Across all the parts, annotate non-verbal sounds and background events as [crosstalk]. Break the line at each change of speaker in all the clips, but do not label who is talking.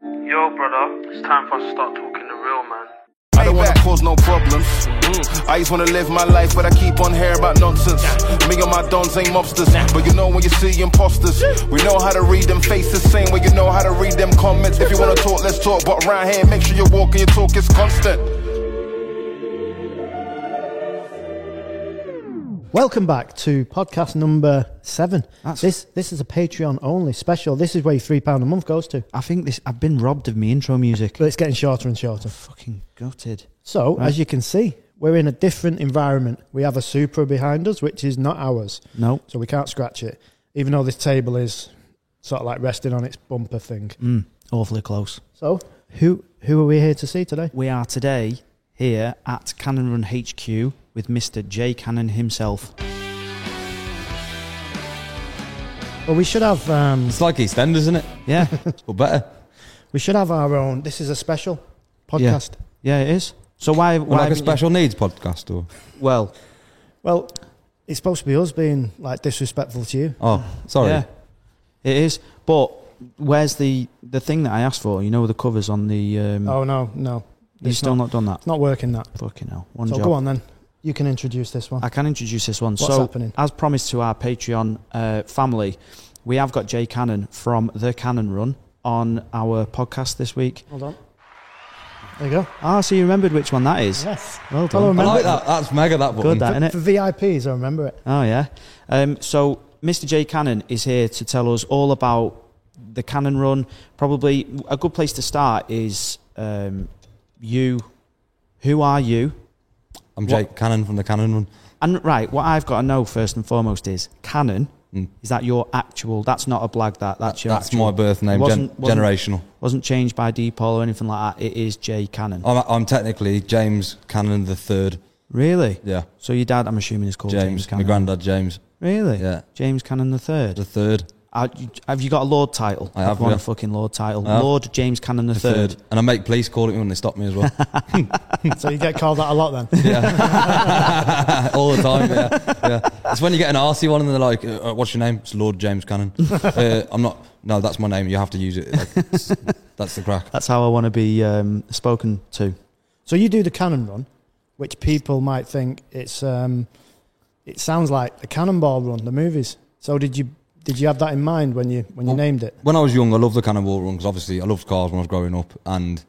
Yo, brother, it's time for us to start talking the real, man.
I don't wanna cause no problems. I just wanna live my life, but I keep on hearing about nonsense. Me and my dons ain't mobsters, but you know when you see imposters, we know how to read them faces. Same way you know how to read them comments. If you wanna talk, let's talk, but round here, make sure you walk and your talk is constant.
Welcome back to podcast number seven.
That's-
this this is a Patreon only special. This is where your three pound a month goes to,
I think this. I've been robbed of my intro music.
but it's getting shorter and shorter.
Fucking gutted.
So as you can see, we're in a different environment. We have a Supra behind us, which is not ours,
No.
so we can't scratch it. Even though this table is sort of like resting on its bumper thing.
Mm, awfully close.
So who who are we here to see today?
We are today here at Cannon Run HQ with Mr. Jay Cannon himself.
Well, we should have um,
It's like EastEnders, isn't it?
[laughs]
Yeah,
Or better.
we should have our own. This is a special podcast.
yeah, it is. So why?
Or
why
like a
haven't you-
special needs podcast or
well,
Well, it's supposed to be us being like disrespectful to you.
Oh, sorry.
yeah, it is. But where's the the thing that I asked for? You know, the covers on the. Um,
Oh no, no,
you
it's
still not, done that.
it's not working that.
Fucking hell! One
so
job.
go on then. You can introduce this one.
I can introduce this one.
What's
so,
happening?
as promised to our Patreon uh, family, we have got Jay Cannon from the Cannon Run on our podcast this week.
Hold on. There you go.
Ah, so you remembered which one that is?
Yes.
Well
Hello,
done.
I
man.
like that. That's mega, that button.
Good, that
For,
innit?
for VIPs, I remember it.
Oh yeah. Um, so Mr. Jay Cannon is here to tell us all about the Cannon Run. Probably a good place to start is um, you. Who are you?
I'm Jake Cannon from the Cannon Run.
And right, what I've got to know first and foremost is Cannon.
Mm.
Is that your actual? That's not a blag. That that's your.
That's
actual,
my birth name,
Wasn't-
gen-
wasn't-
generational.
Wasn't changed by Deepole or anything like that. It is Jay Cannon.
I'm, I'm technically James Cannon the third.
Really?
Yeah,
So your dad, I'm assuming, is called James,
James, my
Cannon.
granddad James.
really?
Yeah,
James Cannon the
the
third.
third,
Have you got a Lord title?
I have,
I've won
yeah.
a fucking Lord title.
I have.
Lord James Cannon the,
the
third.
third, and I make police call at me when they stop me as well. [laughs]
[laughs]
So you get called that a lot then.
yeah, all the time. Yeah, yeah. It's when you get an RC one and they're like, uh, uh, "What's your name?" It's Lord
[laughs]
James Cannon. uh, I'm not. No, that's my name. You have to use it. Like, it's- that's the crack.
That's how I want to be um, spoken to.
So you do the cannon run, which people might think it's. Um, it sounds like the cannonball run, the movies. So did you did you have that in mind when you when you
Oh.
Well-
named it?
when I was young, I loved the Cannonball Run because obviously I loved cars when I was growing up, and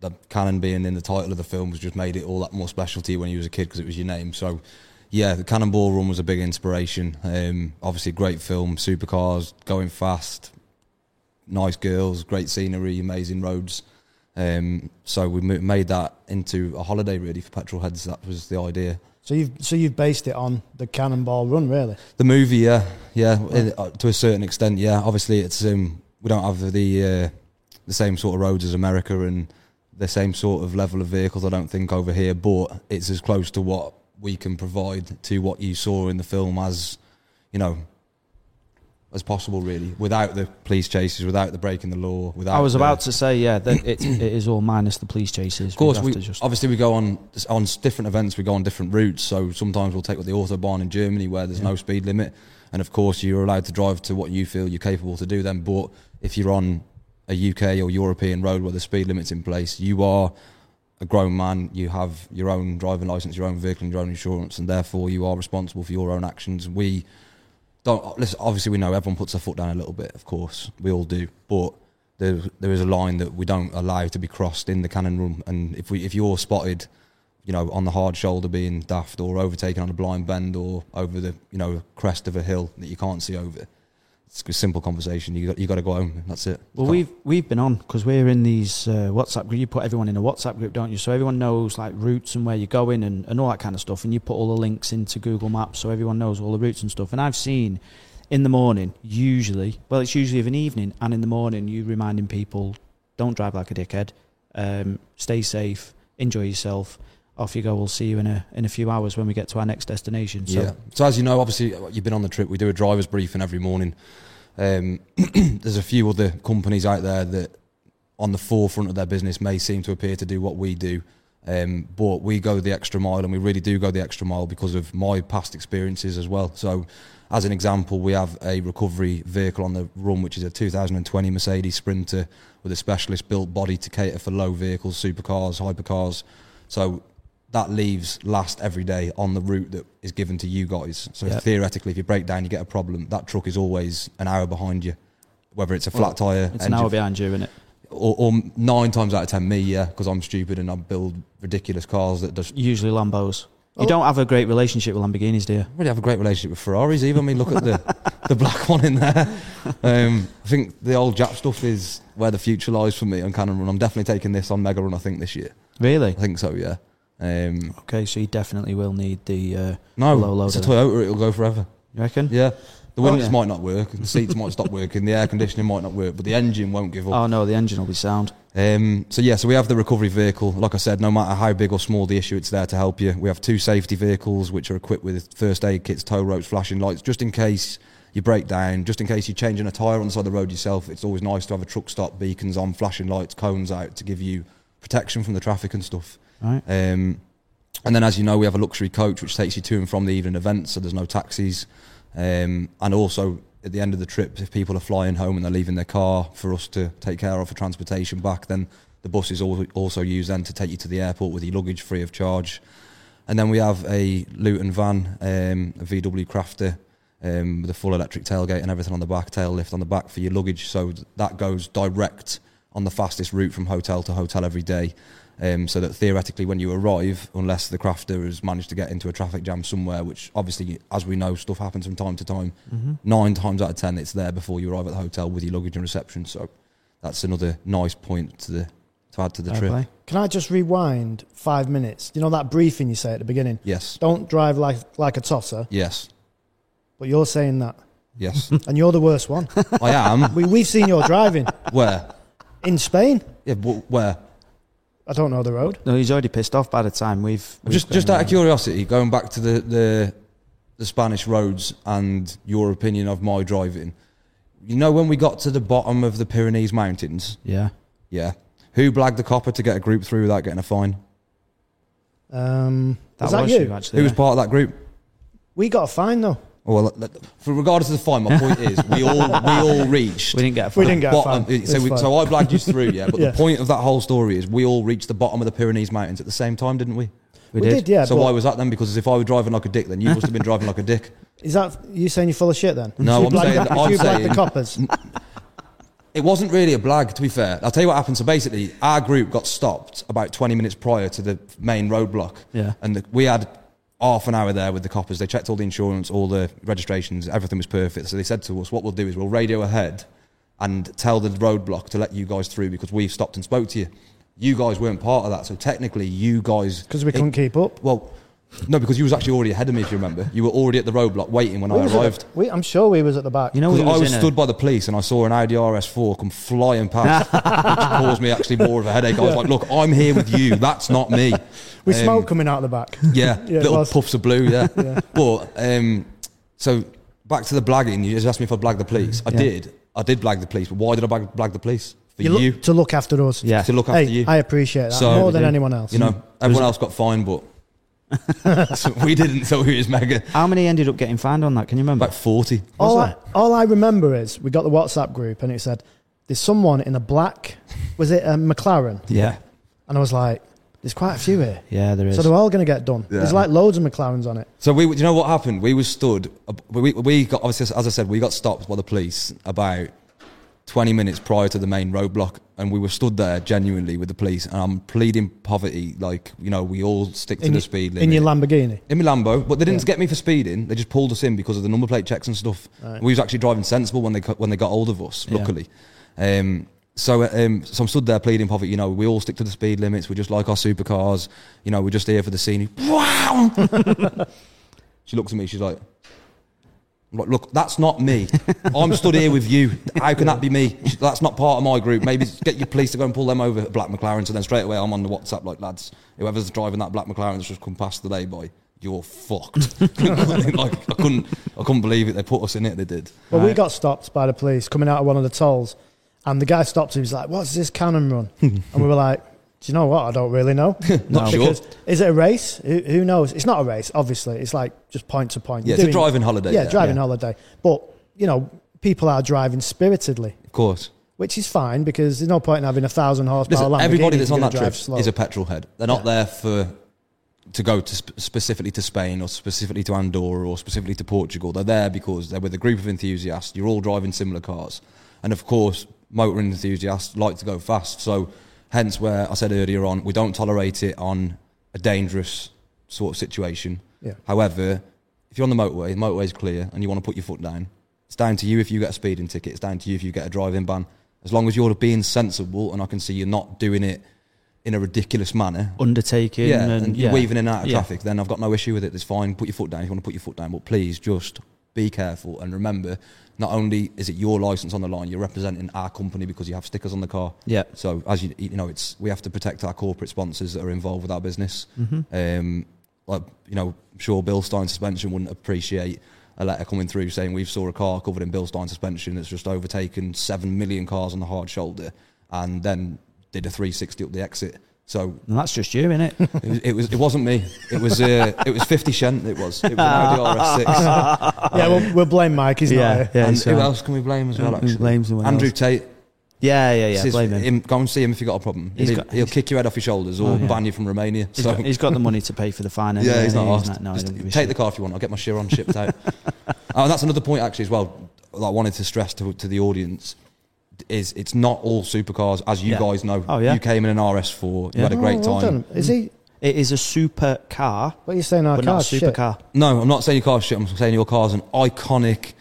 the cannon being in the title of the film was just made it all that more special to you when you was a kid because it was your name. So, yeah, the Cannonball Run was a big inspiration. Um, obviously, great film, supercars, going fast, nice girls, great scenery, amazing roads. Um, so we mo- made that into a holiday really for petrol heads. That was the idea.
So you've so you've based it on the cannonball run, really.
The movie, yeah, yeah, it- uh, to a certain extent, yeah. Obviously, it's um, we don't have the uh, the same sort of roads as America and the same sort of level of vehicles. I don't think over here, but it's as close to what we can provide to what you saw in the film as you know as possible, really, without the police chases, without the breaking the law. Without
I was
the-
about to say, yeah, that it, it is all minus the police chases.
of course,
have
we,
to just-
obviously we go on on different events. We go on different routes. So sometimes we'll take the autobahn in Germany where there's no speed limit, and of course you're allowed to drive to what you feel you're capable to do. Then, but if you're on a UK or European road where the speed limit's in place, you are a grown man. You have your own driving license, your own vehicle, and your own insurance, and therefore you are responsible for your own actions. We don't listen. Obviously, we know everyone puts their foot down a little bit. Of course, we all do, but there there is a line that we don't allow to be crossed in the cannon room. And if we if you're spotted, you know, on the hard shoulder being daft or overtaken on a blind bend or over the you know crest of a hill that you can't see over, it's a simple conversation. You got you got to go home. That's it.
Well,
Can't-
we've we've been on because we're in these uh, WhatsApp group. You put everyone in a WhatsApp group, don't you? So everyone knows like routes and where you're going and, and all that kind of stuff. And you put all the links into Google Maps, so everyone knows all the routes and stuff. And I've seen in the morning, usually, well, it's usually of an evening and in the morning, you reminding people, don't drive like a dickhead, um, stay safe, enjoy yourself. Off you go. We'll see you in a in a few hours when we get to our next destination. So
yeah. So as you know, obviously uh, you've been on the trip. We do a driver's briefing every morning. Um, [clears throat] there's a few other companies out there that, on the forefront of their business, may seem to appear to do what we do, Um, but we go the extra mile, and we really do go the extra mile because of my past experiences as well. So, as an example, we have a recovery vehicle on the run, which is a 2020 Mercedes Sprinter with a specialist built body to cater for low vehicles, supercars, hypercars. So that leaves last every day on the route that is given to you guys. So
Yep.
theoretically, if you break down, you get a problem. That truck is always an hour behind you, whether it's a flat tire,
It's an hour behind you, isn't it?
or, or nine times out of ten me, yeah, because I'm stupid and I build ridiculous cars that just.
Usually Lambos.
Oh.
You don't have a great relationship with Lamborghinis, do you?
I really have a great relationship with Ferraris. Even I mean, look at
[laughs]
the the black one in there. Um, I think the old Jap stuff is where the future lies for me on Cannon Run. I'm definitely taking this on Mega Run. I think this year.
Really?
I think so. Yeah. Um,
Okay, so you definitely will need the. Uh,
no,
Low loader
it's a
then.
Toyota. It'll go forever.
you reckon?
Yeah. The
Oh,
windows
yeah.
might not work, the seats might stop working, the air conditioning might not work, but the engine won't give up.
Oh no, the engine will be sound.
Um, so yeah, so we have the recovery vehicle. Like I said, no matter how big or small the issue, it's there to help you. We have two safety vehicles which are equipped with first aid kits, tow ropes, flashing lights, just in case you break down, just in case you're changing a tire on the side of the road yourself. It's always nice to have a truck stop, beacons on, flashing lights, cones out to give you protection from the traffic and stuff.
Right.
Um, and then, as you know, we have a luxury coach which takes you to and from the evening events, so there's no taxis. Um, and also, at the end of the trip, if people are flying home and they're leaving their car for us to take care of for transportation back, then the bus is al- also used then to take you to the airport with your luggage free of charge. And then we have a Luton van, um, a VW Crafter, um, with a full electric tailgate and everything on the back, tail lift on the back for your luggage. So th- that goes direct on the fastest route from hotel to hotel every day. Um, so that theoretically, when you arrive, unless the crafter has managed to get into a traffic jam somewhere, which obviously, as we know, stuff happens from time to time,
Mm-hmm.
nine times out of ten, it's there before you arrive at the hotel with your luggage and reception. So that's another nice point to the to add to the
Fair
trip.
play.
Can I just rewind five minutes? You know that briefing you say at the beginning.
Yes,
Don't drive like like a tosser.
yes,
But you're saying that,
[laughs]
yes.
and you're the worst one.
I am
We we've seen your driving
where.
in Spain.
Yeah, but where?
I don't know the road.
No, he's already pissed off by the time we've. we've
Just,
gone
just out of
around.
curiosity, going back to the, the the Spanish roads and your opinion of my driving. You know, when we got to the bottom of the Pyrenees Mountains,
Yeah.
yeah, who blagged the copper to get a group through without getting a fine?
Um,
That
was
was,
that
you?
you?
actually.
Who was
yeah.
part of that group?
we got a fine though.
Oh, Well, let- let- for regardless of the fine, my
[laughs]
point is we all we all reached.
we didn't get. A
We
fine.
didn't get a
bottom.
fine. It's
So, we,
fine.
so I blagged you through, yeah.
[laughs]
But
Yeah.
the point of that whole story is we all reached the bottom of the Pyrenees Mountains at the same time, didn't we?
We did, yeah.
so
but
why was that then? Because if I were driving like a dick, then you must have been driving like a dick.
is that you saying you're full of shit then?
No,
You
I'm
blagged
saying-
the-
I'm
you blagged
saying-
the
[laughs]
coppers.
It wasn't really a blag, to be fair. I'll tell you what happened. So basically, our group got stopped about 20 minutes prior to the main roadblock.
Yeah.
And the, we had half an hour there with the coppers. They checked all the insurance, all the registrations, everything was perfect. So they said to us, what we'll do is we'll radio ahead and tell the roadblock to let you guys through because we've stopped and spoke to you. You guys weren't part of that. So technically, you guys.
because we couldn't keep up.
Well, no, because you was actually already ahead of me, if you remember. You were already at the roadblock waiting when
We
I
was at the-
arrived.
we, I'm sure we was at the back.
You know, we
Because I
was
was
in a-
stood by the police and I saw an Audi RS4 come flying past, which caused me actually more of a headache. I was like, "Look, I'm here with you. That's not me."
we
Um,
smoke coming out of the back.
Yeah,
Yeah, it
little
was.
puffs of blue. Yeah, but um, so back to the blagging. You just asked me if I blagged the police. I
Yeah.
did. I did blag the police. But why did I blag, blag the police? For
You
you,
look- to look after us.
Yeah.
to look after
Hey,
you.
I appreciate that
So-
more than
Yeah.
anyone else.
you know, everyone else got fined, but so [laughs] we didn't. So it was mega.
How many ended up getting fined on that? Can you remember?
About forty.
all
Was
I, all I remember is we got the WhatsApp group and it said there's someone in a black, was it a McLaren?
yeah.
And I was like, there's quite a few here,
Yeah, there is.
so they're all going to get done.
Yeah.
There's like loads of McLarens on it.
So we, you know what happened? We were stood. We, we got obviously, as I said, we got stopped by the police about twenty minutes prior to the main roadblock, and we were stood there genuinely with the police. And I'm pleading poverty, like you know, we all stick to
In
the
your-
speed limit.
in your Lamborghini.
In my Lambo, but they didn't
Yeah.
get me for speeding. They just pulled us in because of the number plate checks and stuff.
Right.
We was actually driving sensible when they co- when they got hold of us.
Yeah.
Luckily, um, so uh, um, so I'm stood there pleading poverty. You know, we all stick to the speed limits. We're just like our supercars. You know, we're just here for the scene.
[laughs]
[laughs] Wow! she looks at me. She's like, I'm like, look, that's not me. I'm stood here with you. How can that be me? That's not part of my group. Maybe get your police to go and pull them over at Black McLaren. So then straight away, I'm on the WhatsApp like, lads, whoever's driving that Black McLaren that's just come past the day by, you're fucked. [laughs] like I couldn't, I couldn't believe it. They put us in it. They did.
Well, we
Right.
got stopped by the
[laughs]
police coming out of one of the tolls, and the guy stopped. He was like, "What's this cannon run?" and we were like, Do you know what? I don't really know.
No.
sure.
Because is it a race? Who, who knows? It's not a race, obviously. It's like just point to point.
Yeah,
You're
it's a
doing-
driving holiday.
Yeah, driving holiday. But you know, people are driving spiritedly,
Of course.
which is fine because there's no point in having a thousand horsepower.
Listen,
Lamborghini
everybody
if
that's
you're
on
gonna
that
drive
trip
slow.
is a petrol head. They're not
Yeah.
there for to go to sp- specifically to Spain or specifically to Andorra or specifically to Portugal. They're there because they're with a group of enthusiasts. You're all driving similar cars, and of course, motoring enthusiasts like to go fast. So, hence where I said earlier on, we don't tolerate it on a dangerous sort of situation.
Yeah.
However, if you're on the motorway, the motorway's clear, and you want to put your foot down, it's down to you if you get a speeding ticket. It's down to you if you get a driving ban. As long as you're being sensible, and I can see you're not doing it in a ridiculous manner.
undertaking
yeah,
and,
and, you're
yeah.
weaving in and out of
Yeah.
traffic, then I've got no issue with it. It's fine. Put your foot down if you want to put your foot down, but please just be careful and remember. Not only is it your license on the line, you're representing our company because you have stickers on the car.
Yeah.
So as you you know, it's we have to protect our corporate sponsors that are involved with our business.
Mhm.
Um, like you know, I'm sure Bill Stein suspension wouldn't appreciate a letter coming through saying we've saw a car covered in Bill Stein suspension that's just overtaken seven million cars on the hard shoulder and then did a 360 up the exit. So
And that's just you, innit?
it was it, was, it wasn't me. It was uh, it was 50 Cent. It was it was an Audi [laughs] RS6.
yeah, we'll, we'll blame Mike. He's not here.
and
so-
who else can we blame as well?
Who
Actually,
blames someone
Andrew
else?
Tate.
Yeah, yeah, yeah.
This is
Blame him.
Go and see him if you have got a problem.
He's
he'll,
got-
he'll kick your head off your shoulders or
Oh, yeah.
ban you from Romania.
He's
so
got, he's got the money to pay for the fine.
yeah,
anyway,
he's not asked.
not- no, he
Just
doesn't give a
take
shit.
the car if you want. I'll get my Chiron shipped
[laughs]
out. Oh, and that's another point actually as well. That I wanted to stress to, to the audience is it's not all supercars as you
Yeah.
guys know.
Oh, yeah.
You came in an RS4. You
Yeah.
had a great
Oh, well
time.
done. Is he?
It is a super car,
What are you saying? Our
but not a
car's shit?
supercar.
No, I'm not saying your car's shit. I'm saying your car's an iconic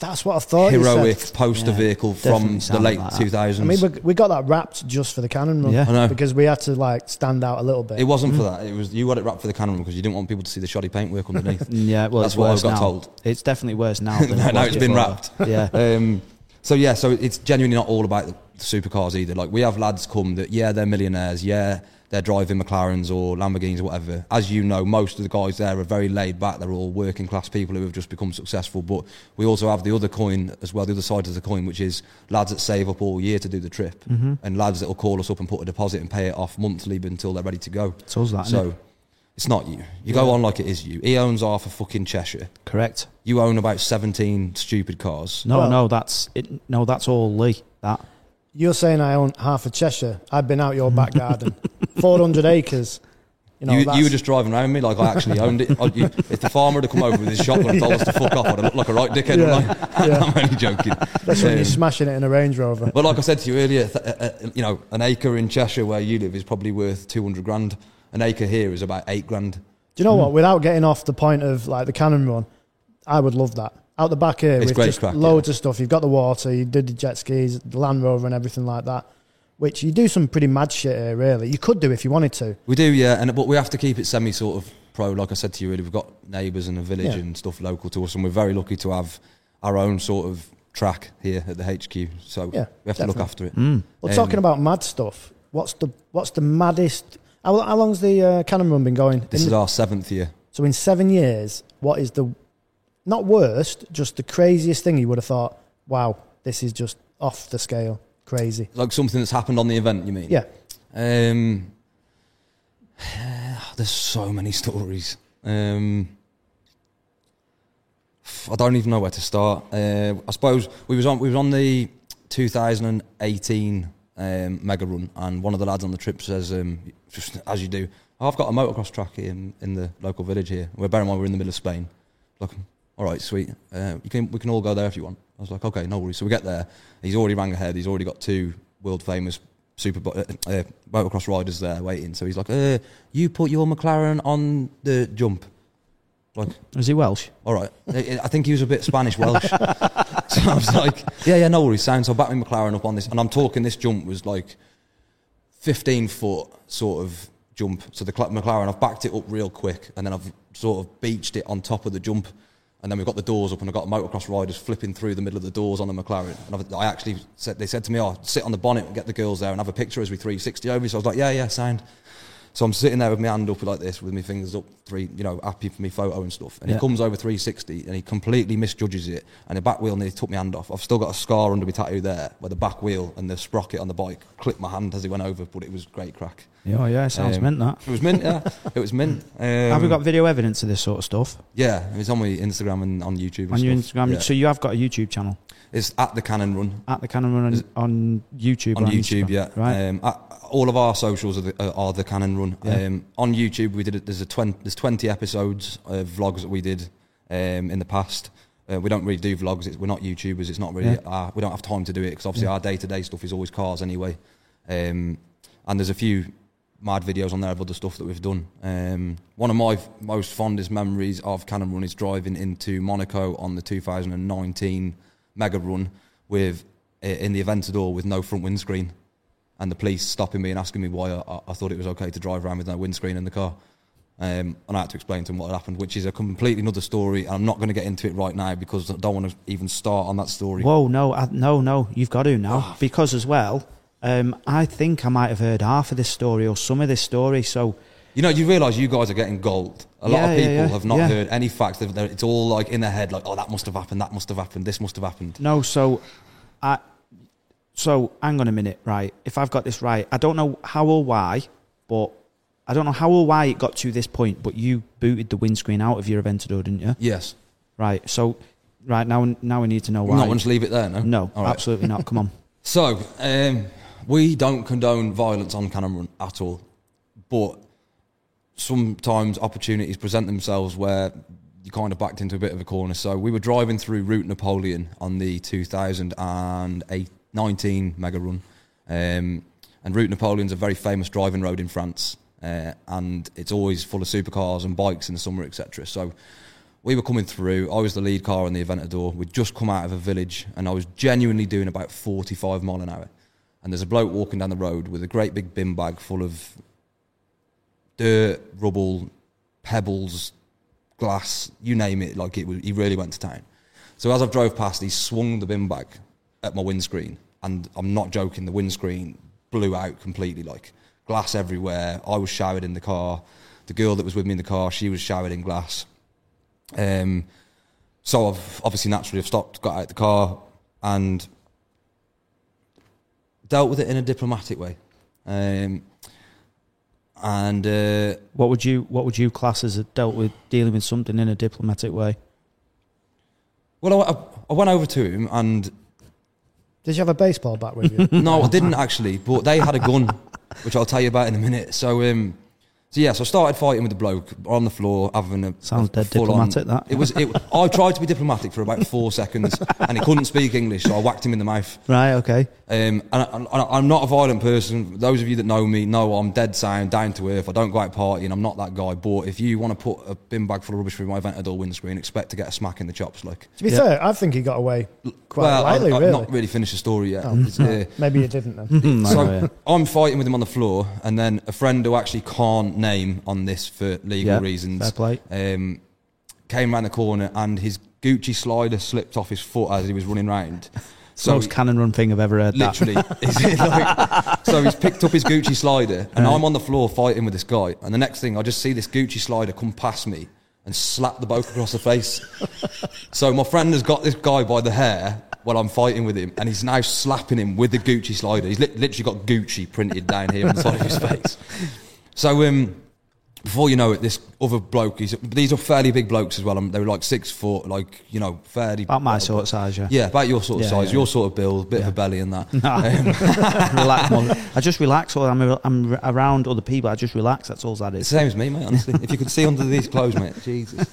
That's what I thought. Oh, you said.
heroic poster
Yeah,
vehicle
definitely
from the
sounded
late
like that.
2000s.
I mean, we, we got that wrapped just for the cannon run.
Yeah.
I know.
Because we had to like stand out a little bit.
it wasn't for
Mm.
that. It was you had it wrapped for the Canon because you didn't want people to see the shoddy
[laughs]
paintwork underneath.
Yeah, well,
That's
it's
what I
worse
got
now.
told.
It's definitely worse
[laughs]
now. Than
No,
it
no,
was
it's been
before.
wrapped. [laughs]
Yeah,
um, so yeah, so it's genuinely not all about the supercars either. Like we have lads come that yeah they're millionaires, yeah they're driving McLarens or Lamborghinis or whatever. As you know, most of the guys there are very laid back. They're all working class people who have just become successful. But we also have the other coin as well, the other side of the coin, which is lads that save up all year to do the trip,
Mm-hmm.
and lads that will call us up and put a deposit and pay it off monthly until they're ready to go.
it's all that.
So
So
it's not you. You go on like it is you. He owns half of fucking Cheshire.
correct.
You own about 17 stupid cars.
No,
Well-
no, that's it. No, that's all Lee. That
You're saying I own half of Cheshire. I've been out your back garden, [laughs] 400 acres. You know,
you,
that's-
you were just driving around me like I actually owned it. I, you, if the farmer had come over with his shotgun and told us to fuck off, I'd have looked like a right dickhead.
Yeah,
[laughs] wouldn't I?
yeah.
I'm only joking.
[laughs] that's when you're
Um,
smashing it in a Range Rover.
But like I said to you earlier, th- uh, uh, you know, an acre in Cheshire where you live is probably worth 200 grand. An acre here is about eight grand.
Do you know what? Without getting off the point of like the cannon run, I would love that. Out the back here,
It's
with
great
just
crack,
loads of stuff. You've got the water, you did the jet skis, the Land Rover, and everything like that. Which you do some pretty mad shit here, really. You could do if you wanted to.
We do, yeah, and but we have to keep it semi sort of pro. Like I said to you, really, we've got neighbours and a village
Yeah.
and stuff local to us, and we're very lucky to have our own sort of track here at the HQ. So
Yeah,
we have to look
definitely. Mm.
after it.
Hmm.
Well,
Um,
talking about mad stuff, what's the what's the maddest? How, how long's the uh, cannon run been going?
This
In-
is our seventh year.
so in seven years, what is the not worst, just the craziest thing you would have thought? Wow, this is just off the scale, crazy.
Like something that's happened on the event, you mean?
Yeah,
Um, [sighs] there's so many stories. Um, I don't even know where to start. Uh, I suppose we was on we was on the 2018 um, mega run, and one of the lads on the trip says, um, just as you do, "Oh, I've got a motocross track in in the local village here. We're bearing in mind we're in the middle of Spain. Like, all right, sweet. Uh, you can we can all go there if you want. I was like, okay, no worries. So we get there. He's already rang ahead. He's already got two world famous super bo- uh, uh, motocross riders there waiting. So he's like, uh, you put your McLaren on the jump. Like,
is he
[laughs]
Welsh?
all right. I I think he was a bit Spanish Welsh. so I was like, yeah, yeah, no worries, sound. So I backed my McLaren up on this, and I'm talking this jump was like 15 foot sort of jump. So the Cla- McLaren, I've backed it up real quick, and then I've sort of beached it on top of the jump. And then we've got the doors up, and I've got motocross riders flipping through the middle of the doors on the McLaren. And I've, I actually said, they said to me, oh, sit on the bonnet and get the girls there and have a picture as we 360 over. So I was like, yeah, yeah, sound. So I'm sitting there with my hand up like this, with my fingers up, three, you know, happy for me photo and stuff. And
Yeah.
he comes over 360 and he completely misjudges it. And the back wheel nearly took my hand off. I've still got a scar under my tattoo there, where the back wheel and the sprocket on the bike clipped my hand as it went over. But it was great crack.
[laughs] Yeah, oh, yeah, sounds
Um,
meant that.
It was mint. Yeah, it was mint. Um,
Have we got video evidence of this sort of stuff
Yeah, it's on my Instagram and on YouTube. And
on your
stuff.
Instagram?
Yeah.
So you have got a YouTube channel
It's at the Cannon Run.
at the Cannon Run
Is-
on, on YouTube.
on
or
YouTube,
Instagram,
yeah.
Right.
Um, uh, all of our socials are the, uh, are the Canon Run.
Yeah.
Um, on YouTube, we did it. There's a 20, there's 20 episodes of vlogs that we did um, in the past. Uh, we don't really do vlogs. It's, we're not YouTubers. It's not really.
Yeah.
Our, we don't have time to do it because obviously
Yeah.
our day to day stuff is always cars anyway. Um, and there's a few mad videos on there of other stuff that we've done. Um, one of my f- most fondest memories of Cannon Run is driving into Monaco on the 2019 Mega Run with i- in the Aventador with no front windscreen, and the police stopping me and asking me why I, I thought it was okay to drive around with no windscreen in the car. Um, and I had to explain to them what had happened, which is a completely another story. And I'm not going to get into it right now because I don't want to even start on that story.
Whoa, no, I, no, no, you've got to now
Ah.
because as well, um, I think I might have heard half of this story or some of this story. So
You know, you realise you guys are getting gold. A lot
Yeah,
of
yeah,
people
yeah.
have not
Yeah.
heard any facts. They've- they're- It's all like in their head, like, oh, that must have happened, that must have happened, this must have happened.
no, so I, so hang on a minute, right? If I've got this right, I don't know how or why, but I don't know how or why it got to this point. But you booted the windscreen out of your Aventador, didn't you?
Yes.
Right. So right now, now we need to know
We're
why.
not going to leave it there, no?
no,
All right.
absolutely not.
[laughs]
Come on.
So, um, we don't condone violence on Cannon Run at all, but sometimes opportunities present themselves where you kind of backed into a bit of a corner. So, we were driving through Route Napoleon on the 2019 Mega Run, um, and Route Napoleon's a very famous driving road in France, uh, and it's always full of supercars and bikes in the summer, etc. So, we were coming through. I was the lead car on the Aventador. We'd just come out of a village, and I was genuinely doing about 45 mile an hour. And there's a bloke walking down the road with a great big bin bag full of dirt, rubble, pebbles, glass, you name it. Like it, was, he really went to town. So as I've drove past, he swung the bin bag at my windscreen, and I'm not joking. The windscreen blew out completely, like glass everywhere. I was showered in the car. The girl that was with me in the car, she was showered in glass. Um, so I've obviously naturally have stopped, got out of the car, and dealt with it in a diplomatic way. Um, and uh,
What would you What would you class as a dealt with dealing with something in a diplomatic way?
well, I, I went over to him, and
Did you have a baseball bat with
[laughs]
Hmm.
you?
no, I didn't actually, but they had
[laughs]
a gun, which I'll tell you about in a minute. So, um, so yeah, so I started fighting with the bloke on the floor, having a
Sounds dead
full
diplomatic, that.
it was. It, I tried to be diplomatic for about four seconds, and he couldn't speak English, so I whacked him in the mouth.
Right. Okay.
Um, and I, and I, I'm not a violent person. Those of you that know me know I'm dead sound, down to earth. I don't go out partying. I'm not that guy. But if you want to put a bin bag full of rubbish through my Ventador windscreen, expect to get a smack in the chops. Like,
to be
Yeah.
fair, I think he got away quite
well,
lightly,
I, I've
really.
not really Mm-hmm. finished the story yet.
Oh.
It's, uh,
Maybe you didn't then.
so
Oh, yeah.
I'm fighting with him on the floor, and then a friend who actually can't name on this for legal
Yeah,
reasons
Fair play.
um, came round the corner, and his Gucci slider slipped off his foot as he was running round.
So most cannon run thing I've ever heard. That.
Literally. [laughs] Is it like- so he's picked up his Gucci slider, and I'm on the floor fighting with this guy. And the next thing, I just see this Gucci slider come past me and slap the bloke across
[laughs]
the face. so my friend has got this guy by the hair while I'm fighting with him, and he's now slapping him with the Gucci slider. He's lit literally got Gucci printed down here on the side of his face. So, um, before you know it, this other bloke, he's, these are fairly big blokes as well. Um, they were like six foot, like, you know, fairly.
About my sort of size, yeah.
Yeah, about your sort of
Yeah,
size,
yeah,
your
yeah.
sort of build, bit of a belly and that.
Um, [laughs] relax. more. I just relax. Or I'm, a- I'm r- around other people. I just relax. That's all that is.
It's the same as me, mate. Honestly, if you could see under these clothes, mate, Jesus.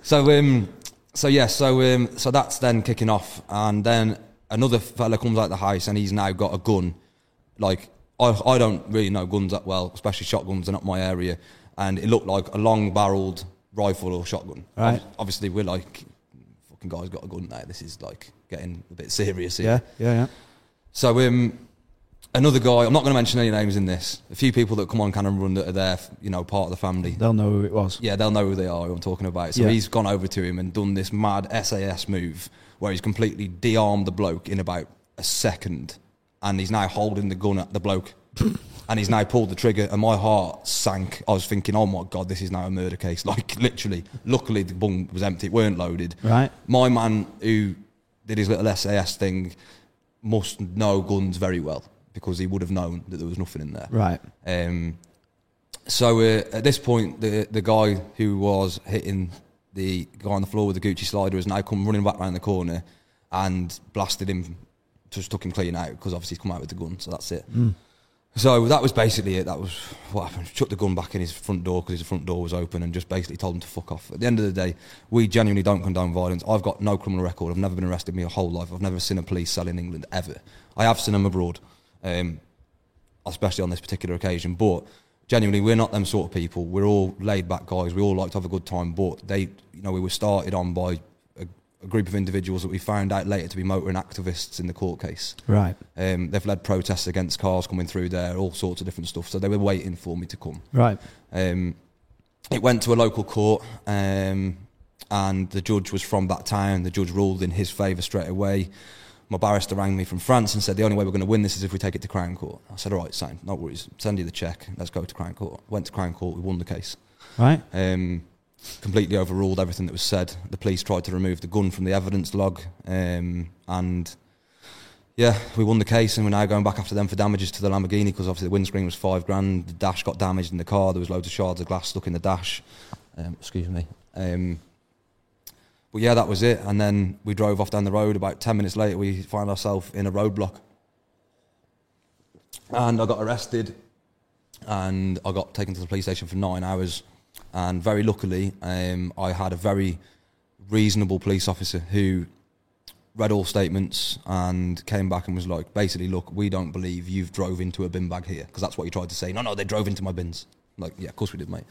So, um, so yeah, so um, so that's then kicking off, and then another fella comes out the house, and he's now got a gun. Like I, I don't really know guns that well, especially shotguns. They're not my area, and it looked like a long-barreled rifle or shotgun.
Right.
Ob- Obviously, we're like, fucking guy's got a gun now. This is like getting a bit serious here.
Yeah, yeah, yeah.
So um, another guy. I'm not going to mention any names in this. A few people that come on Cannon Run that are there, you know, part of the family.
They'll know who it was.
Yeah, they'll know who they are. Who I'm talking about. So
Yeah.
he's gone over to him and done this mad SAS move where he's completely de-armed the bloke in about a second, and he's now holding the gun at the bloke. and he's now pulled the trigger, and my heart sank. I was thinking, oh my god, this is now a murder case. [laughs] Like literally. Luckily, the bung was empty; it weren't loaded.
Right.
My man who did his little SAS thing must know guns very well because he would have known that there was nothing in there.
Right.
Um, so uh, at this point, the the guy who was hitting the guy on the floor with the Gucci slider has now come running back round the corner and blasted him, just took him clean out because obviously he's come out with the gun. So that's it. So that was basically it. That was what happened. Chucked the gun back in his front door because his front door was open and just basically told him to fuck off. At the end of the day, we genuinely don't condone violence. I've got no criminal record. I've never been arrested in my whole life. I've never seen a police cell in England ever. I have seen them abroad. Um, especially on this particular occasion. But genuinely, we're not them sort of people. We're all laid back guys. We all like to have a good time. But they, you know, we were started on by a, a group of individuals that we found out later to be motoring activists in the court case.
Right.
Um, they've led protests against cars coming through there, all sorts of different stuff. So they were waiting for me to come.
Right.
Um, it went to a local court, um, and the judge was from that town. The judge ruled in his favour straight away. My barrister rang me from France and said, The only way we're going to win this is if we take it to Crown Court. I said, All right, Sam, no worries. Send you the cheque. Let's go to Crown Court. Went to Crown Court. We won the case.
Right.
Um, completely overruled everything that was said. The police tried to remove the gun from the evidence log. Um, and yeah, we won the case and we're now going back after them for damages to the Lamborghini because obviously the windscreen was five grand. The dash got damaged in the car. There was loads of shards of glass stuck in the dash. Um, excuse me. Um, but yeah, that was it. And then we drove off down the road. About 10 minutes later, we found ourselves in a roadblock. And I got arrested and I got taken to the police station for nine hours. And very luckily, um, I had a very reasonable police officer who read all statements and came back and was like, basically, look, we don't believe you've drove into a bin bag here because that's what you tried to say. No, no, they drove into my bins. I'm like, yeah, of course we did, mate.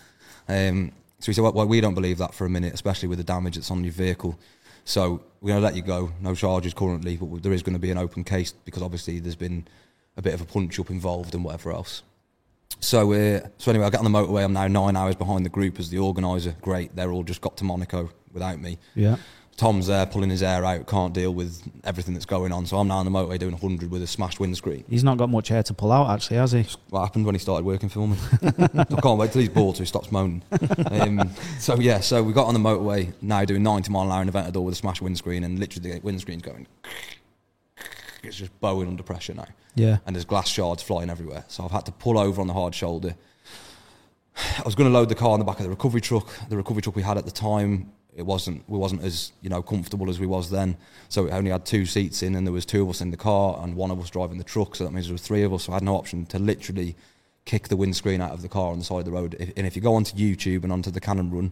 Um, so he said, well, well, we don't believe that for a minute, especially with the damage that's on your vehicle. So we're going to let you go. No charges currently, but there is going to be an open case because obviously there's been a bit of a punch up involved and whatever else. So, uh, so anyway, I get on the motorway. I'm now nine hours behind the group as the organizer. Great, they're all just got to Monaco without me.
Yeah.
Tom's there pulling his hair out, can't deal with everything that's going on. So I'm now on the motorway doing 100 with a smashed windscreen.
He's not got much air to pull out, actually, has he?
What happened when he started working for me? [laughs] I can't wait till he's bored so he stops moaning. Um, so yeah, so we got on the motorway now doing 90 mile an hour in Aventador with a smashed windscreen, and literally the windscreen's going. It's just bowing under pressure now
Yeah.
and there's glass shards flying everywhere. So I've had to pull over on the hard shoulder. I was going to load the car on the back of the recovery truck. The recovery truck we had at the time, it wasn't we wasn't as you know comfortable as we was then. So it only had two seats in, and there was two of us in the car and one of us driving the truck. So that means there was three of us. So I had no option to literally kick the windscreen out of the car on the side of the road. If- And if you go onto YouTube and onto the Cannon Run,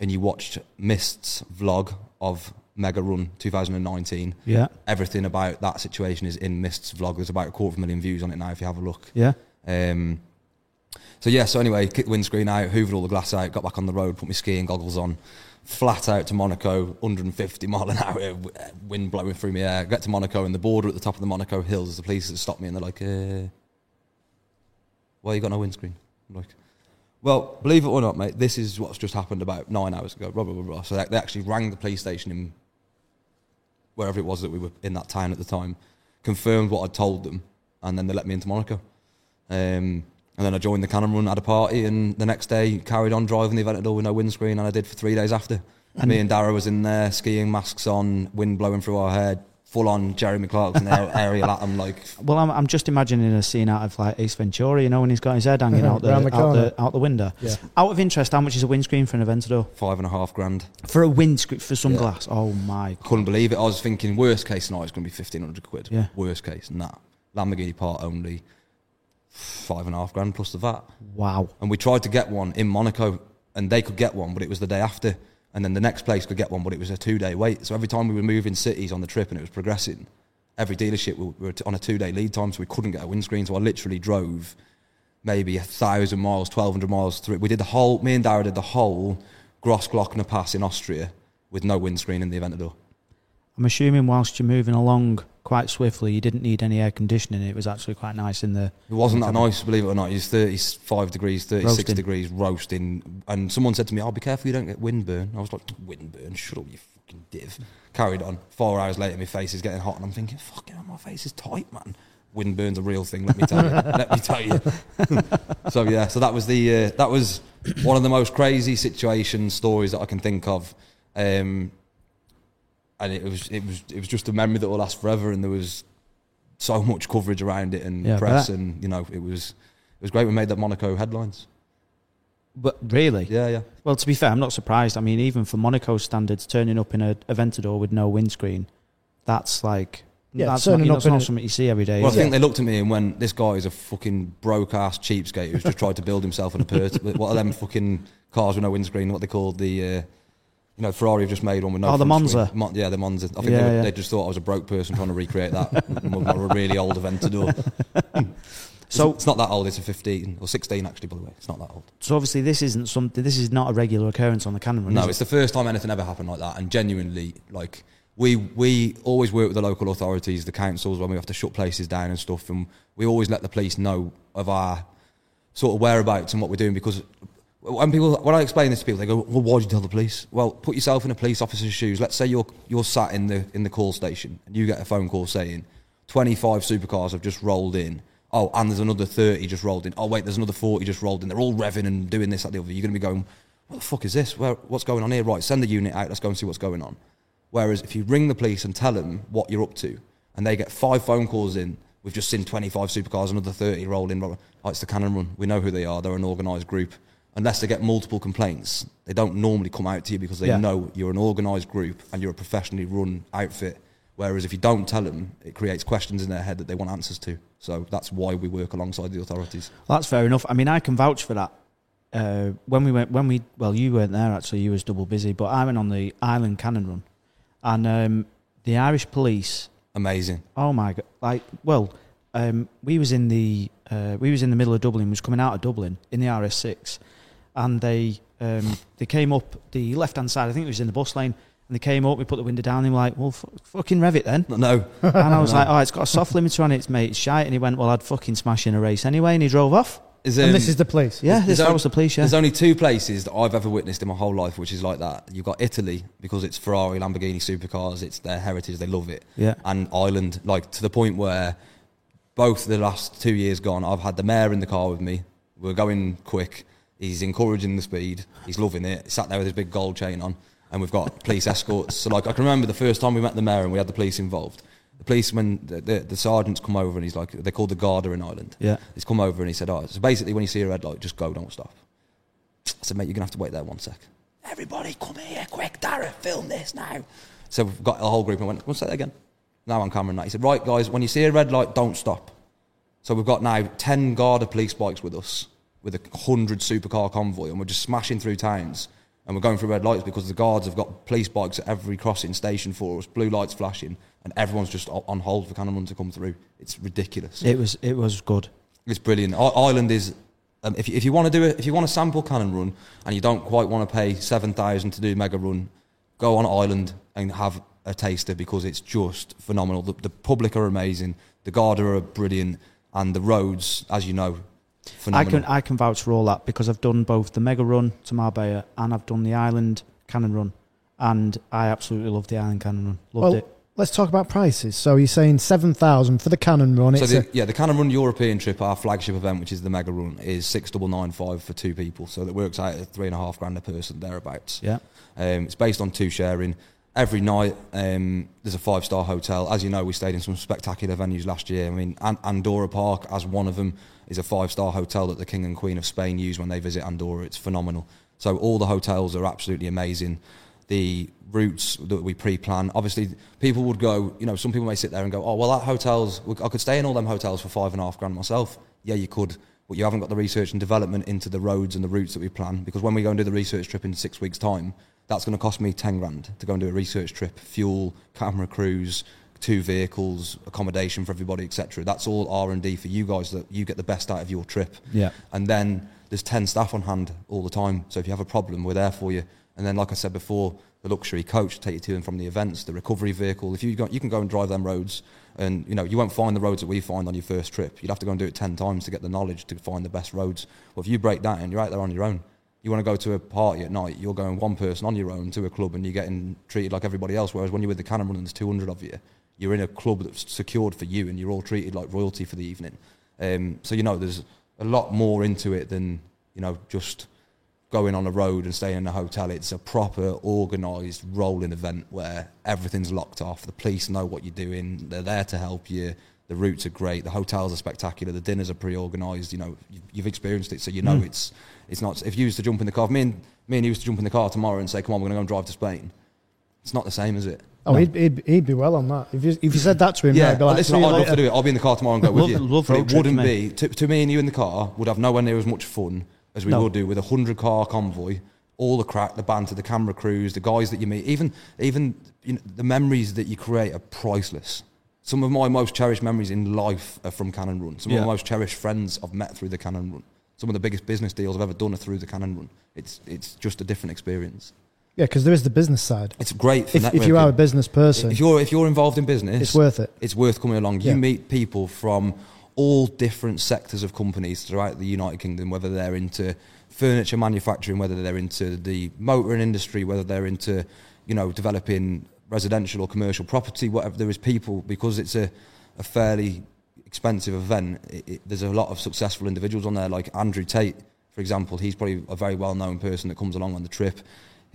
and you watched Mist's vlog of Mega Run 2019,
Yeah.
everything about that situation is in Mist's vlog. There's about a quarter of a million views on it now if you have a look.
Yeah.
Um, so yeah, so anyway, kicked the windscreen out, hoovered all the glass out, got back on the road, put my skiing goggles on, flat out to Monaco, 150 mile an hour, w- uh, wind blowing through my hair. Get to Monaco and the border at the top of the Monaco hills, the police stop me and they're like, uh, "Why you got no windscreen?" I'm like, "Well, believe it or not, mate, this is what's just happened about nine hours ago." Blah blah blah. blah. So they, they actually rang the police station in wherever it was that we were in that town at the time, confirmed what I'd told them, and then they let me into Monaco. Um, and then I joined the Cannon Run, had a party, and the next day carried on driving the Aventador with no windscreen, and I did for three days after. Me and Dara was in there, skiing masks on, wind blowing through our hair, full on Jeremy [laughs] Clarkson aer- aerial at 'em, like
Well, I'm, I'm just imagining a scene out of like Ace Ventura, you know, when he's got his head [laughs] hanging out the,
Round the
out,
corner.
the out the window.
Yeah.
Out of interest, how much is a windscreen for an Aventador?
five and a half grand.
For a windscreen for some glass? Oh my!
I couldn't believe it. I was thinking, worst case scenario, it's going to be 1500 quid.
Yeah.
Worst case, nah. Lamborghini part only, five and a half grand plus the VAT.
Wow!
And we tried to get one in Monaco, and they could get one, but it was the day after. And then the next place could get one, but it was a two day wait. So every time we were moving cities on the trip and it was progressing, every dealership we were on a two day lead time, so we couldn't get a windscreen. So I literally drove maybe a thousand miles, 1200 miles through. We did the whole, me and Dara did the whole Grossglockner Pass in Austria with no windscreen in the Aventador.
I'm assuming whilst you're moving along quite swiftly, you didn't need any air conditioning. It was actually quite nice in the
It wasn't that nice, believe it or not. It was 35 degrees, 36
Roasting.
degrees roasting. And someone said to me, Oh, be careful you don't get windburn. I was like, Windburn? Shut up, you fucking div. Carried on. Four hours later, my face is getting hot, and I'm thinking, Fucking hell, my face is tight, man. Windburn's a real thing. Let me tell you. let me tell you. [laughs] so yeah, so that was the uh, that was one of the most crazy situation stories that I can think of. Um, and it was it was it was just a memory that will last forever. And there was so much coverage around it and
Yeah, I
press,
bet.
and you know it was it was great. We made that Monaco headlines.
But really,
Yeah, yeah.
well, to be fair, I'm not surprised. I mean, even for Monaco standards, turning up in a Aventador with no windscreen, that's like
Yeah,
that's not,
turning
you know,
up
it's
in
not
a-
something you see every day.
Well,
is
I
it?
think they looked at me and went, "This guy is a fucking broke ass cheapskate who's just tried to build himself an apartment." what are them fucking cars with no windscreen? What they called the, uh, you know, Ferrari have just made one with no.
Oh, the
front
Monza.
screen. Mon- yeah, the Monza. I think
Yeah,
they, were-
yeah.
they just thought I was a broke person trying to recreate that with my really old Aventador.
[laughs] So-
So it's not that old. It's a fifteen or sixteen, actually. By the way, it's not that old.
So obviously, this isn't something. This is not a regular occurrence on the Cannon Run.
No,
is it?
it's the first time anything ever happened like that, and genuinely, like we we always work with the local authorities, the councils when we have to shut places down and stuff, and we always let the police know of our sort of whereabouts and what we're doing because. When people, when I explain this to people, they go, "Well, why did you tell the police?" Well, put yourself in a police officer's shoes. Let's say you're you're sat in the in the call station and you get a phone call saying, 25 supercars have just rolled in. Oh, and there's another 30 just rolled in. Oh, wait, there's another 40 just rolled in. They're all revving and doing this, that, the other. You're going to be going, what the fuck is this? Where, what's going on here? Right, send the unit out. Let's go and see what's going on. Whereas if you ring the police and tell them what you're up to, and they get five phone calls in, we've just seen 25 supercars, another 30 roll in. blah, blah. Oh, it's the cannon run. We know who they are. They're an organised group. Unless they get multiple complaints, they don't normally come out to you because they
Yeah.
know you're an organised group and you're a professionally run outfit. Whereas if you don't tell them, it creates questions in their head that they want answers to. So that's why we work alongside the authorities.
Well, that's fair enough. I mean, I can vouch for that. Uh, when we went, when we well, you weren't there actually. You was double busy, but I went on the Island Cannon Run, and um, the Irish police.
Amazing.
Oh my god! Like, well, um, we was in the uh, we was in the middle of Dublin. We was coming out of Dublin in the RS6, and they um, they came up the left hand side. I think it was in the bus lane, and they came up. We put the window down. They were like, "Well, fu- fucking rev it [laughs] then."
No, No,
And I was like, oh, it's got a soft limiter on it, mate. It's shite. And he went, well, I'd fucking smash in a race anyway. And he drove off.
is,
and
um,
this is the police.
Yeah,
There's
this that
only-
was the police, yeah.
There's only two places that I've ever witnessed in my whole life which is like that. You've got Italy because it's Ferrari, Lamborghini supercars, it's their heritage, they love it.
Yeah.
And Ireland, like to the point where both the last two years gone, I've had the mayor in the car with me. We're going quick. He's encouraging the speed. He's loving it. Sat there with his big gold chain on, and we've got [laughs] police escorts. So, like, I can remember the first time we met the mayor and we had the police involved. The policeman, the, the, the sergeant's come over and he's like, they're called the Garda in Ireland.
Yeah.
He's come over and he said, "Oh, so basically, when you see a red light, just go, don't stop." I said, "Mate, you're gonna have to wait there one sec." Everybody, come here, quick, Dara, film this now. So we've got the whole group and went, "What's that again?" Now on camera, and that he said, "Right, guys, when you see a red light, don't stop." So we've got now ten Garda police bikes with us, with a hundred supercar convoy, and we're just smashing through towns. And we're going through red lights because the guards have got police bikes at every crossing station for us, blue lights flashing, and everyone's just o- on hold for Cannon Run to come through. It's ridiculous.
it was it was good.
It's brilliant. I- Ireland is. Um, if you, if you want to do it, if you want to sample Cannon Run and you don't quite want to pay seven thousand to do Mega Run, go on Ireland and have a taster because it's just phenomenal. The, the public are amazing, the Garda are brilliant, and the roads, as you know,
I
phenomenal.
can I can vouch for all that because I've done both the Mega Run to Marbella and I've done the Island Cannon Run, and I absolutely loved the Island Cannon Run. Loved
Well,
it.
let's talk about prices. So you're saying seven thousand for the cannon run?
so
It's
the,
a,
yeah, the Cannon Run European trip, our flagship event, which is the Mega Run, is six double nine five for two people, so that works out at three and a half grand a person thereabouts.
Yeah.
Um, it's based on two sharing. Every night, um, there's a five star hotel. As you know, we stayed in some spectacular venues last year. I mean, An- Andorra Park, as one of them, is a five star hotel that the King and Queen of Spain use when they visit Andorra. It's phenomenal. So, all the hotels are absolutely amazing. The routes that we pre plan, obviously, people would go, you know, some people may sit there and go, oh, well, that hotel's, I could stay in all them hotels for five and a half grand myself. Yeah, you could but you haven't got the research and development into the roads and the routes that we plan. Because when we go and do the research trip in six weeks' time, that's going to cost me 10 grand to go and do a research trip, fuel, camera crews, two vehicles, accommodation for everybody, etc. That's all R&D for you guys that you get the best out of your trip.
Yeah.
And then there's 10 staff on hand all the time. So if you have a problem, we're there for you. And then, like I said before, the luxury coach to take you to and from the events, the recovery vehicle. If you got, you can go and drive them roads, and you know you won't find the roads that we find on your first trip. You'd have to go and do it ten times to get the knowledge to find the best roads. Well, if you break that and you're out there on your own, you want to go to a party at night, you're going one person on your own to a club, and you're getting treated like everybody else. Whereas when you're with the Cannon Run, there's 200 of you. You're in a club that's secured for you, and you're all treated like royalty for the evening. Um, so you know, there's a lot more into it than you know just going on a road and staying in a hotel. It's a proper, organised, rolling event where everything's locked off. The police know what you're doing. They're there to help you. The routes are great. The hotels are spectacular. The dinners are pre-organised. You know, you've, you've experienced it, so you know it's it's not. If you used to jump in the car, if me and me and you used to jump in the car tomorrow and say, "Come on, we're going to go and drive to Spain." It's not the same, is it?
Oh, he'd, he'd, he'd be well on that. If you, if you said that to him, yeah,
Yeah,
he'd be like,
listen,
"See you
I'd love
later."
to do it. I'll be in the car tomorrow and go with
Love-
you.
love
but
road
it
trips,
wouldn't
mate.
be to, to me and you in the car would have nowhere near as much fun as we
No.
will do with a hundred car convoy, all the crack, the banter, the camera crews, the guys that you meet, even even you know, the memories that you create are priceless. Some of my most cherished memories in life are from Cannon Run. Some
Yeah.
of my most cherished friends I've met through the Cannon Run. Some of the biggest business deals I've ever done are through the Cannon Run. It's it's just a different experience.
Yeah, because there is the business side.
It's great for
If, if you
networking.
are a business person,
If you're if you're involved in business,
It's worth it.
It's worth coming along. You
Yeah.
meet people from all different sectors of companies throughout the United Kingdom, whether they're into furniture manufacturing, whether they're into the motoring industry, whether they're into you know developing residential or commercial property, whatever. There is people because it's a a fairly expensive event. It, it, there's a lot of successful individuals on there, like Andrew Tate, for example. He's probably a very well known person that comes along on the trip.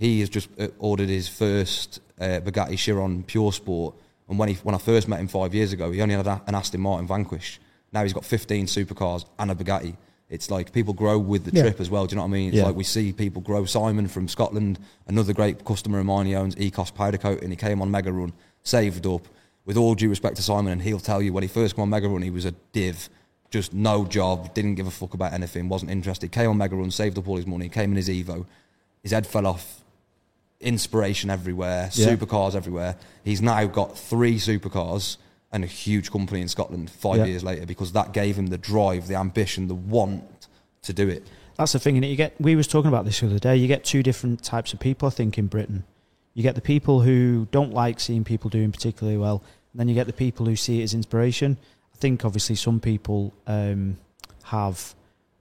He has just uh, ordered his first uh, Bugatti Chiron Pure Sport, and when he when I first met him five years ago, he only had a- an Aston Martin Vanquish. Now he's got 15 supercars and a Bugatti. It's like people grow with the
Yeah.
trip as well. Do you know what I mean? It's
Yeah.
like we see people grow. Simon from Scotland, another great customer of mine, he owns Ecos Powder Coat, and he came on Mega Run, saved up. With all due respect to Simon, and he'll tell you when he first came on Mega Run, he was a div, just no job, didn't give a fuck about anything, wasn't interested. Came on Mega Run, saved up all his money, came in his Evo, his head fell off, inspiration everywhere,
Yeah.
supercars everywhere. He's now got three supercars and a huge company in Scotland five
Yeah.
years later because that gave him the drive, the ambition, the want to do it.
That's the thing, and you get. We was talking about this the other day. You get two different types of people, I think, in Britain. You get the people who don't like seeing people doing particularly well, and then you get the people who see it as inspiration. I think, obviously, some people um, have.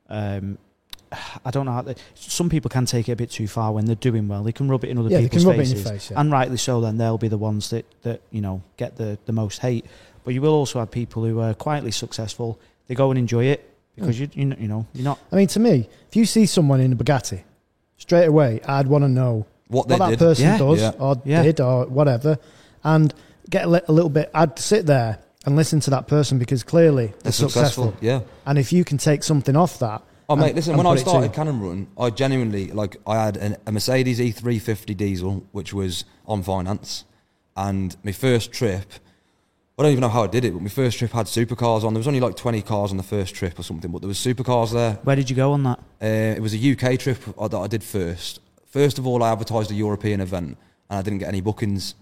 Um, [sighs] I don't know. How they, some people can take it a bit too far when they're doing well. They can rub it in other
yeah, you
people's
can rub it
faces,
in your face. Yeah.
and rightly so. Then they'll be the ones that that you know get the the most hate. But you will also have people who are quietly successful. They go and enjoy it
Hmm.
because you you know, you know you're not
I mean, to me, if you see someone in a Bugatti, straight away, I'd want to know
What they
what that
did.
person
Yeah.
does
Yeah.
or
Yeah.
did or whatever, and get a, li- a little bit. I'd sit there and listen to that person because clearly they're, successful.
Yeah.
And if you can take something off that,
Oh
and-
mate, listen.
and
When
put
I
it to
started
you-
Cannon Run, I genuinely like I had an, a Mercedes E350 diesel, which was on finance, and my first trip. I don't even know how I did it, but my first trip had supercars on. There was only like twenty cars on the first trip or something, but there was supercars there.
Where did you go on that?
Uh, it was a UK trip uh, that I did first. First of all, I advertised a European event and I didn't get any bookings.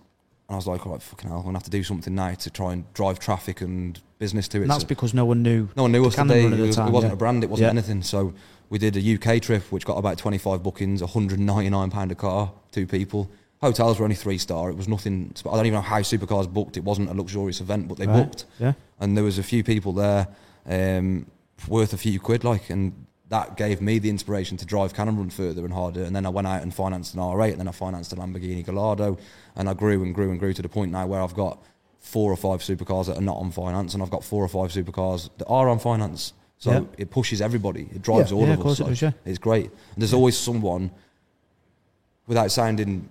And I was like, all right, fucking hell, I'm going to have to do something now to try and drive traffic and business to it.
And that's
So-
because no one knew.
no one knew
the
us
Cannon
today.
Run at
It,
the
was,
time,
it wasn't
yeah.
a brand, it wasn't
Yeah.
anything. So we did a UK trip, which got about 25 bookings, £199 a car, two people. Hotels were only three star. It was nothing. sp- I don't even know how supercars booked. It wasn't a luxurious event, but they
Right.
booked
Yeah.
and there was a few people there um, worth a few quid like and that gave me the inspiration to drive Cannon Run further and harder and then I went out and financed an R8 and then I financed a Lamborghini Gallardo and I grew and grew and grew to the point now where I've got four or five supercars that are not on finance and I've got four or five supercars that are on finance so
Yeah.
it pushes everybody it drives
Yeah.
all
Yeah,
of
of
us
course it does, yeah.
it's great and there's always someone without sounding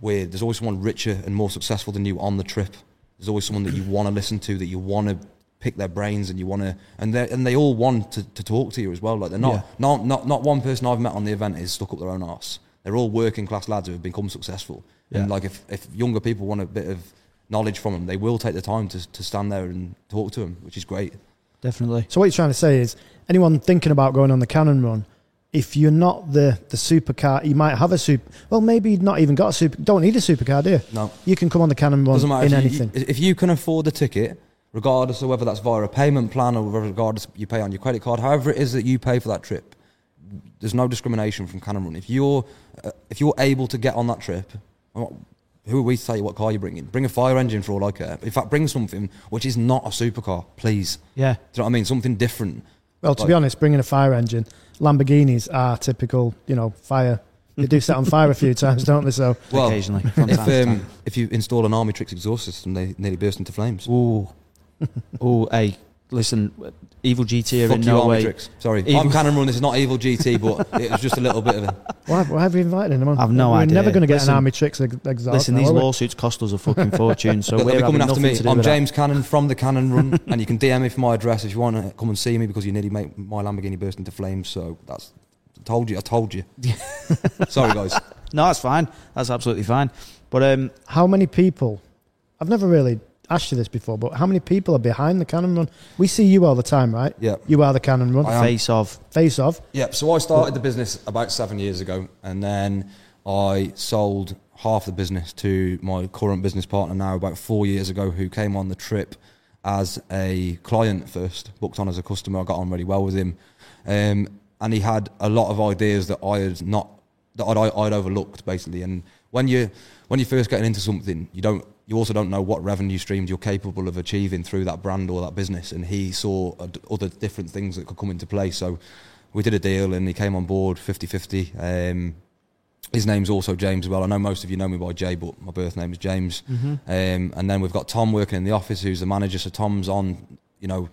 weird, there's always someone richer and more successful than you on the trip. There's always someone that you want to listen to, that you want to pick their brains, and you want to, and they and they all want to, to talk to you as well. Like they're not,
Yeah.
not, not, not one person I've met on the event is stuck up their own arse. They're all working class lads who have become successful. And
Yeah.
like if, if younger people want a bit of knowledge from them, they will take the time to, to stand there and talk to them, which is great.
Definitely.
So what you're trying to say is, anyone thinking about going on the Cannon Run, if you're not the the supercar, you might have a super. Well, maybe you've not even got a super. Don't need a supercar, do you?
No.
You can come on the Cannon Run
Doesn't matter
in
if
anything.
You, if you can afford the ticket, regardless of whether that's via a payment plan or whether regardless you pay on your credit card, however it is that you pay for that trip, there's no discrimination from Cannon Run. If you're uh, if you're able to get on that trip, I'm not- who are we to tell you what car you're bringing? Bring a fire engine for all I care. In fact, bring something which is not a supercar, please.
Yeah.
Do you know what I mean? Something different.
well, to
like-
be honest, bringing a fire engine, Lamborghinis are typical, you know, fire They do set on fire a
[laughs]
few times, don't they? So
Well, [laughs]
occasionally. From
if
time to
um, if you install an Army Tricks exhaust system, they nearly burst into flames.
time. Ooh, ooh, hey, listen, evil GT are
Fuck
in
you,
no
Army
way.
Tricks. Sorry,
Evil-
I'm Cannon Run. This is not Evil GT, but it was just a little bit of a.
why, why have we invited them on?
I've no
We're
idea.
never going to get
Listen-
an army tricks ex- exhaust.
Listen,
now,
these
are we?
lawsuits cost us a fucking fortune,
[laughs]
so
They'll
we're
be coming
having
after
nothing
me.
to do
I'm
with that.
James Cannon from the
[laughs]
Cannon Run, and you can DM me for my address if you want to come and see me because you nearly made my Lamborghini burst into flames. So that's told you. I
[laughs]
told you. Sorry, guys.
No, that's fine. That's absolutely fine. But um,
How many people? I've never really asked you this before, but how many people are behind the cannon run? We see you all the time, right?
Yeah.
You are the cannon run.
I am.
face of
Face off.
Yeah, so I started the business about seven years ago, and then I sold half the business to my current business partner now about four years ago, who came on the trip as a client first, booked on as a customer. I got on really well with him, um, and he had a lot of ideas that I had not that I'd, I'd overlooked basically. And when you when you're first getting into something, you don't you also don't know what revenue streams you're capable of achieving through that brand or that business. And he saw ad- other different things that could come into play. So we did a deal, and he came on board 50-50. Um, his name's also James as well. I know most of you know me by Jay, but my birth name is James.
Mm-hmm.
Um, and then we've got Tom working in the office, who's the manager. So Tom's on, you know,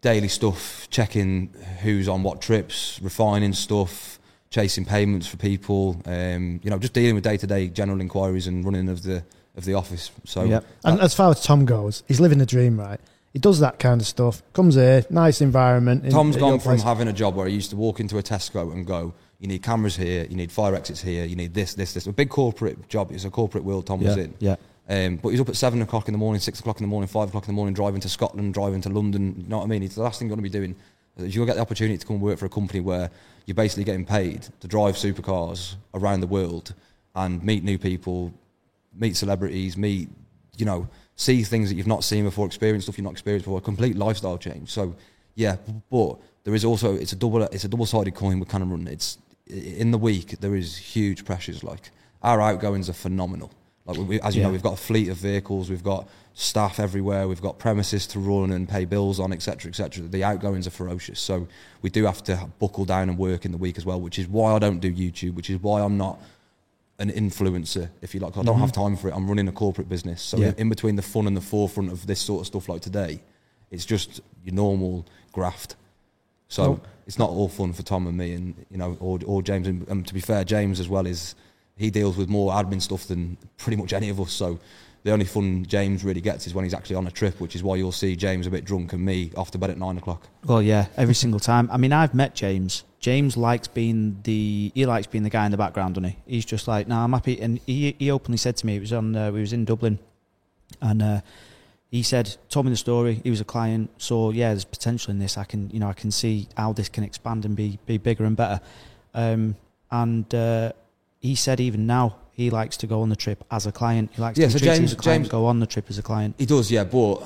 daily stuff, checking who's on what trips, refining stuff, chasing payments for people. Um, you know, just dealing with day to day general inquiries and running of the of the office. So
Yep.
And as far as Tom goes, he's living the dream, right? He does that kind of stuff. Comes here, nice environment. in-
Tom's
at your
gone from
place.
having a job where he used to walk into a Tesco and go, "You need cameras here, you need fire exits here, you need this, this, this." A big corporate job. It's a corporate world. Tom was
yeah,
in.
yeah.
Um, but he's up at seven o'clock in the morning, six o'clock in the morning, five o'clock in the morning, driving to Scotland, driving to London. You know what I mean? It's the last thing you're going to be doing. Is you'll get the opportunity to come and work for a company where you're basically getting paid to drive supercars around the world and meet new people, meet celebrities, meet, you know, see things that you've not seen before, experience stuff you've not experienced before, a complete lifestyle change. So, yeah, but there is also, it's a double, it's a double-sided coin with Cannon Run. It's, in the week, there is huge pressures. Like, our outgoings are phenomenal. Like, we, as you know,
Yeah.
we've got a fleet of vehicles, we've got staff everywhere, we've got premises to run and pay bills on, etc., etc. The outgoings are ferocious, so we do have to buckle down and work in the week as well, which is why I don't do YouTube, which is why I'm not an influencer, if you like. 'cause I don't have time for it. I'm running a corporate business, so
Mm-hmm. Yeah.
in between the fun and the forefront of this sort of stuff, like today, it's just your normal graft. So
Nope.
it's not all fun for Tom and me, and you know, or or James. And, and to be fair, James as well is he deals with more admin stuff than pretty much any of us. So the only fun James really gets is when he's actually on a trip, which is why you'll see James a bit drunk and me off to bed at nine o'clock.
Well, yeah, every single time. I mean, I've met James. James likes being the he likes being the guy in the background, doesn't he? He's just like, no, I'm happy. And he he openly said to me, it was on uh, we was in Dublin, and uh, he said, told me the story. He was a client, so yeah, there's potential in this. I can you know I can see how this can expand and be be bigger and better. Um, and uh, he said even now he likes to go on the trip as a client. He likes
Yeah,
to be
so
treated as
James-
a client,
James-
go on the trip as a client.
He does, yeah. But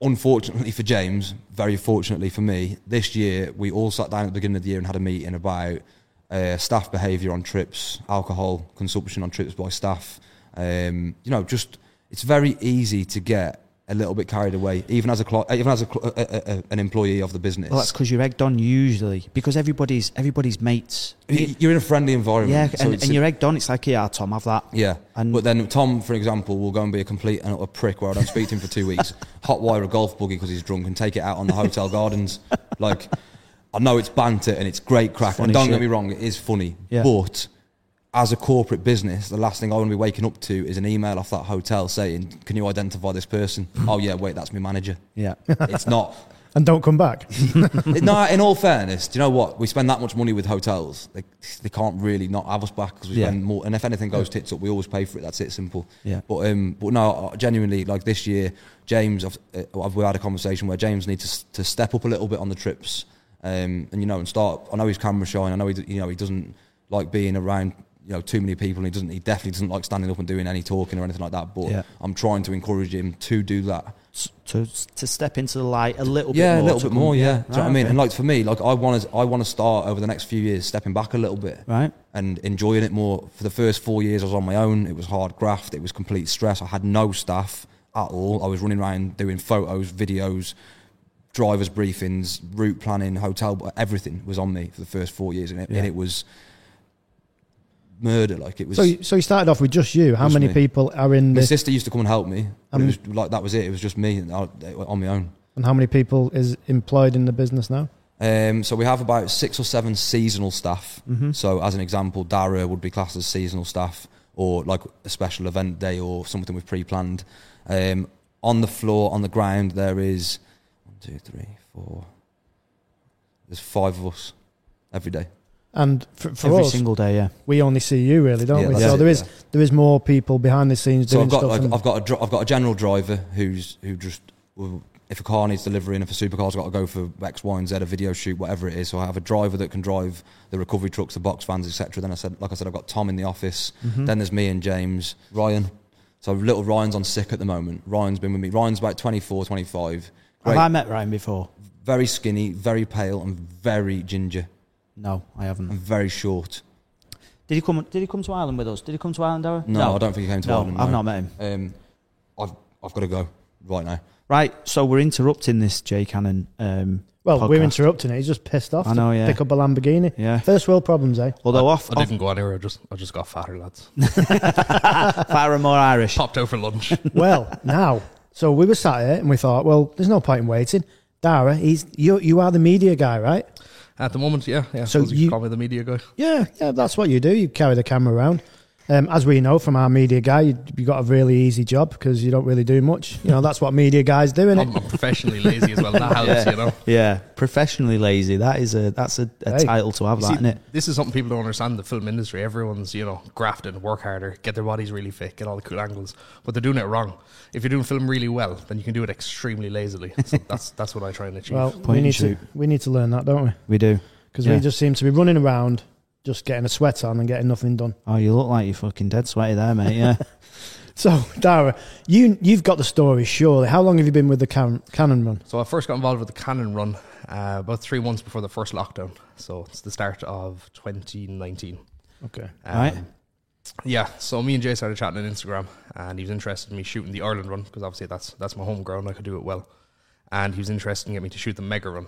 unfortunately for James, very fortunately for me, this year we all sat down at the beginning of the year and had a meeting about uh, staff behaviour on trips, alcohol consumption on trips by staff. Um, you know, just it's very easy to get a little bit carried away, even as a cli- even as a, cl- a, a, a- an employee of the business.
Well, that's because you're egged on usually because everybody's everybody's mates.
Y- You're in a friendly environment.
Yeah,
so
and,
it's
and
a-
you're egged on. It's like, yeah, Tom, have that.
Yeah.
And-
but then Tom, for example, will go and be a complete and utter prick where I don't speak to him for
[laughs]
two weeks, hotwire a golf buggy because he's drunk and take it out on the hotel gardens. Like, I know it's banter and it's great crack.
Funny
and don't
shit.
get me wrong, it is funny.
Yeah.
But as a corporate business, the last thing I want to be waking up to is an email off that hotel saying, Can you identify this
[laughs]
person? oh, yeah, wait, that's my manager.
Yeah,
[laughs] It's not.
and don't come back.
no, in all fairness, do you know what? We spend that much money with hotels. They, they can't really not have us back because we
Yeah.
spend more. And if anything goes tits up, we always pay for it. That's it, simple.
Yeah.
But um, but no, I- genuinely, like this year, James, I've, uh, I've, we had a conversation where James needs to, s- to step up a little bit on the trips, um, and you know, and start. I know he's camera shy. and I know he, d- you know, he doesn't like being around. You know, too many people. And he doesn't. He definitely doesn't like standing up and doing any talking or anything like that. But
Yeah.
I'm trying to encourage him to do that
S- to to step into the light a little bit
yeah,
more.
a little
to
bit
come-
more. Yeah, do you know what I
Right,
mean?
okay.
And like for me, like I want to, I want to start over the next few years stepping back a little bit,
Right.
and enjoying it more. For the first four years, I was on my own. It was hard graft. It was complete stress. I had no staff at all. I was running around doing photos, videos, drivers briefings, route planning, hotel, everything was on me for the first four years, and it,
Yeah.
and it was murder. Like it was.
So, you- so you started off with just you. How
Just
many
me.
people are in
my
this,
sister used to come and help me. but
Um,
it was like that was it. It was just me and I, on my own.
and how many people is employed in the business now?
Um, so we have about six or seven seasonal staff. So as an example, Dara would be classed as seasonal staff, or like a special event day, or something we've pre-planned. Um, on the floor, on the ground, there is one, two, three, four. There's five of us every day.
And for, for
every
us,
single day. Yeah,
we only see you really, don't
Yeah,
we?
that's
So
it,
there is
yeah.
there is more people behind the scenes
So
doing
I've got
stuff.
like,
and-
I've got a dr- I've got a general driver who's who just will- if a car needs delivering, if a supercar's got to go for X, Y, and Z, a video shoot, whatever it is. So I have a driver that can drive the recovery trucks, the box vans, etc. Then I said, like I said, I've got Tom in the office.
Mm-hmm.
Then there's me and James, Ryan. So little Ryan's on sick at the moment. Ryan's been with me. Ryan's about 24, 25.
have
Great.
I met Ryan before?
very skinny, very pale, and very ginger,
No, I haven't.
and very short.
Did he come? Did he come to Ireland with us? Did he come to Ireland, Darren?
No, I don't think he came to
no,
Ireland.
I've
no.
not met him.
Um, I've I've got to go right now.
Right, so we're interrupting this Jay Cannon. Um,
well, we're
podcast.
interrupting it. He's just pissed off.
I
to
know, yeah.
Pick up a Lamborghini.
Yeah.
First world problems,
[laughs]
eh?
Although off,
I
off
didn't go anywhere. I just I just got fatter, lads.
far and more
[laughs]
Irish.
Popped out for lunch.
well, now, so we were sat here and we thought, well, there's no point in waiting. Dara, he's you. You are the media guy, right?
At the moment, yeah, yeah.
So
So you
you-
call me the media guy.
Yeah, yeah, that's what you do. You carry the camera around. Um, as we know from our media guy, you, you got a really easy job because you don't really do much. You know, that's what media guys do, innit?
I'm, I'm professionally lazy as well. That helps, you know.
Yeah, professionally lazy. That is a that's a, a
Hey.
title to have,
You
that
see,
isn't it?
This is something people don't understand. The film industry, everyone's you know grafting, work harder, get their bodies really fit, get all the cool angles, but they're doing it wrong. If you're doing film really well, then you can do it extremely lazily. So that's that's what I try and achieve.
Well,
Point
we
and
need to
shoot.
we need to learn that, don't we?
We do.
Because
Yeah.
we just seem to be running around, just getting a sweat on and getting nothing done. [laughs]
Oh, you look like you're fucking dead sweaty there, mate. Yeah.
So, Dara, you you've got the story, surely. How long have you been with the can, Cannon Run?
So I first got involved with the Cannon Run uh, about three months before the first lockdown. So it's the start of 2019.
Okay.
Um,
Right.
Yeah, so me and Jay started chatting on Instagram, and he was interested in me shooting the Ireland run because obviously that's that's my home ground. I could do it well, and he was interested in getting me to shoot the mega run.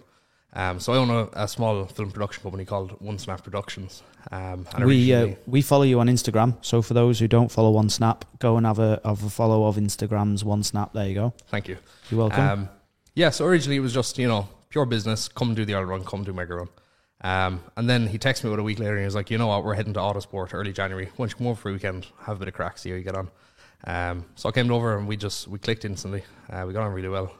Um, so I own a, a small film production company called One Snap Productions. Um, and
we uh,
originally-
we follow you on Instagram. So for those who don't follow One Snap, go and have a have a follow of Instagram's One Snap. There you go.
thank you.
You're welcome.
Um, yeah, so originally it was just, you know, pure business, come do the Ireland run, come do mega run. Um, and then he texted me about a week later and he was like, you know what, we're heading to Autosport early January. Why don't you come over for a weekend, have a bit of crack, see how you get on. Um, so I came over and we just, we clicked instantly. Uh, we got on really well.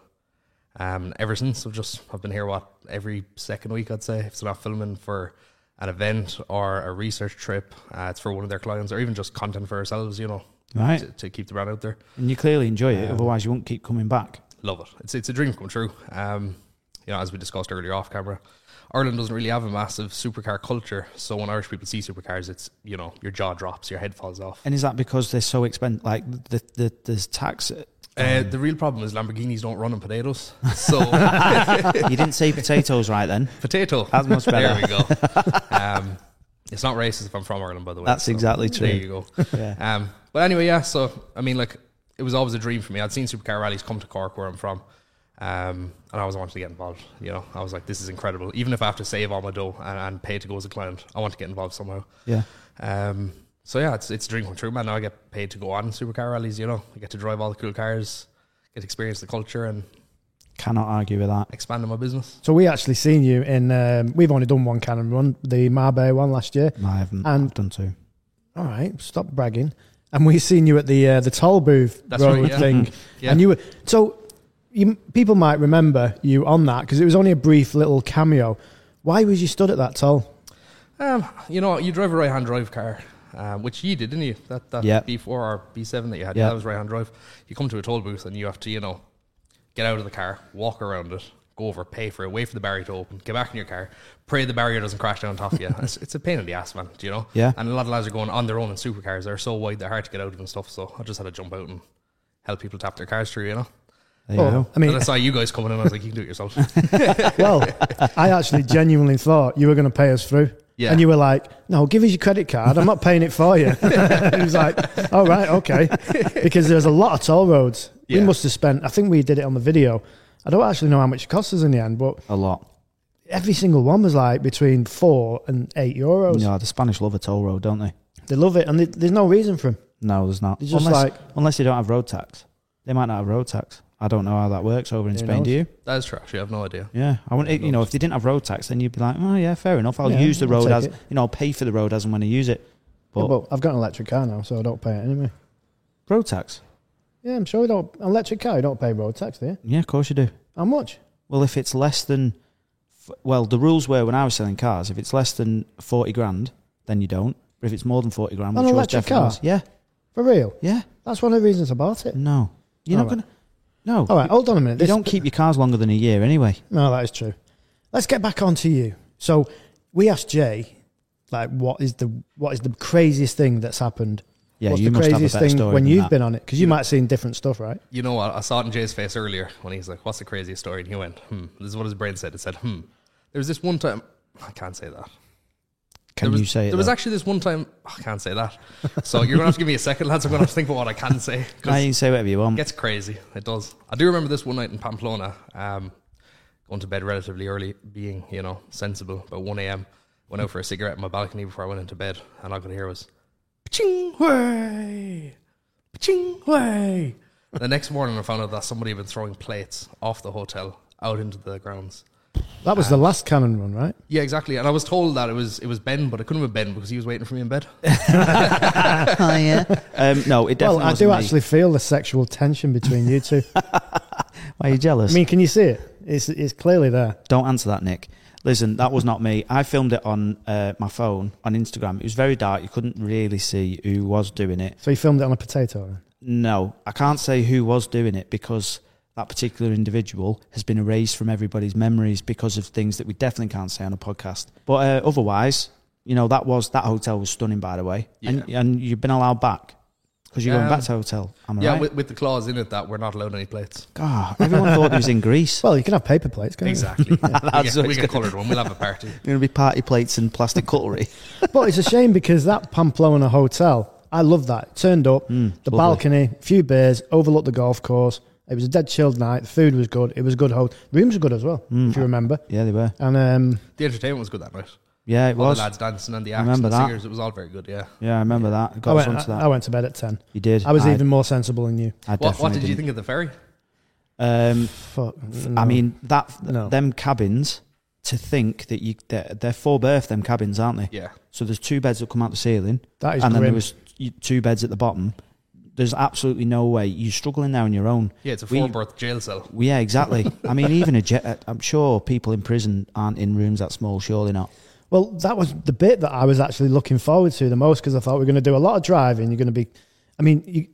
Um, ever since I've just, I've been here, what, every second week, I'd say, if it's not filming for an event or a research trip, uh, it's for one of their clients or even just content for ourselves, you know,
Right.
to, to keep the brand out there
and you clearly enjoy it. otherwise, you won't keep coming back.
love it. It's it's a dream come true. Um, you know, as we discussed earlier off camera, Ireland doesn't really have a massive supercar culture. So when Irish people see supercars, it's you know your jaw drops, your head falls off.
And is that because they're so expensive? Like the the the tax.
Uh, the real problem is Lamborghinis don't run on potatoes. So
you didn't say potatoes right then.
potato.
That's much
There we go.
[laughs]
Um, it's not racist if I'm from Ireland, by the way.
That's exactly
There
true.
you
[laughs]
go. Um, but anyway, yeah. So I mean, like, it was always a dream for me. I'd seen supercar rallies come to Cork, where I'm from, um, and I always wanted to get involved. You know, I was like, this is incredible. Even if I have to save all my dough and, and pay to go as a client, I want to get involved somehow.
Yeah.
Um, so yeah, it's it's a dream come true, man. Now I get paid to go on supercar rallies. You know, I get to drive all the cool cars, get to experience the culture, and
Cannot argue with that.
expand on my business.
So we actually seen you in. Um, we've only done one Cannon Run, the Marbella one last year.
No, I haven't.
And-
I've done two.
All right, stop bragging. And we seen you at the uh, the toll booth
That's
road
right, yeah. Mm-hmm.
thing,
Yeah.
and you were so. You, people might remember you on that because it was only a brief little cameo. Why was you stood at that toll?
Um, you know, you drive a right-hand drive car, um, which you did, didn't you? That that
Yeah.
B4 or B7 that you had,
Yeah.
yeah. that was right-hand drive. You come to a toll booth and you have to, you know, get out of the car, walk around it, go over, pay for it, wait for the barrier to open, get back in your car, pray the barrier doesn't crash down on top of you. It's, it's a pain in the ass, man. Do you know?
Yeah.
And a lot of lads are going on their own in supercars. They're so wide, they're hard to get out of and stuff. So I just had to jump out and help people tap their cars through. You know.
There you go.
I
And
mean,
I saw you guys coming in. I was like, you can do it yourself.
well, I actually genuinely thought you were going to pay us through.
Yeah.
And you were like, no, give us your credit card. I'm not paying it for you. [laughs] he was like, all right, okay. Because there's a lot of toll roads. We
Yeah.
must have spent, I think we did it on the video. I don't actually know how much it cost us in the end, but
A lot.
every single one was like between four and eight euros.
Yeah, the Spanish love a toll road, don't they?
They love it, and they, there's no reason for them.
No, there's not.
It's just
unless,
like-
unless they don't have road tax, they might not have road tax. I don't know how that works over in
Who
Spain. Do
knows?
you?
That is trash. You have no idea.
Yeah, I wouldn't.
Who
You know, if they didn't have road tax, then you'd be like, oh yeah, fair enough. I'll
Yeah,
use the
I'll
road
take
as
it.
you know, I'll pay for the road as and when I use it. But
Yeah, but I've got an electric car now, so I don't pay it anyway.
road tax,
Yeah, I'm sure you don't. an Electric car, you don't pay road tax, do you?
yeah, of course you do.
How much?
Well, if it's less than, f- well, the rules were when I was selling cars, if it's less than forty grand, then you don't. But if it's more than forty grand,
An
which yours
electric
definitely
car?
was- yeah,
For real?
yeah,
That's one of the reasons I bought it.
no, you're
All
not
right.
gonna. No,
All right, hold on a minute.
you don't keep your cars longer than a year anyway.
No, that is true. Let's get back on to you. So we asked Jay, like, what is the what is the craziest thing that's happened?
Yeah,
What's the
you must have a
craziest
better
thing
story
when
than
you've
that.
been on it? Because you might have seen different stuff, right?
You know what? I saw it in Jay's face earlier when he's like, "What's the craziest story?" And he went, "Hmm." This is what his brain said. It said, "Hmm." There was this one time. I can't say that.
Can
there was,
you say it?
There was
though?
actually this one time. I can't say that. So you're gonna have to give me a second, lads. I'm gonna have to think about what I
[laughs]
can say. 'cause
No, you can say whatever you want.
It gets crazy. It does. I do remember this one night in Pamplona, um, going to bed relatively early, being, you know, sensible, about 1 a.m. Went out for a cigarette on my balcony before I went into bed, and all I could hear was, Paching way! Paching way! the next morning, I found out that somebody had been throwing plates off the hotel out into the grounds.
That
Uh,
was the last cannon run, right?
Yeah, exactly. And I was told that it was it was Ben, but it couldn't have been Ben because he was waiting for me in bed.
oh, [laughs]
[laughs]
yeah. Um, no, it definitely.
Well, I
wasn't
do
me.
actually feel the sexual tension between you two.
Why are you jealous?
I mean, can you see it? It's it's clearly there.
Don't answer that, Nick. Listen, that was not me. I filmed it on uh, my phone on Instagram. It was very dark. You couldn't really see who was doing it.
So you filmed it on a potato. Then?
No, I can't say who was doing it because that particular individual has been erased from everybody's memories because of things that we definitely can't say on a podcast. But uh, otherwise, you know, that was that hotel was stunning, by the way. And, and you've been allowed back because you're going
Um,
back to the hotel. Am I
yeah,
right?
with, with the clause in it that we're not allowed any plates.
God, everyone thought it [laughs] was in Greece.
Well, you can have paper plates, can't
[laughs] Exactly. we
That's
get,
what
we
it's
get coloured one. We'll have a party.
You're going to be party plates and plastic cutlery.
you? But it's a shame because that Pamplona hotel, I love that. It turned up, the
lovely.
balcony, few beers, overlooked the golf course. It was a dead chilled night. The food was good. It was a good hotel. Rooms were good as well,
Mm.
if you remember.
yeah, they were.
And um,
The entertainment was good that night.
Yeah, it
all
was.
the lads dancing and the acts
remember
and the
that.
singers. It was all very good. Yeah.
Yeah, I remember that.
I
Got us
went,
onto that.
I went to bed at 10.
you did.
I was even more sensible than you.
I
What, what
definitely
did you
didn't.
think of the ferry?
Um,
Fuck.
I
no.
mean that
No.
them cabins. To think that you they're, they're four berth them cabins, aren't they?
Yeah.
So there's two beds that come out the ceiling,
that is
and then there
grim.
was y- two beds at the bottom. There's absolutely no way you're struggling there on your own.
Yeah, it's a
We-
four berth jail cell.
Well, Yeah, exactly. I mean, even a jet. uh, I'm sure people in prison aren't in rooms that small. Surely not.
Well, that was the bit that I was actually looking forward to the most because I thought we are going to do a lot of driving. You're going to be, I mean, you,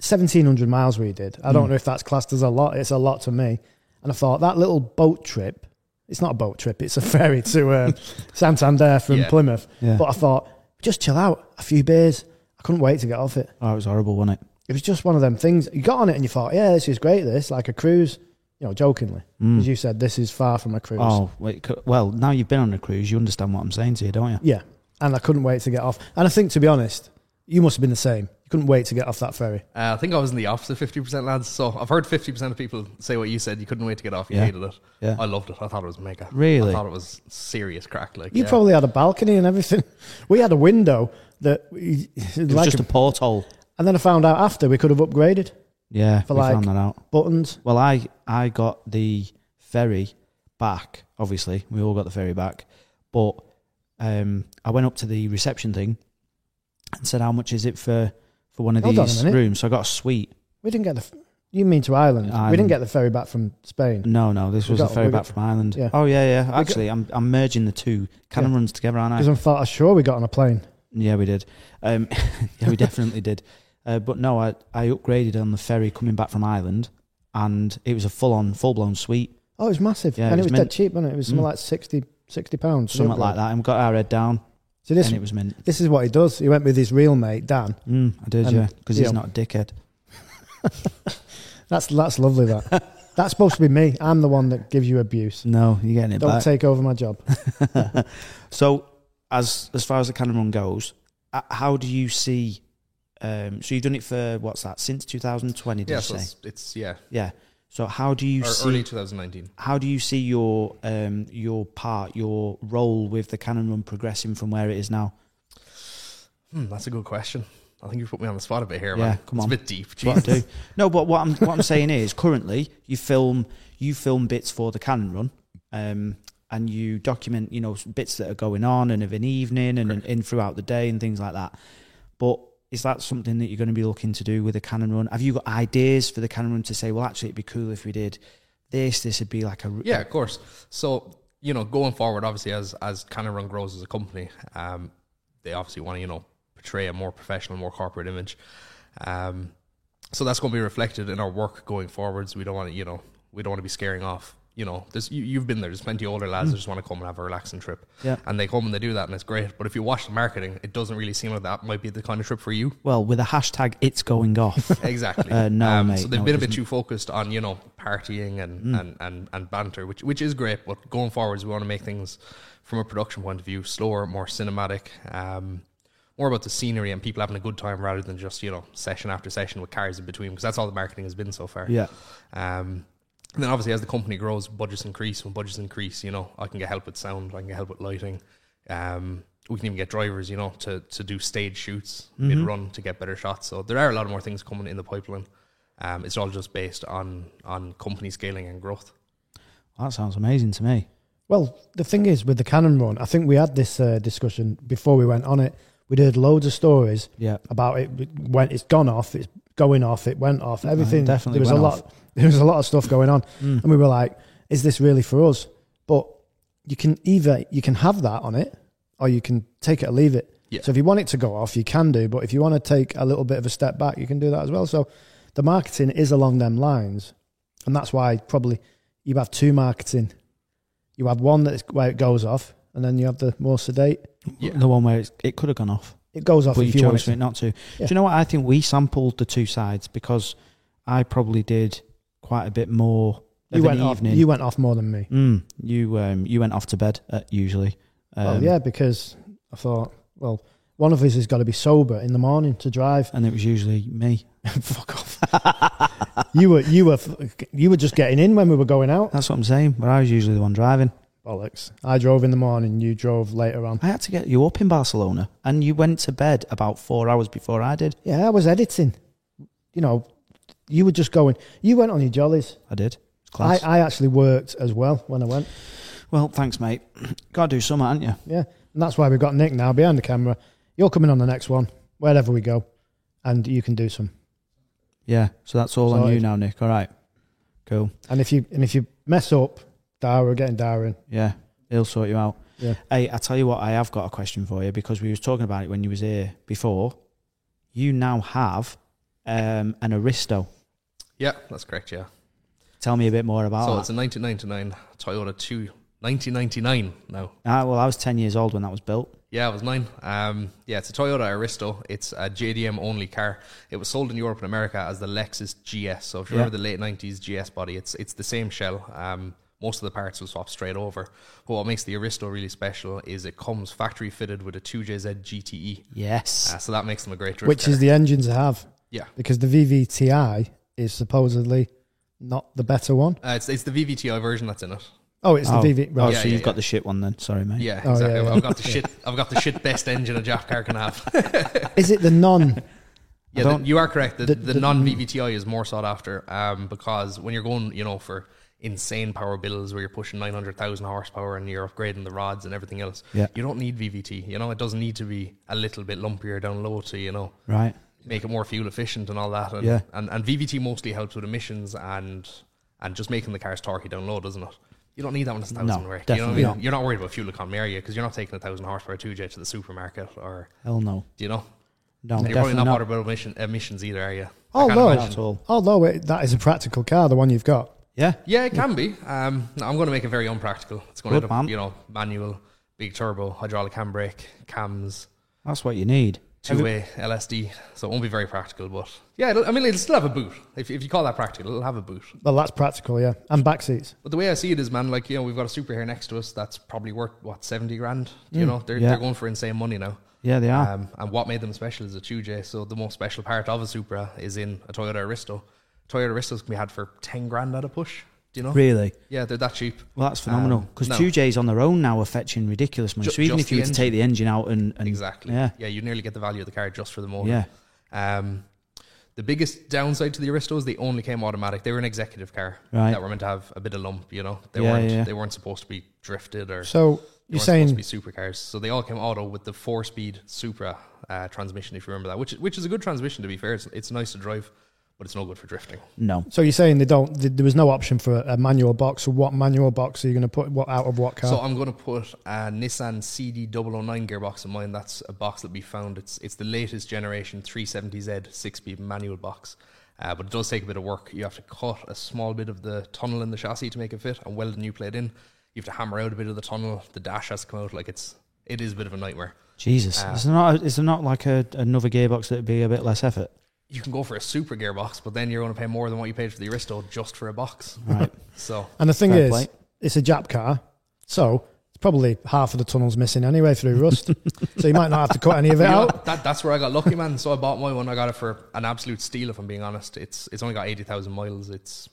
1,700 miles we did. I don't
Mm.
know if that's classed as a lot. It's a lot to me. And I thought that little boat trip, it's not a boat trip, it's a [laughs] ferry to
[laughs]
um, Santander from
Yeah.
Plymouth.
Yeah.
But I thought, just chill out, a few beers. I couldn't wait to get off it.
Oh, it was horrible, wasn't it?
It was just one of them things. You got on it and you thought, yeah, this is great, this, like a cruise, you know, jokingly. As you said, this is far from a cruise.
Mm. Oh, wait, co- well, now you've been on a cruise, you understand what I'm saying to you, don't you?
Yeah. And I couldn't wait to get off. And I think, to be honest, you must have been the same. You couldn't wait to get off that ferry.
Uh, I think I was in the office of 50% lads. So I've heard 50% of people say what you said. You couldn't wait to get off. You
Yeah.
hated it.
Yeah.
I loved it. I thought it was mega.
Really?
I thought it was serious crack. Like,
You
yeah.
probably had a balcony and everything. [laughs] We had a window that, we,
It was
like,
just a porthole.
and then I found out after we could have upgraded
Yeah,
For
we
like-
found that out.
buttons.
Well, I I got the ferry back. Obviously, we all got the ferry back, but um, I went up to the reception thing and said, "How much is it for for one of
Hold on a
these
minute.
rooms?" So I got a suite.
We didn't get the. f- You mean to Ireland? We
Ireland.
didn't get the ferry back from Spain.
No, no, this
We
was
got-
the ferry
we
back
got-
from Ireland.
yeah.
Oh yeah, yeah. Actually, I'm I'm merging the two cannon
Yeah.
runs together, aren't I?
Because I thought, I'm sure we got on a plane.
Yeah, we did. Um, [laughs] yeah, we definitely did. Uh, but no, I, I upgraded on the ferry coming back from Ireland, and it was a full on, full blown suite,
Oh, it was massive.
Yeah, it
and it was
was mint.
dead cheap, wasn't it? It was something
Mm.
like 60, 60 pounds.
something like that. And we got our head down,
So this,
and it was mint.
this is what he does. He went with his real mate, Dan.
Mm, I did,
And,
yeah, because
yeah.
he's not a dickhead.
That's, that's lovely,
[laughs]
that. that's supposed to be me. I'm the one that gives you abuse.
No, you're getting it
Don't
back.
take over my job.
[laughs] so, as as far as the cannon run goes, uh, how do you see? Um, so you've done it for what's that since 2020? Did
Yeah,
you
so
say?
it's, it's, yeah.
Yeah. So how do you
Or
see?
early 2019.
how do you see your um, your part, your role with the Cannon Run progressing from where it is now?
Hmm, that's a good question. I think you put me on the spot a bit here,
Yeah,
man.
come
it's
on.
a bit deep.
That's what I
Jesus.
do. No, but what I'm what I'm saying is currently you film you film bits for the Canon run, um, and you document you know s- bits that are going on and of an evening and in, in throughout the day and things like that. But is that something that you're going to be looking to do with the Canon run? Have you got ideas for the Canon run to say, well, actually, it'd be cool if we did this. This would be like a r-
Yeah, of course. So you know, going forward, obviously, as as Canon Run grows as a company, um, they obviously want to you know portray a more professional, more corporate image. Um, so that's going to be reflected in our work going forwards. We don't want to you know we don't want to be scaring off. You know, there's you, you've been there. There's plenty of older lads that just want to come and have a relaxing trip.
Yeah.
and they come and they do that, and it's great. But if you watch the marketing, it doesn't really seem like that might be the kind of trip for you.
well with a hashtag. It's going off.
[laughs] Exactly. Um,
Uh, no, mate,
So they've
no,
been
it
a bit
isn't. Mm.
too focused on you know partying and, and, and, and banter, which which is great. But going forwards, we want to make things from a production point of view slower, more cinematic, um, more about the scenery and people having a good time rather than just you know session after session with cars in between because that's all the marketing has been so far.
Yeah.
Um, and then obviously as the company grows, budgets increase. When budgets increase, you know I can get help with sound, I can get help with lighting. Um, we can even get drivers, you know, to to do stage shoots mid run to get better shots. So there are a lot of more things coming in the pipeline. Um, it's all just based on on company scaling and growth.
that sounds amazing to me.
Well, the thing is with the Canon run, I think we had this uh, discussion before we went on it. We'd heard loads of stories
Yeah.
about it when it's gone off, it's going off, it went off, everything.
definitely
there was
went Mm.
a lot. [laughs] There was a lot of stuff going
[laughs]
on, and we were like, "Is this really for us?" But you can either you can have that on it, or you can take it or leave it.
Yeah.
So if you want it to go off, you can do. But if you want to take a little bit of a step back, you can do that as well. So the marketing is along them lines, and that's why probably you have two marketing. You have one that's where it goes off, and then you have the more sedate.
Yeah.
The one where it's, it could have gone off.
It goes off
but
if
you
you want
chose
it
for
to.
it not to. Do
Yeah.
you know what? I think we sampled the two sides because I probably did quite a bit more of
You went
an
off.
evening.
You went off more than me.
mm, you um, you went off to bed uh, usually. Um,
well, Oh, yeah, because I thought, well, one of us has got to be sober in the morning to drive.
and it was usually
[laughs]
me.
Fuck off. you were, you were, f- you were just getting in when we were going out.
That's what I'm saying. But I was usually the one driving.
Bollocks! I drove in the morning. You drove later on.
I had to get you up in Barcelona, and you went to bed about four hours before I did.
Yeah, I was editing. You know, you were just going. You went on your jollies.
I did. It's
I,
class.
I actually worked as well when I went.
well, thanks, mate. [clears throat] Got to do something, aren't you?
Yeah, and that's why we've got Nick now behind the camera. You're coming on the next one, wherever we go, and you can do some.
Yeah. So that's all on
Sorted.
you now, Nick. All right. Cool.
And if you and if you mess up, Dara, getting Dara in.
Yeah, he'll sort you out.
Yeah.
Hey, I tell you what, I have got a question for you because we was talking about it when you was here before. You now have um, an Aristo.
Yeah, that's correct. Yeah.
Tell me a bit more about
so
that.
it's a 1999 Toyota 2 1999 now.
Ah, well, I was ten years old when that was built.
Yeah, it was nine. Um, yeah, it's a Toyota Aristo. It's a JDM only car. It was sold in Europe and America as the Lexus GS. So if you
Yeah.
remember the late nineties GS body, it's it's the same shell. Um, most of the parts will swap straight over. But what makes the Aristo really special is it comes factory fitted with a 2JZ GTE.
Yes.
Uh, so that makes them a great drift
which
car.
is the engine to have
yeah.
because the VVTi is supposedly not the better one.
Uh, it's, it's the VVTI version that's in it.
Oh, it's
oh.
the VV.
oh,
Right.
Yeah,
so
yeah,
you've got
yeah.
the shit one then. Sorry, mate.
Yeah,
Oh, yeah,
exactly.
yeah.
I've got the shit. I've got the shit best engine a Jap car
[laughs]
can have.
Is it the
[laughs]
non?
Yeah,
don't-
the, you are correct. The,
the-
the,
the-
non VVTI is more sought after um, because when you're going, you know, for insane power bills where you're pushing 900,000 horsepower and you're upgrading the rods and everything else,
Yeah.
you don't need VVT. You know, it doesn't need to be a little bit lumpier down low to, you know,
Right.
make it more fuel efficient and all that. And,
Yeah.
and, and VVT mostly helps with emissions and and just making the cars torquey down low, doesn't it? You don't need that when it's 1,000
No,
work.
definitely
you know what I
not.
mean? You're not worried about fuel economy, are you? Because you're not taking a 1,000 horsepower 2J to the supermarket or,
Hell no.
do you know?
No,
And
definitely
you're probably not,
not. Oh,
bothered about emission, emissions either, are you? I can't
Although,
imagine.
Not at all.
although Oh, it, that is a practical car, the one you've got.
Yeah.
Yeah, it can be. Um, no, I'm going to make it very unpractical. It's going
Good,
to end
man.
up, you know, manual, big turbo, hydraulic handbrake, cams,
That's what you need.
two way LSD. So it won't be very practical, but yeah, it'll, I mean, it'll still have a boot. If, if you call that practical, it'll have a boot.
Well, that's practical, yeah. And back seats.
But the way I see it is, man, like you know, we've got a super here next to us that's probably worth what seventy grand. You know, they're
Mm, yeah.
they're going for insane money now.
Yeah, they are.
Um, and what made them special is a 2J. So the most special part of a Supra is in a Toyota Aristo. Toyota Aristos can be had for ten grand at a push. Do you know?
Really?
Yeah, they're that cheap.
Well, that's phenomenal.
Um,
Because
no.
two J's on their own now are fetching ridiculous money.
Ju-
so even
just
if you
the
were to take the engine out and, and
Exactly.
yeah,
Yeah, you nearly get the value of the car just for the motor.
yeah,
Um, the biggest downside to the Aristos, they only came automatic. They were an executive car
Right.
that were meant to have a bit of lump. You know, they
Yeah,
weren't.
yeah.
They weren't supposed to be drifted or.
So
they
you're
weren't
saying
supposed to be supercars. So they all came auto with the four-speed Supra uh, transmission, if you remember that, which which is a good transmission to be fair. It's, it's nice to drive, but it's no good for drifting.
no.
so you're saying they don't th- there was no option for a, a manual box. So what manual box are you going to put what out of what car?
So uh, I'm going to put a Nissan CD009 gearbox in mine. That's a box that'll be found. It's it's the latest generation 370Z six-speed manual box. Uh, but it does take a bit of work. You have to cut a small bit of the tunnel in the chassis to make it fit and weld a new plate in. You have to hammer out a bit of the tunnel. The dash has to come out. Like it's it is a bit of a nightmare.
Jesus,
Uh,
is there not is there not like a, another gearbox that'd be a bit less effort?
You can go for a super gearbox, but then you're going to pay more than what you paid for the Aristo just for a box.
Right.
[laughs] So
and the thing
fair
is,
play.
it's a Jap car, so it's probably half of the tunnels missing anyway through
[laughs]
rust. so you might not have to cut any of it
You know,
out.
that, that's where I got lucky, man. So I bought my one. I got it for an absolute steal, if I'm being honest. It's it's only got eighty thousand miles. It's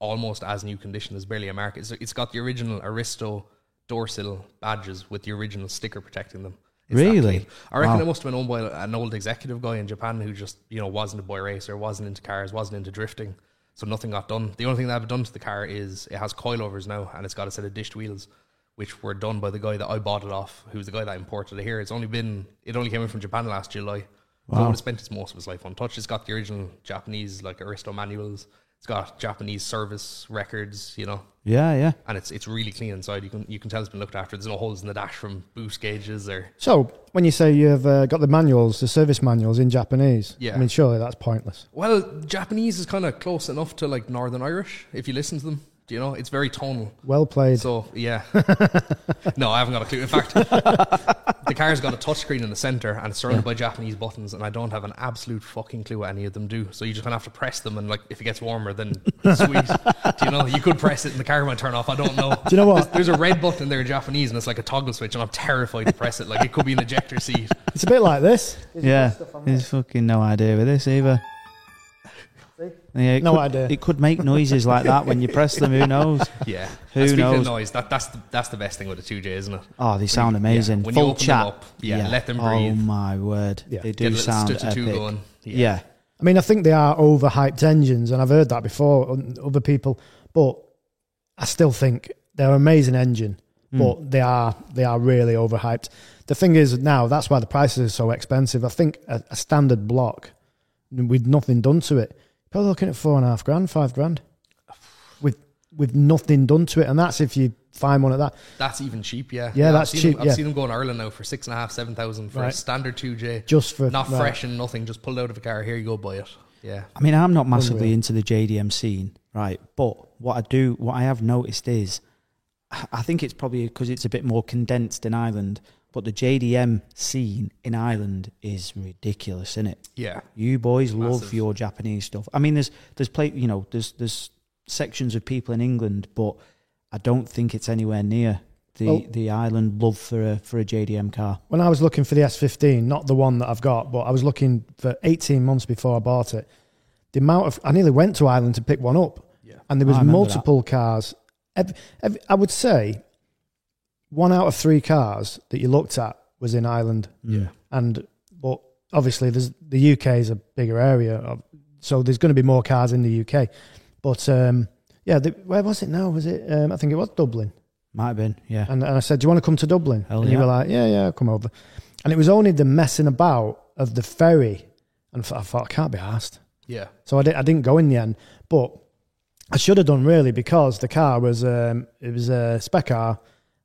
almost as new condition. There's barely a mark. It's, it's got the original Aristo door sill badges with the original sticker protecting them. It's that
Really?
clean. I reckon
Wow.
it must have been owned by an old executive guy in Japan who just you know wasn't a boy racer, wasn't into cars, wasn't into drifting. So nothing got done. The only thing that I've done to the car is it has coilovers now, and it's got a set of dished wheels which were done by the guy that I bought it off, who's the guy that imported it here. It's only been it only came in from Japan last July. So it would have spent its most of its life untouched. It's got the original Japanese like Aristo manuals. It's got Japanese service records, you know,
Yeah, yeah.
and it's it's really clean inside. You can you can tell it's been looked after. There's no holes in the dash from boost gauges or
So when you say you've uh, got the manuals, the service manuals in Japanese,
Yeah.
I mean surely that's pointless.
well, Japanese is kind of close enough to like Northern Irish if you listen to them. Do you know? It's very tonal.
Well played.
So
[laughs]
yeah, no, I haven't got a clue. In fact, the car's got a touchscreen in the center and it's surrounded by Japanese buttons, and I don't have an absolute fucking clue what any of them do. So you just kind of have to press them, and like if it gets warmer, then
[laughs]
sweet. do you know? You could press it, and the car might turn off. I don't know.
Do you know what?
There's a red button there in Japanese, and it's like a toggle switch, and I'm terrified to press it. Like it could be an ejector seat.
It's a bit like this.
yeah, there's fucking no idea with this either. Yeah, it
No
could-
idea.
It could make noises like
[laughs]
that when you press them. Who knows?
Yeah.
Who
and speaking
knows?
of noise, that, that's the, that's the best thing with the 2J, isn't it?
Oh, they sound
Yeah,
amazing.
when you
Full
open them
chat.
up, yeah, let them breathe.
Oh my word,
Yeah.
they
Get
do
Get a little
sound
stitch or
epic.
two going.
Yeah.
I mean, I think they are overhyped engines, and I've heard that before on other people. But I still think they're an amazing engine, but they are they are really overhyped. The thing is now that's why the prices are so expensive. I think a, a standard block with nothing done to it, probably looking at four and a half grand, five grand, with with nothing done to it, and that's if you find one at that.
That's even cheap, yeah.
Yeah,
I've
that's
seen
cheap,
Them, I've
yeah.
seen them go in Ireland now for six and a half, seven thousand for a
Right.
standard two J,
Just for-
not
right.
fresh and nothing, just pulled out of a car. Here you go, buy it. Yeah,
I mean, I'm not massively
Unreal.
into the JDM scene, right? But what I do, what I have noticed is, I think it's probably because it's a bit more condensed in Ireland. But the JDM scene in Ireland is ridiculous, isn't it?
yeah.
You boys
Massive.
love your Japanese stuff. I mean, there's there's play, you know, there's there's sections of people in England, but I don't think it's anywhere near the
Oh.
Well-
the island love for a for a JDM car.
when I was looking for the S15, not the one that I've got, but I was looking for 18 months before I bought it. The amount of I nearly went to Ireland to pick one up,
Yeah.
and there
I
was
remember
multiple cars. Ev ev I would say one out of three cars that you looked at was in Ireland,
Yeah,
and but obviously there's the UK is a bigger area, of, so there's going to be more cars in the UK. But um, yeah, the, where was it now? Was it? Um, I think it was Dublin.
might have been. Yeah,
Uh,
And, and I said, Do you want to come to Dublin?
Hell
and you
yeah.
were like, Yeah, yeah, I'll come over. And it was only the messing about of the ferry. And I thought, I can't be asked.
Yeah,
So I, di- I didn't go in the end. But I should have done really because the car was um, it was a spec car.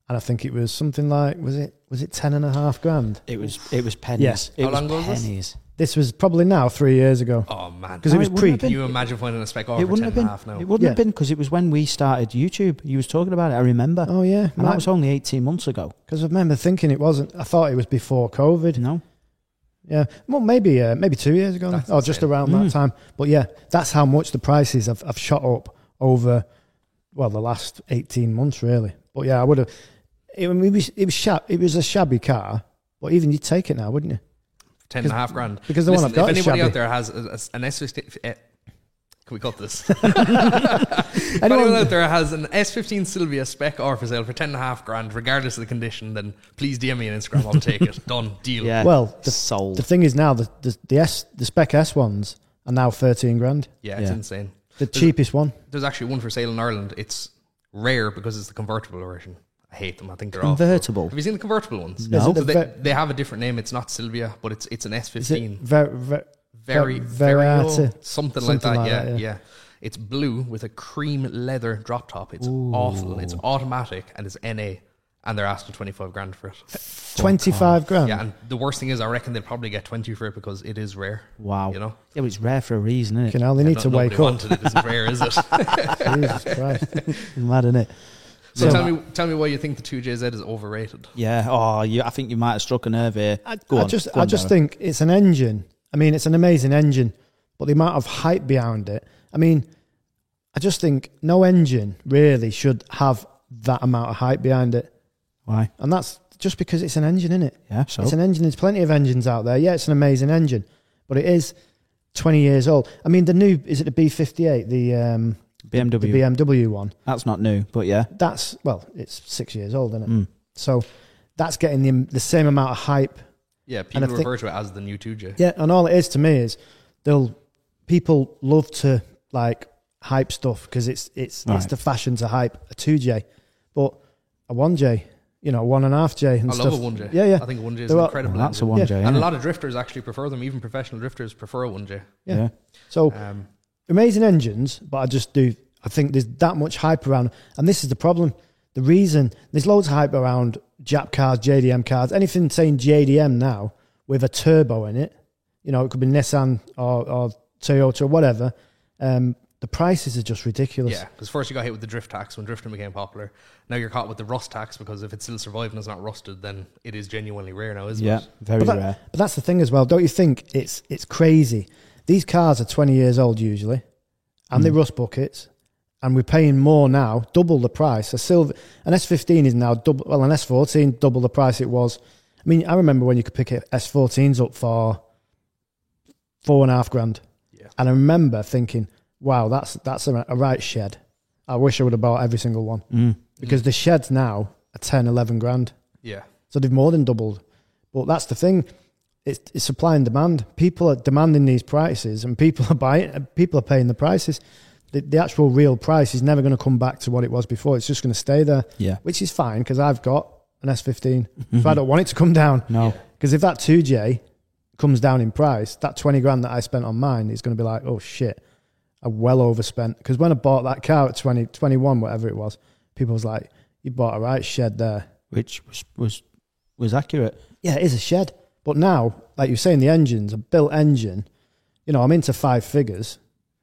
And I think it was something like, was it was it 10 and a half grand?
it was it was pennies.
Yeah.
It
How long ago was
was
this?
pennies.
This was probably now three years ago.
Oh man,
Because it
No,
was
it
pre.
wouldn't
can you imagine finding a spec
It
offer ten
wouldn't have
and a
been.
half now?
It wouldn't have
Yeah.
been because it was when we started YouTube. You was talking about it. I remember.
Oh, yeah.
and that was only eighteen months ago.
Because I remember thinking it wasn't, I thought it was before COVID.
No,
Yeah, well, maybe uh, maybe two years ago,
That's
or just
insane. Mm.
around that time. But yeah, that's how much the prices have, have shot up over, well, the last eighteen months, really. But yeah, I would have. It, I mean, it was it was, shab- it was a shabby car, but even you'd take it now, wouldn't you?
ten and a half grand.
because the one I've got is
If anybody
shabby.
out there has a, a, an S eh, Can we cut this? [laughs] if anyone out there has an S15 Sylvia spec R for sale for ten and a half grand, regardless of the condition, then please DM me on Instagram. I'll take it. Done. Deal.
Yeah.
Well, the,
sold.
the thing is now the, the the S the spec S ones are now thirteen grand.
Yeah, it's
Yeah.
insane.
The cheapest one.
There's actually one for sale in Ireland. It's rare because it's the convertible version. I hate them. I think they're
Convertible?
Awful. Have you seen the convertible ones?
No.
So
Is it the
they,
ve-
they have a different name. It's not Sylvia, but it's it's an
Is it
S15.
ver, ver,
Very,
ver-
very
Verati?
something, like that. yeah, yeah,
yeah.
It's blue with a cream leather drop top. It's awful. It's automatic and it's NA, and they're asking twenty five grand for it.
Twenty five grand.
Yeah, and the worst thing is, I reckon they'll probably get twenty for it because it is rare.
wow.
you know,
Yeah, but it's rare for a reason, isn't it?
You know, they need to
Nobody
wake up.
wanted it. It's rare, is
[laughs]
it?
Jesus Christ.
[laughs]
It's mad, isn't it?
So
Yeah.
tell me, tell me why you think the two JZ is overrated.
Yeah. Oh, you, I think you might have struck a nerve here.
I,
Go
I
on,
just,
go
I
on,
just
Darren.
think it's an engine. I mean, it's an amazing engine, but the amount of hype behind it. I mean, I just think no engine really should have that amount of hype behind it,
why.
and that's just because it's an engine, isn't it?
Yeah. So.
It's an engine. There's plenty of engines out there. Yeah, it's an amazing engine, but it is 20 years old. I mean, the new is it the B58, the um,
BMW.
the BMW one?
That's not new, but yeah.
that's well, it's six years old, isn't it?
Mm.
So that's getting the the same amount of hype.
Yeah,
And I
people
think-
refer to it as the new two J.
Yeah, and all it is to me is they'll people love to like hype stuff because it's it's it's
Right.
the fashion to hype a two J, but a one J, you know, one and a half J and
I
stuff.
love a one J.
Yeah, yeah.
I think a one J is
They're all-
incredible.
Well, that's a
engine.
one
Yeah.
J.
And a
innit?
lot of drifters actually prefer them. Even professional drifters prefer a one J.
Yeah.
yeah.
So
Um,
amazing engines, but I just do. I think there's that much hype around, and this is the problem. The reason there's loads of hype around Jap cars, JDM cars, anything saying JDM now with a turbo in it. You know, it could be Nissan or, or Toyota or whatever. Um, the prices are just ridiculous.
yeah, because first you got hit with the drift tax when drifting became popular. Now you're caught with the rust tax because if it's still surviving, it's not rusted, then it is genuinely rare now, isn't
Yeah.
it?
Very
But, that-
rare.
but that's the thing as well. Don't you think it's it's crazy? These cars are 20 years old usually, and
Hmm.
they rust buckets, and we're paying more now, double the price. A silver, an S15 is now double. Well, an S14 double the price it was. I mean, I remember when you could pick it- S14s up for four and a half grand,
Yeah.
and I remember thinking, "Wow, that's that's a, a right shed." I wish I would have bought every single one
Mm.
because the sheds now are 10, 11 grand.
Yeah.
So they've more than doubled. But that's the thing. It's, it's supply and demand. People are demanding these prices and people are buying, and people are paying the prices. The, the actual real price is never going to come back to what it was before. It's just going to stay there,
Yeah. Mm-hmm.
which is fine because I've got an S15. So I don't want it to come down.
No.
Because if that 2J comes down in price, that 20 grand that I spent on mine is going to be like, oh shit, I well overspent. Because when I bought that car at 20, 21, whatever it was, people was like, you bought a right shed there.
Which was was was accurate.
Yeah, it is a shed. But now, like you're saying, the engine's a built engine. You know, I'm into five figures,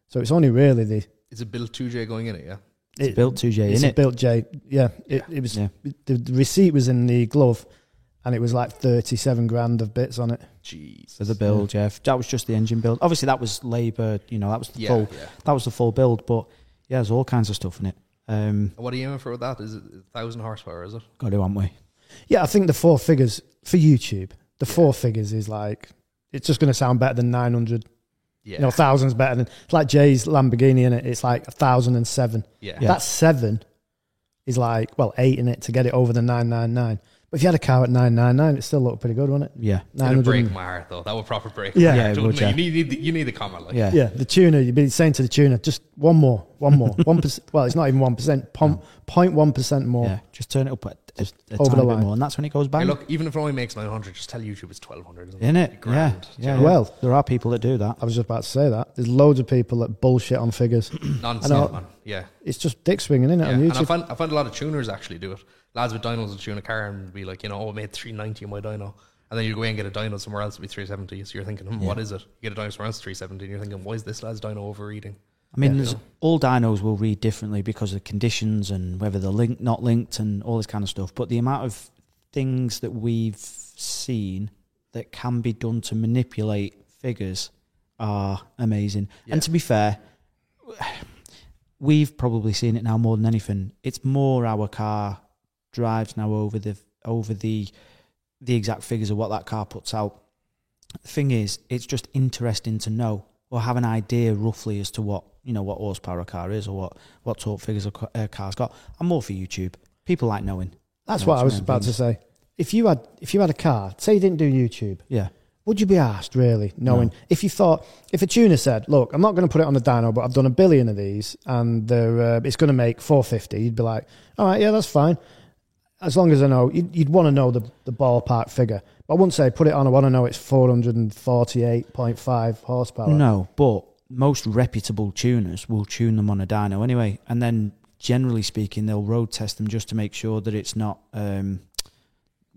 so it's only really the
Is it built two J going in it? Yeah.
it,
Built two J
it's
in
a
it.
built J. Yeah, it, it was
Yeah.
the, the receipt was in the glove, and it was like thirty-seven grand of bits on it.
Jeez.
for the build, yeah. That was just the engine build. Obviously, that was labour. You know, that was the
Yeah.
full.
yeah.
That was the full build. But yeah, there's all kinds of stuff in it. Um,
And what are you aiming for with that? Is it a thousand horsepower? Is it?
got to, haven't we?
Yeah, I think the four figures for YouTube, the four figures is like it's just going to sound better than nine hundred.
Yeah.
You know, thousands better than it's like Jay's Lamborghini in it. It's like a thousand and seven.
yeah.
Yeah.
That seven is like, well, eight in it to get it over the 999. But if you had a car at 999, it still looked pretty good, wouldn't it?
Yeah,
It'd
900
break
and-
my heart though. That would proper break.
Yeah.
my
Yeah,
heart,
it
wouldn't
would,
it?
yeah.
You need, you need- you need the comment. Like,
yeah,
Yeah, the tuner, you'd be saying to the tuner, just one more, one [laughs] more, one percent. Well, it's not even one percent, pom- 0.1% more.
yeah. Just turn it up a, a, a
over the
tiny bit
line.
more, and that's when it goes
Hey,
bang.
look, even if it only makes 900, just tell YouTube it's 1200.
in it, yeah,
Grand.
yeah, yeah.
Well-
there are people that do that.
I was just about to say that. There's loads of people that bullshit on [clears throat] figures. I know.
Nonsense, man. Yeah.
It's just dick swinging, isn't it,
yeah.
on
And I
YouTube?
find, I find a lot of tuners actually do it. Lads with dynos will tune a car and be like, you know, oh, I made 390 in my dyno. And then you go in and get a dyno somewhere else, it'll be 370. So you're thinking, hmm, what is it? You get a dyno somewhere else, 370. And you're thinking, why is this lad's dyno overeating?
I mean, there's, all dinos will read differently because of the conditions and whether they're linked, not linked, and all this kind of stuff. But the amount of things that we've seen that can be done to manipulate figures are amazing. And to be fair, we've probably seen it now more than anything. It's more our car drives now over the over the the exact figures of what that car puts out. The thing is, it's just interesting to know or have an idea roughly as to what you know what horsepower a car is or what what torque figures a, ca- a car's got. I'm more for YouTube. People like knowing.
That's
Yeah,
what
it's
I was
one of
about to
things.
say. If you had if you had a car, say you didn't do YouTube,
Yeah,
would you be asked really knowing if you thought if a tuner said, "Look, I'm not going to put it on the dyno, but I've done a billion of these and they're, uh, it's going to make 450," you'd be like, "All right, yeah, that's fine." As long as I know, you'd, you'd want to know the, the ballpark figure. But I wouldn't say put it on. I want to know it's 448.5 horsepower.
no, but most reputable tuners will tune them on a dyno anyway, and then generally speaking, they'll road test them just to make sure that it's not. Um,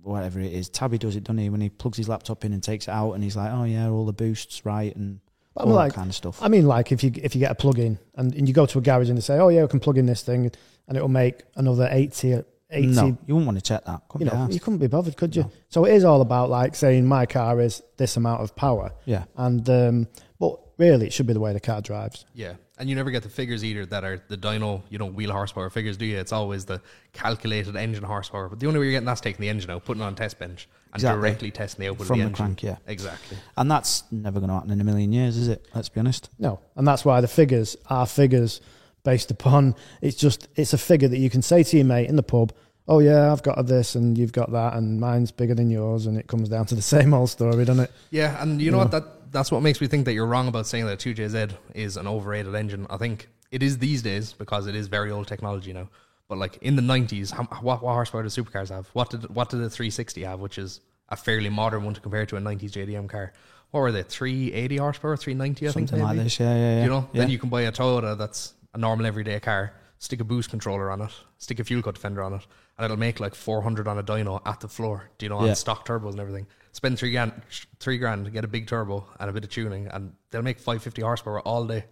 Whatever it is, Tabby does it, doesn't he? When he plugs his laptop in and takes it out, and he's like, "Oh yeah, all the boosts right and
But
all
I'm
that
like,
kind of stuff."
I mean, like if you if you get a plug in and, and you go to a garage and they say, "Oh yeah, we can plug in this thing," and it'll make another 80, 80
no, you wouldn't want to check that.
you
Couldn't
know,
be
you
asked.
couldn't be bothered, could you? So it is all about like saying my car is this amount of power,
yeah,
and um, but really it should be the way the car drives.
Yeah, and you never get the figures either that are the dyno, you know, wheel horsepower figures, do you? It's always the calculated engine horsepower. But the only way you're getting that's taking the engine out, putting it on a test bench, and
Exactly.
directly testing the output
From
of
the
the, engine.
crank, yeah.
exactly.
and that's never going to happen in a million years, is it? Let's be honest.
No, and that's why the figures are figures based upon it's just it's a figure that you can say to your mate in the pub. Oh yeah, I've got this and you've got that, and mine's bigger than yours, and it comes down to the [laughs] same old story, doesn't it?
Yeah, and you know what? That that's what makes me think that you're wrong about saying that 2JZ is an overrated engine. I think it is these days because it is very old technology now. But like in the 90s, how, what, what horsepower did supercars have? What did what did the 360 have, which is a fairly modern one to compare to a 90s JDM car? What were they? 380 horsepower, 390, I
Something
think.
like
maybe?
this, yeah, yeah, yeah.
You know, then
Yeah.
you can buy a Toyota that's a normal everyday car, stick a boost controller on it, stick a fuel cut fender on it, and it'll make like 400 on a dyno at the floor. Do you know, on
Yeah.
stock turbos and everything. Spend three grand, three grand, get a big turbo and a bit of tuning, and they'll make 550 horsepower all day.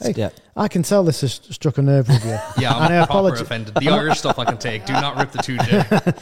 Hey,
Yeah.
I can tell this has struck a nerve with you.
[laughs]
[laughs]
Yeah,
And I
I'm proper
apologi-
offended. The Irish stuff I can take. Do not rip the 2J.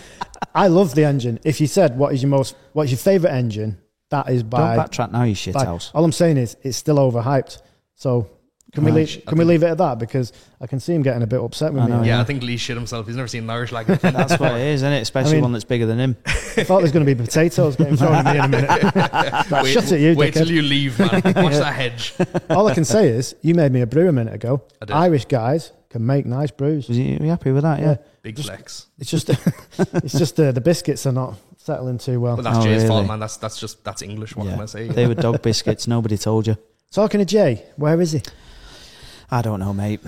I love the engine. If you said what is your most, what's your favorite engine? That is by
Don't backtrack now, you shit
Like,
house.
All I'm saying is it's still overhyped. So can we
Right.
leave, can we leave it at that? Because I can see him getting a bit upset with
I
me.
know,
I
Yeah, I think Lee shit himself. He's never seen an Irish like
[laughs]
that.
That's what it is, isn't it?
[laughs]
Especially
I mean-
one that's bigger
[laughs]
than him.
thought there's going to be potatoes getting thrown at me in a minute. Like,
[laughs]
Wait,
shut it, you
wait till
dickhead.
you leave, man. Watch that hedge.
All I can say is you made me a brew a minute ago.
I did.
Irish guys can make nice brews.
Was he, were you happy with that? Yeah.
Big flex.
It's just it's just uh, the biscuits are not settling too well.
But that's
Oh,
Jay's fault,
really?
man. That's that's just that's English. What
Yeah.
can I say?
They were dog biscuits. Nobody told you.
Talking to Jay, where is he?
I don't
[clears throat]
know, mate.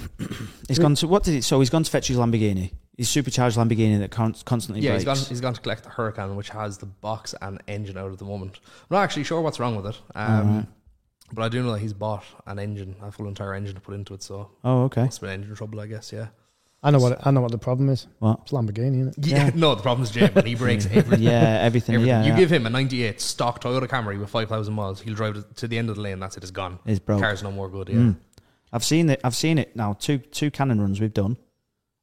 he's gone to what did he? So he's gone to fetch his Lamborghini. His supercharged Lamborghini that con- constantly
Yeah,
breaks.
he's gone. He's gone to collect the Huracan, which has the box and engine out at the moment. I'm not actually sure what's wrong with it, um, but I do know that he's bought an engine, a full entire engine to put into it. So
oh,
[laughs]
okay.
it's been engine trouble, I guess. Yeah.
I know what I know what the problem is.
What?
It's Lamborghini, isn't it?
Yeah. [laughs] No, the problem is Jay,
[laughs]
but he breaks everything.
Yeah, everything. [laughs]
Everything.
Yeah,
you
yeah.
give him a 98 stock Toyota Camry with 5,000 miles, he'll drive it to the end of the lane. That's it, it's gone.
It's broke. Mm.
Car's no more good. Yeah.
Hmm. I've seen it. I've seen it now. Two two cannon runs we've done,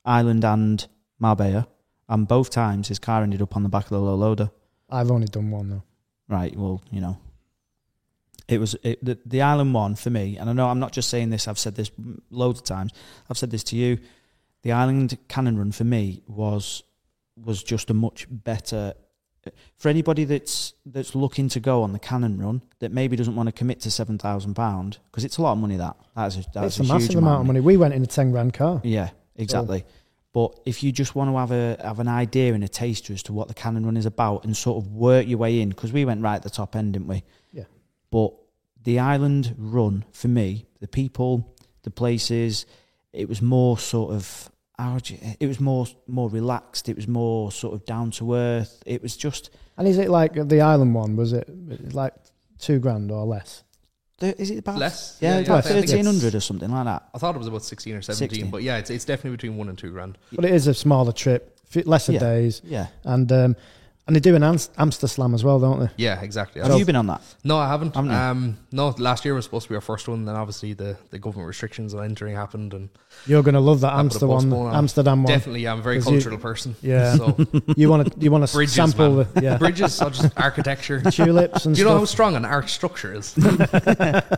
Ireland and Marbella, and both times his car ended up on the back of the low loader.
I've only done one though.
right well you know it was it, the, the island one for me and i know i'm not just saying this i've said this loads of times i've said this to you the island cannon run for me was was just a much better for anybody that's that's looking to go on the cannon run that maybe doesn't want to commit to 7000 pound because it's a lot of money that that's a, that's
it's a, massive
huge
amount of money. We went in a ten grand car.
yeah, exactly. But if you just want to have a have an idea and a taster as to what the Cannon Run is about and sort of work your way in, because we went right at the top end, didn't we?
Yeah.
But the island run for me, the people, the places, it was more sort of how do you- it was more more relaxed. It was more sort of down to earth. It was just
And is it like the island one? Was it like two grand or less?
is it about
Less?
Yeah,
Yeah, yeah,
about
I think it's-
thirteen hundred or something like that.
I thought it was about 16 or 17,
16.
but yeah, it's, it's definitely between one and two grand.
But it is a smaller trip, f- lesser
Yeah.
days,
Yeah.
and um, and they do an Amst- Amsterdam as well, don't they?
Yeah, exactly.
Have you been on
[laughs]
that?
No, I haven't.
Haven't you?
um, no, last year was supposed to be our first one. Then obviously the, the government restrictions on entering happened, and
You're gonna love that
That put a
Amsterdam one,
postpone on it.
Amsterdam one.
uh, definitely I'm a very
'Cause you-
cultural person.
[laughs] Yeah.
So
You want to you want to
[laughs] bridges,
sample
man.
the yeah,
Bridges,
[laughs]
so just architecture. Do
tulips and
[laughs] you know how
stuff.
strong an arch structure is?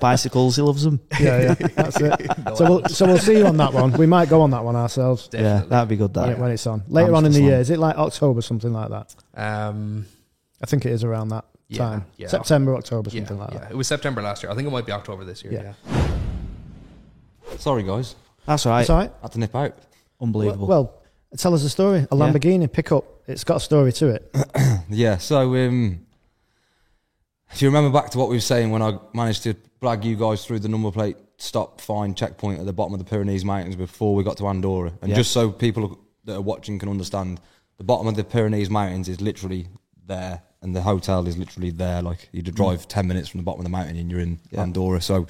Bicycles, he loves them.
[laughs]
yeah, yeah, that's it.
No,
So we'll so we'll see you on that one. We might go on that one ourselves
Yeah,
definitely.
that'd be good. That
when, it, when it's on later on in the
Amsterdam.
year. Is it like October something like that?
um,
I think it is around that
Yeah,
time,
yeah.
September, October,
yeah,
something like
yeah.
that.
It was September last year. I think it might be October this year.
Yeah.
Yeah.
Sorry, guys.
That's all right.
It's all right.
Had to nip out.
Well,
Unbelievable.
well, tell us a story. A Lamborghini pickup. It's got a story to it.
Yeah, so um, if you remember back to what we were saying when I managed to blag you guys through the number plate stop fine checkpoint at the bottom of the Pyrenees Mountains before we got to Andorra. And
Yeah.
just so people that are watching can understand, the bottom of the Pyrenees Mountains is literally there and the hotel is literally there. Like you would drive 10 minutes from the bottom of the mountain and you're in
Yeah.
Andorra. So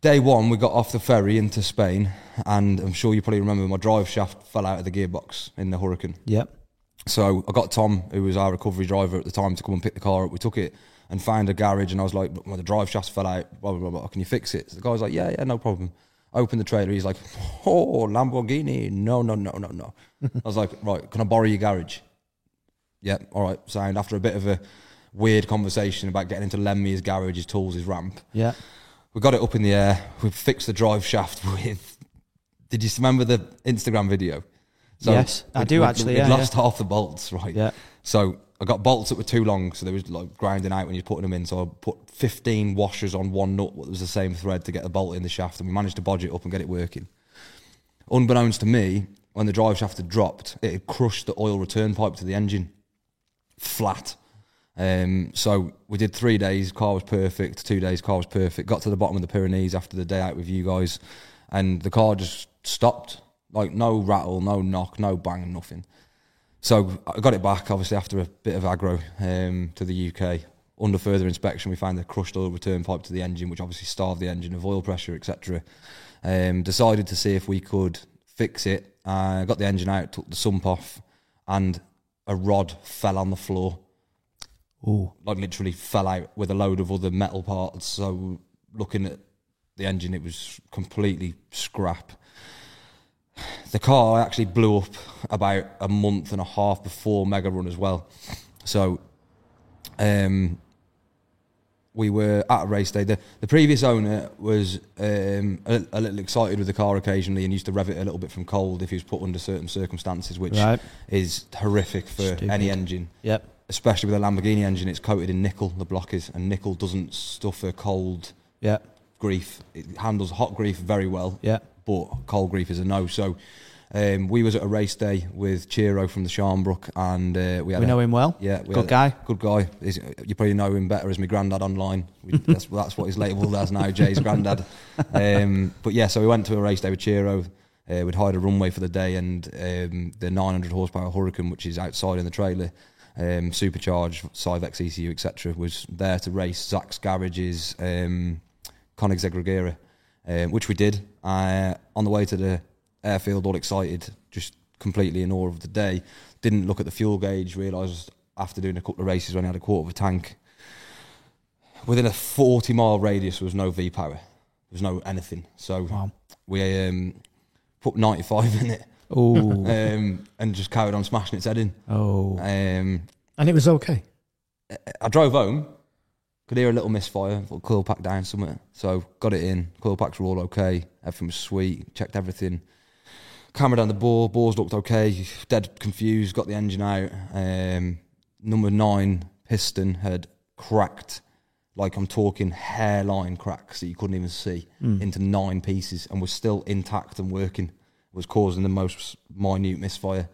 day one, we got off the ferry into Spain and I'm sure you probably remember my drive shaft fell out of the gearbox in the Hurricane.
yep.
So I got Tom, who was our recovery driver at the time, to come and pick the car up. We took it and found a garage, and I was like, "Look, well, the drive shafts fell out, blah, blah, blah, blah. Can you fix it? So the guy's like, yeah, yeah, no problem. Open the trailer. He's like, oh, Lamborghini. No, no, no, no,
[laughs]
no. I was like, right, can I borrow your garage? Yeah, all right, sound. After a bit of a weird conversation about getting him to lend me his garage, his tools, his ramp,
Yeah.
we got it up in the air. We fixed the drive shaft [laughs] with. Did you remember the Instagram video?
Yes, I
we'd-
do
we'd-
actually,
We'd
yeah,
lost half the bolts, [laughs] right?
Yeah.
So I got bolts that were too long, so they was like grinding out when you're putting them in. So I put 15 washers on one nut that was the same thread to get the bolt in the shaft, and we managed to bodge it up and get it working. Unbeknownst to me, when the drive shaft had dropped, it had crushed the oil return pipe to the engine flat. Um, so we did three days, car was perfect, two days, car was perfect. Got to the bottom of the Pyrenees after the day out with you guys, and the car just stopped. Like, no rattle, no knock, no bang, nothing. So I got it back, obviously, after a bit of aggro um, to the UK. Under further inspection, we found a crushed oil return pipe to the engine, which obviously starved the engine of oil pressure, etc. Um, decided to see if we could fix it. Uh, got the engine out, took the sump off, and a rod fell on the floor
Ooh.
like literally fell out with a load of other metal parts. So looking at the engine, it was completely scrap. The car actually blew up about a month and a half before Mega Run as well. So um, we were at a race day. The, the previous owner was um, a, a little excited with the car occasionally and used to rev it a little bit from cold if he was put under certain circumstances, which
Right.
is horrific for
Stupid.
any engine
Yep.
especially with a Lamborghini engine, it's coated in nickel, the block is, and nickel doesn't suffer cold
Yep.
grief. It handles hot grief very well,
Yep.
but cold grief is a no. So um, we was at a race day with Chiro from the Sharnbrook, and uh, we had
We
a-
know him well.
Yeah, we
Good
had a-
guy.
Good guy. He's- you probably know him better as my granddad online. We, that's, that's what he's labelled as now, Jay's granddad. Um, but yeah, so we went to a race day with Chiro. Uh, we'd hired a runway for the day and um, the 900 horsepower Hurricane, which is outside in the trailer, um, supercharged, Cyvex E ECU, etc., was there to race Zach's garages, um, Koenigs Egregera, um, which we did. Uh, on the way to the airfield, all excited, just completely in awe of the day. Didn't look at the fuel gauge, realised after doing a couple of races when I had a quarter of a tank, within a 40 mile radius there was no V power. There was no anything. So
Wow.
we um, put 95 in it [laughs]
Ooh.
um, and just carried on smashing its head in.
oh.
Um,
And it was okay.
I drove home, could hear a little misfire, but coil pack down somewhere. So got it in. Coil packs were all okay. Everything was sweet. Checked everything. Camera down the bore. Bores looked okay. Dead confused. Got the engine out. Um, number nine piston had cracked. Like I'm talking hairline cracks that you couldn't even see
Mm. Hmm.
into nine pieces and was still intact and working. Was causing the most minute misfire.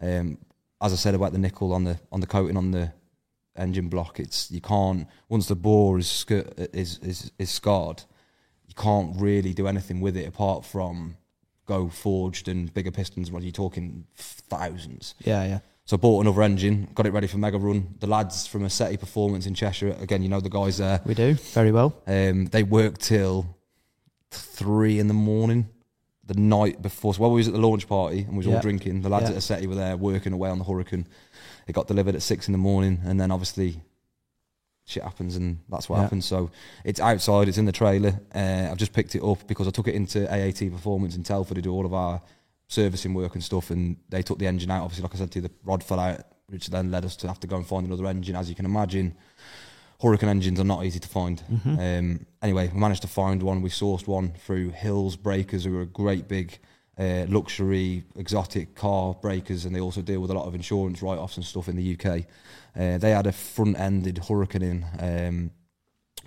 Um, as I said about the nickel on the on the coating on the engine block. It's you can't once the bore is sc- is is is scarred, you can't really do anything with it apart from go forged and bigger pistons. What you're talking thousands.
Yeah. Yeah.
So I bought another engine, got it ready for Mega Run. The lads from Assetti Performance in Cheshire, again, you know the guys there.
We do very well.
Um, they worked till three in the morning, the night before. So while we was at the launch party and we was
Yeah.
all drinking, the lads
Yeah.
at Assetti were there working away on the Hurricane. It got delivered at six in the morning, and then obviously shit happens, and that's what
Yeah.
happened. So it's outside, it's in the trailer. Uh, I've just picked it up because I took it into AAT Performance in Telford to do all of our servicing work and stuff, and they took the engine out. Obviously, like I said to you, the rod fell out, which then led us to have to go and find another engine, as you can imagine. Hurricane engines are not easy to find.
Mm-hmm.
Um, anyway, we managed to find one. We sourced one through Hills Breakers, who were a great big uh, luxury, exotic car breakers, and they also deal with a lot of insurance write offs and stuff in the UK. Uh, they had a front ended Hurricane in, um,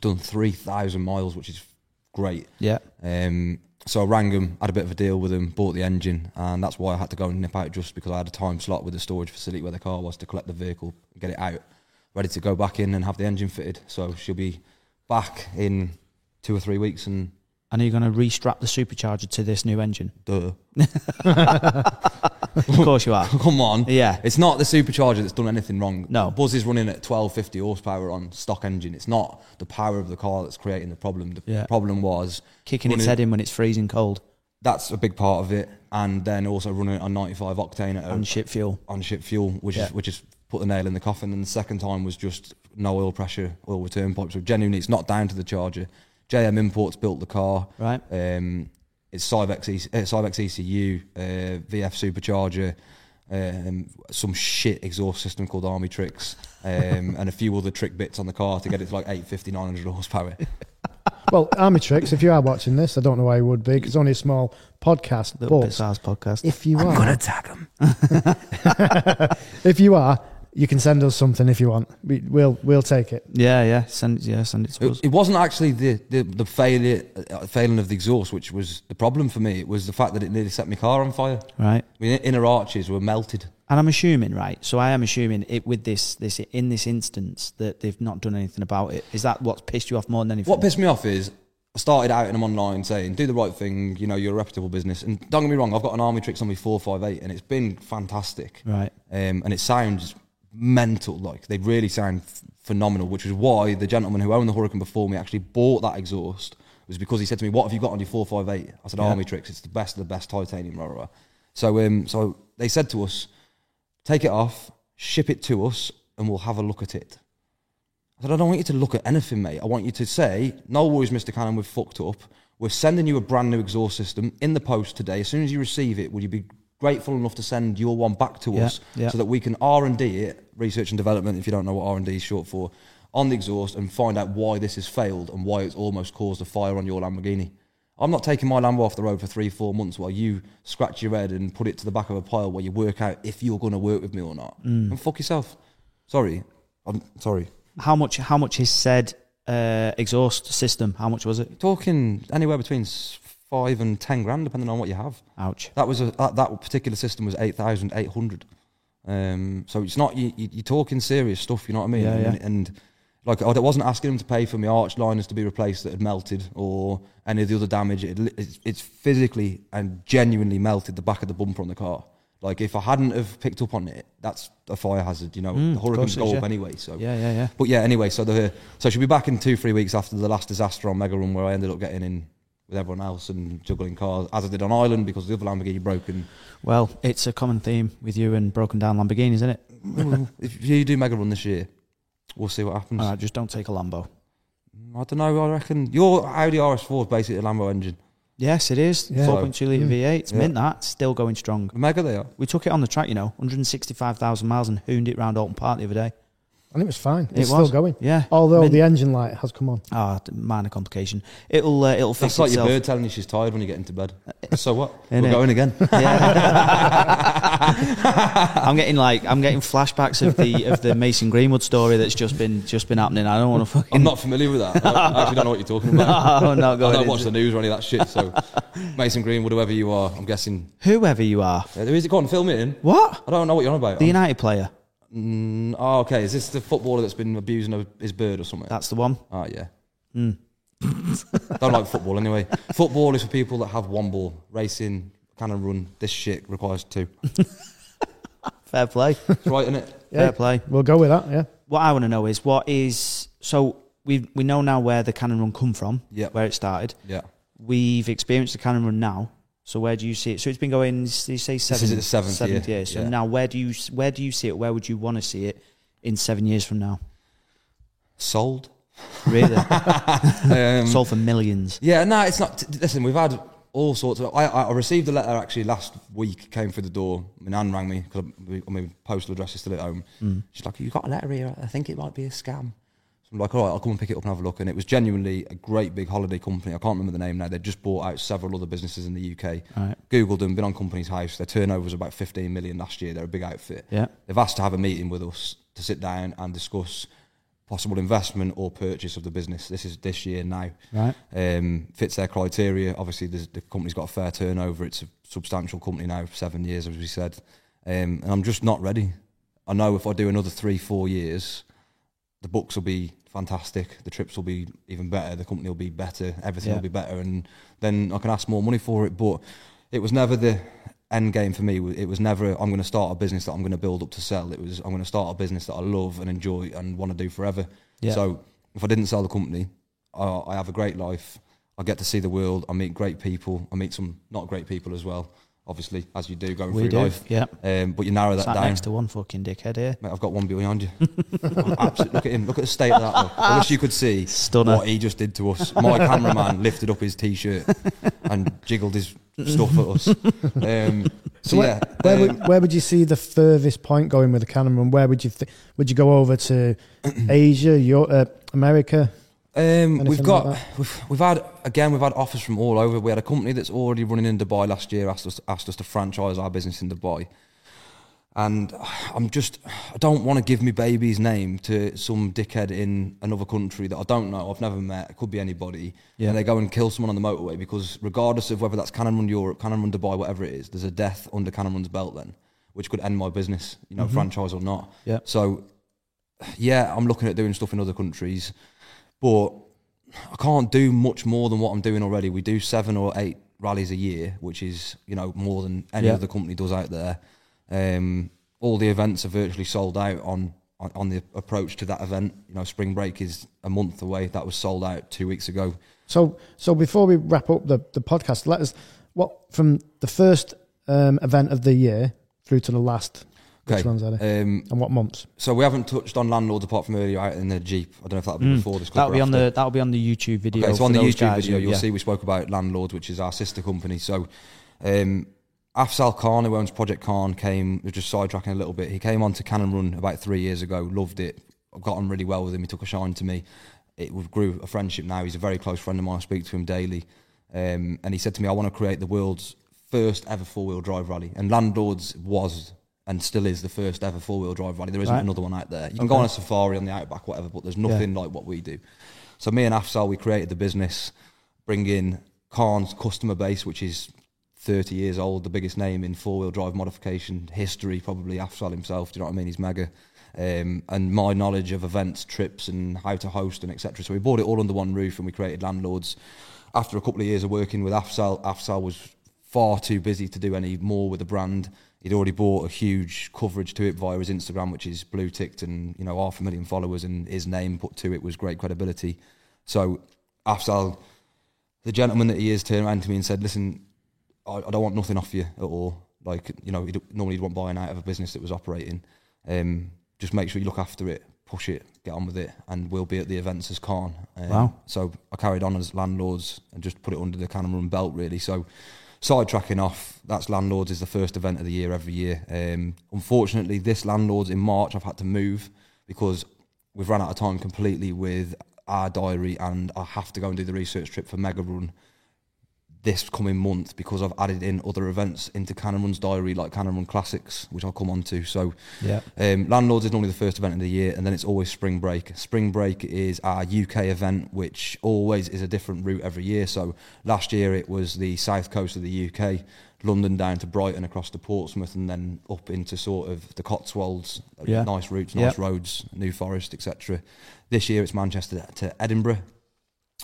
done 3,000 miles, which is great.
Yeah.
Um, so I rang him, had a bit of a deal with him, bought the engine, and that's why I had to go and nip out just because I had a time slot with the storage facility where the car was to collect the vehicle, get it out, ready to go back in and have the engine fitted. So she'll be back in two or three weeks and [laughs]
And are you going to restrap the supercharger to this new engine?
duh.
[laughs]
[laughs]
Of course you are.
Come on.
Yeah.
It's not the supercharger that's done anything wrong.
No.
Buzz is running at 1250 horsepower on stock engine. It's not the power of the car that's creating the problem. The
Yeah.
problem was
Kicking its
running-
head in when it's freezing cold
That's a big part of it. And then also running it on 95 octane at a,
and shit fuel.
on ship fuel, which
Yeah.
is which is put the nail in the coffin. And the second time was just no oil pressure, oil return pipe. So genuinely, it's not down to the charger. JM Imports built the car.
Right.
Um, it's Cyvex, E- uh, Cyvex ECU, uh, VF supercharger, um, some shit exhaust system called Army Tricks, um, and a few other trick bits on the car to get it to like 850, 900 horsepower.
Well, Army Tricks, if you are watching this, I don't know why you would be 'cause it's only a small podcast.
Little
but
bit size podcast.
if you
I'm gonna
are,
tag them.
if you are, you can send us something if you want. We, we'll we'll take it.
Yeah, yeah. Send yeah, send it to us.
It, it wasn't actually the, the, the failure, uh, failing of the exhaust, which was the problem for me. It was the fact that it nearly set my car on fire.
Right.
I mean, inner arches were melted.
And I'm assuming, right? So I am assuming it with this this in this instance that they've not done anything about it. Is that what's pissed you off more than anything?
What pissed me off is I started out and I'm online saying, do the right thing, you know, you're a reputable business. And don't get me wrong, I've got an Army Tricks on me 458 and it's been fantastic.
Right.
Um, and it sounds mental, like they really sound f- phenomenal, which is why the gentleman who owned the Hurricane before me actually bought that exhaust. was because he said to me, "What have you got on your 458?" I said, "Army Tricks. It's the best of the best titanium." Rah, rah, rah. So, um, so they said to us, "Take it off, ship it to us, and we'll have a look at it." I said, I don't want you to look at anything, mate. I want you to say, no worries, Mr. Cannon, we've fucked up. We're sending you a brand new exhaust system in the post today. As soon as you receive it, would you be grateful enough to send your one back to
Yeah,
us
yeah.
so that we can R&D it, research and development, if you don't know what R&D is short for, on the exhaust and find out why this has failed and why it's almost caused a fire on your Lamborghini. I'm not taking my Lambo off the road for three, four months while you scratch your head and put it to the back of a pile where you work out if you're going to work with me or not.
Mm.
And fuck yourself. Sorry. I'm sorry.
How much? How much is said uh, exhaust system? How much was it?
talking anywhere between s- five and ten grand, depending on what you have.
Ouch.
That was a, that, that particular system was eight thousand eight hundred. Um, so it's not you, you. You're talking serious stuff. You know what I mean?
Yeah, yeah.
And, and like I wasn't asking him to pay for my arch liners to be replaced that had melted or any of the other damage. It, li- it's, it's physically and genuinely melted the back of the bumper on the car. Like if I hadn't have picked up on it, that's a fire hazard. You know, the
Mm, course
hurricanes
it
go
is,
up
yeah.
anyway. So
Yeah, yeah, yeah.
but yeah, anyway, so the so she'll be back in two three weeks after the last disaster on Mega Run, where I ended up getting in with everyone else and juggling cars as I did on Ireland because the other Lamborghini broke. And
Well, it's a common theme with you and broken down Lamborghinis, isn't it?
if you do Mega Run this year, we'll see what happens.
All right, just don't take a Lambo.
I don't know. I reckon your Audi RS4 is basically a Lambo engine.
Yes, it is.
Yeah.
4.2 litre
Mm.
V8. It's
Yeah.
mint that. Still going strong.
Mega they are.
We took it on the track, you know, 165,000 miles and hooned it round Alton Park the other day.
And it was fine. It's
It
still
was.
going.
Yeah.
Although
Mint.
the engine light has come on.
Ah, d- minor complication. It'll uh, it'll fix
That's like
itself.
your bird telling you she's tired when you get
[laughs]
into bed. So what? We're
Innit? [laughs]
going again.
I'm getting like I'm getting flashbacks of the of the Mason Greenwood story that's just been just been happening. I don't want to fucking.
I'm not familiar with that. I actually don't know what you're talking about.
[laughs] No, I'm not
I
going
don't
into-
watch the news or any of that shit.
[laughs]
So Mason Greenwood, whoever you are, I'm guessing.
Whoever you are,
Uh, Who is it? Go on, film it in.
what
I don't know what you're on about.
the
I'm-
United player?
Oh, okay. Is this the footballer that's been abusing of his bird or something?
That's the Hmm. one.
Ah, yeah. [laughs] Don't like football anyway. Football is for people that have one ball. Racing, can and run. This shit requires two.
Fair play.
It's right,
[laughs]
isn't it?
Fair play.
We'll go with that. Yeah.
What I want to know is what is so we we know now where the Cannon Run come from.
Yep.
Where it started.
Yeah.
We've experienced the Cannon Run now. So where do you see it? So it's been going. You say seven.
is the seventh year,
So
yeah.
now where do you where do you see it? Where would you want to see it in seven years from now?
Sold. [laughs]
Really?
Um,
Sold for millions.
Yeah, no, it's not. t- Listen, we've had all sorts of. I, I received a letter actually last week. Came through the door. My nan rang me because my postal address is still at home. She's like, "You got a letter here? I think it might be a scam." So I'm like, "All right, I'll come and pick it up and have a look." And it was genuinely a great big holiday company. I can't remember the name now. They just bought out several other businesses in the UK.
Right.
Googled them. Been on Companies House. Their turnover was about 15 million last year. They're a big outfit
Yeah.
they've asked to have a meeting with us to sit down and discuss possible investment or purchase of the business. This is this year now.
Right.
Um, fits their criteria. Obviously, there's, the company's got a fair turnover. It's a substantial company now, seven years, as we said. Um, and I'm just not ready. I know if I do another three, four years, the books will be fantastic. The trips will be even better. The company will be better. Everything
Yeah.
will be better. And then I can ask more money for it. But it was never the end game for me. It was never I'm going to start a business that I'm going to build up to sell. It was I'm going to start a business that I love and enjoy and want to do forever.
Yeah.
So if I didn't sell the company, I, I have a great life. I get to see the world. I meet great people. I meet some not great people as well. Obviously, as you do going
we
through
do.
life.
Yeah.
Um, but you narrow that
Sat
down.
next to one fucking dickhead here.
Mate, I've got one behind
[laughs]
you. [laughs] Absolute- look at him. Look at the state of that. Look. I wish you could see
Stunner.
what he just did to us.
[laughs]
My cameraman lifted up his t-shirt and jiggled his stuff at
[laughs]
us. Um, so yeah,
Where
um,
would, where would you see the furthest point going with the cameraman? Where would you th- would you go over
[clears throat]
to Asia, your, uh, America?
Um,
Anything
we've got
like
we've, we've had again we've had offers from all over. We had a company that's already running in Dubai last year asked us asked us to franchise our business in Dubai, and I'm just I don't want to give my baby's name to some dickhead in another country that I don't know. I've never met. It could be anybody.
Yeah.
And they go and kill someone on the motorway because regardless of whether that's Cannon Run Europe, Cannon Run Dubai, whatever it is, there's a death under Cannon Run's belt then, which could end my business, you know, franchise or not.
Mm-hmm. Yeah.
So yeah, I'm looking at doing stuff in other countries, but I can't do much more than what I'm doing already. We do seven or eight rallies a year, which is you know more than any
Yeah.
other company does out there. Um, all the events are virtually sold out on on- on the approach to that event. You know, spring break is a month away. That was sold out two weeks ago.
So so before we wrap up the, the podcast, let us what from the first um, event of the year through to the last. Which
Okay.
ones are they?
Um,
and what months?
so we haven't touched on landlords apart from earlier out in the jeep. I don't know if that'll be before this. clip
Hmm. That'll
or
be on
after.
the that'll be on the YouTube video.
Okay, so
for
on the
those
YouTube
guys
video,
who-
you'll
yeah.
see we spoke about Landlord, which is our sister company. So, um, Afsal Khan, who owns Project Khan, came we're just sidetracking a little bit. He came on to Cannon Run about three years ago, loved it, got on really well with him. He took a shine to me. It w- grew a friendship now. He's a very close friend of mine. I speak to him daily. Um, and he said to me, I want to create the world's first ever four wheel drive rally. And Landlords was and still is the first ever four wheel drive rally. There isn't
Right.
another one out there. You can go on a safari on the outback, whatever, but there's nothing like what we do. So me and Afsal, we created the business, bring in Khan's customer base, which is 30 years old, the biggest name in four-wheel drive modification history, probably Afsal himself. Do you know what I mean? He's mega. Um, and my knowledge of events, trips, and how to host and etc. So we brought it all under one roof, and we created landlords. After a couple of years of working with Afsal, Afsal was far too busy to do any more with the brand. He'd already bought a huge coverage to it via his Instagram, which is blue ticked and you know half a million followers, and his name put to it was great credibility. So Afsal, the gentleman that he is, turned around to me and said, "Listen, I, I don't want nothing off you at all. Like you know, he'd, normally you'd want buying out of a business that was operating. Um, just make sure you look after it, push it, get on with it, and we'll be at the events as Khan. Um,
Wow.
So I carried on as landlords and just put it under the Cannon Run belt really. So sidetracking off, that's landlords is the first event of the year every year. Um, unfortunately, this landlords in March I've had to move because we've run out of time completely with our diary, and I have to go and do the research trip for Mega Run this coming month because I've added in other events into Cannon Run's diary, like Cannon Run Classics, which I'll come on to. So,
Yeah.
um, Landlords is normally the first event of the year, and then it's always Spring Break. Spring Break is our UK event, which always is a different route every year. So, last year it was the south coast of the UK, London down to Brighton, across to Portsmouth, and then up into sort of the Cotswolds.
Yeah.
Nice routes, nice
Yeah.
roads, New Forest, etc. This year it's Manchester to Edinburgh.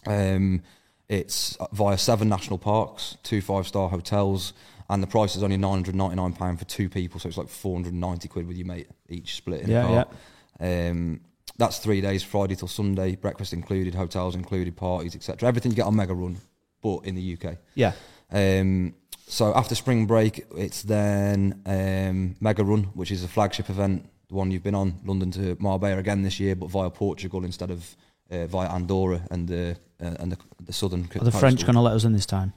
Um, it's via seven national parks, two five star hotels, and the price is only nine hundred ninety nine pound for two people, so it's like four hundred ninety quid with your mate each split in
Yeah,
a car. Um, that's three days, Friday till Sunday, breakfast included, hotels included, parties, etc. Everything you get on Mega Run, but in the UK.
Yeah.
Um, so after spring break, it's then um, Mega Run, which is a flagship event, the one you've been on, London to Marbella again this year, but via Portugal instead of uh, via Andorra and the uh, and the, the southern.
Are the French going to let us in this time?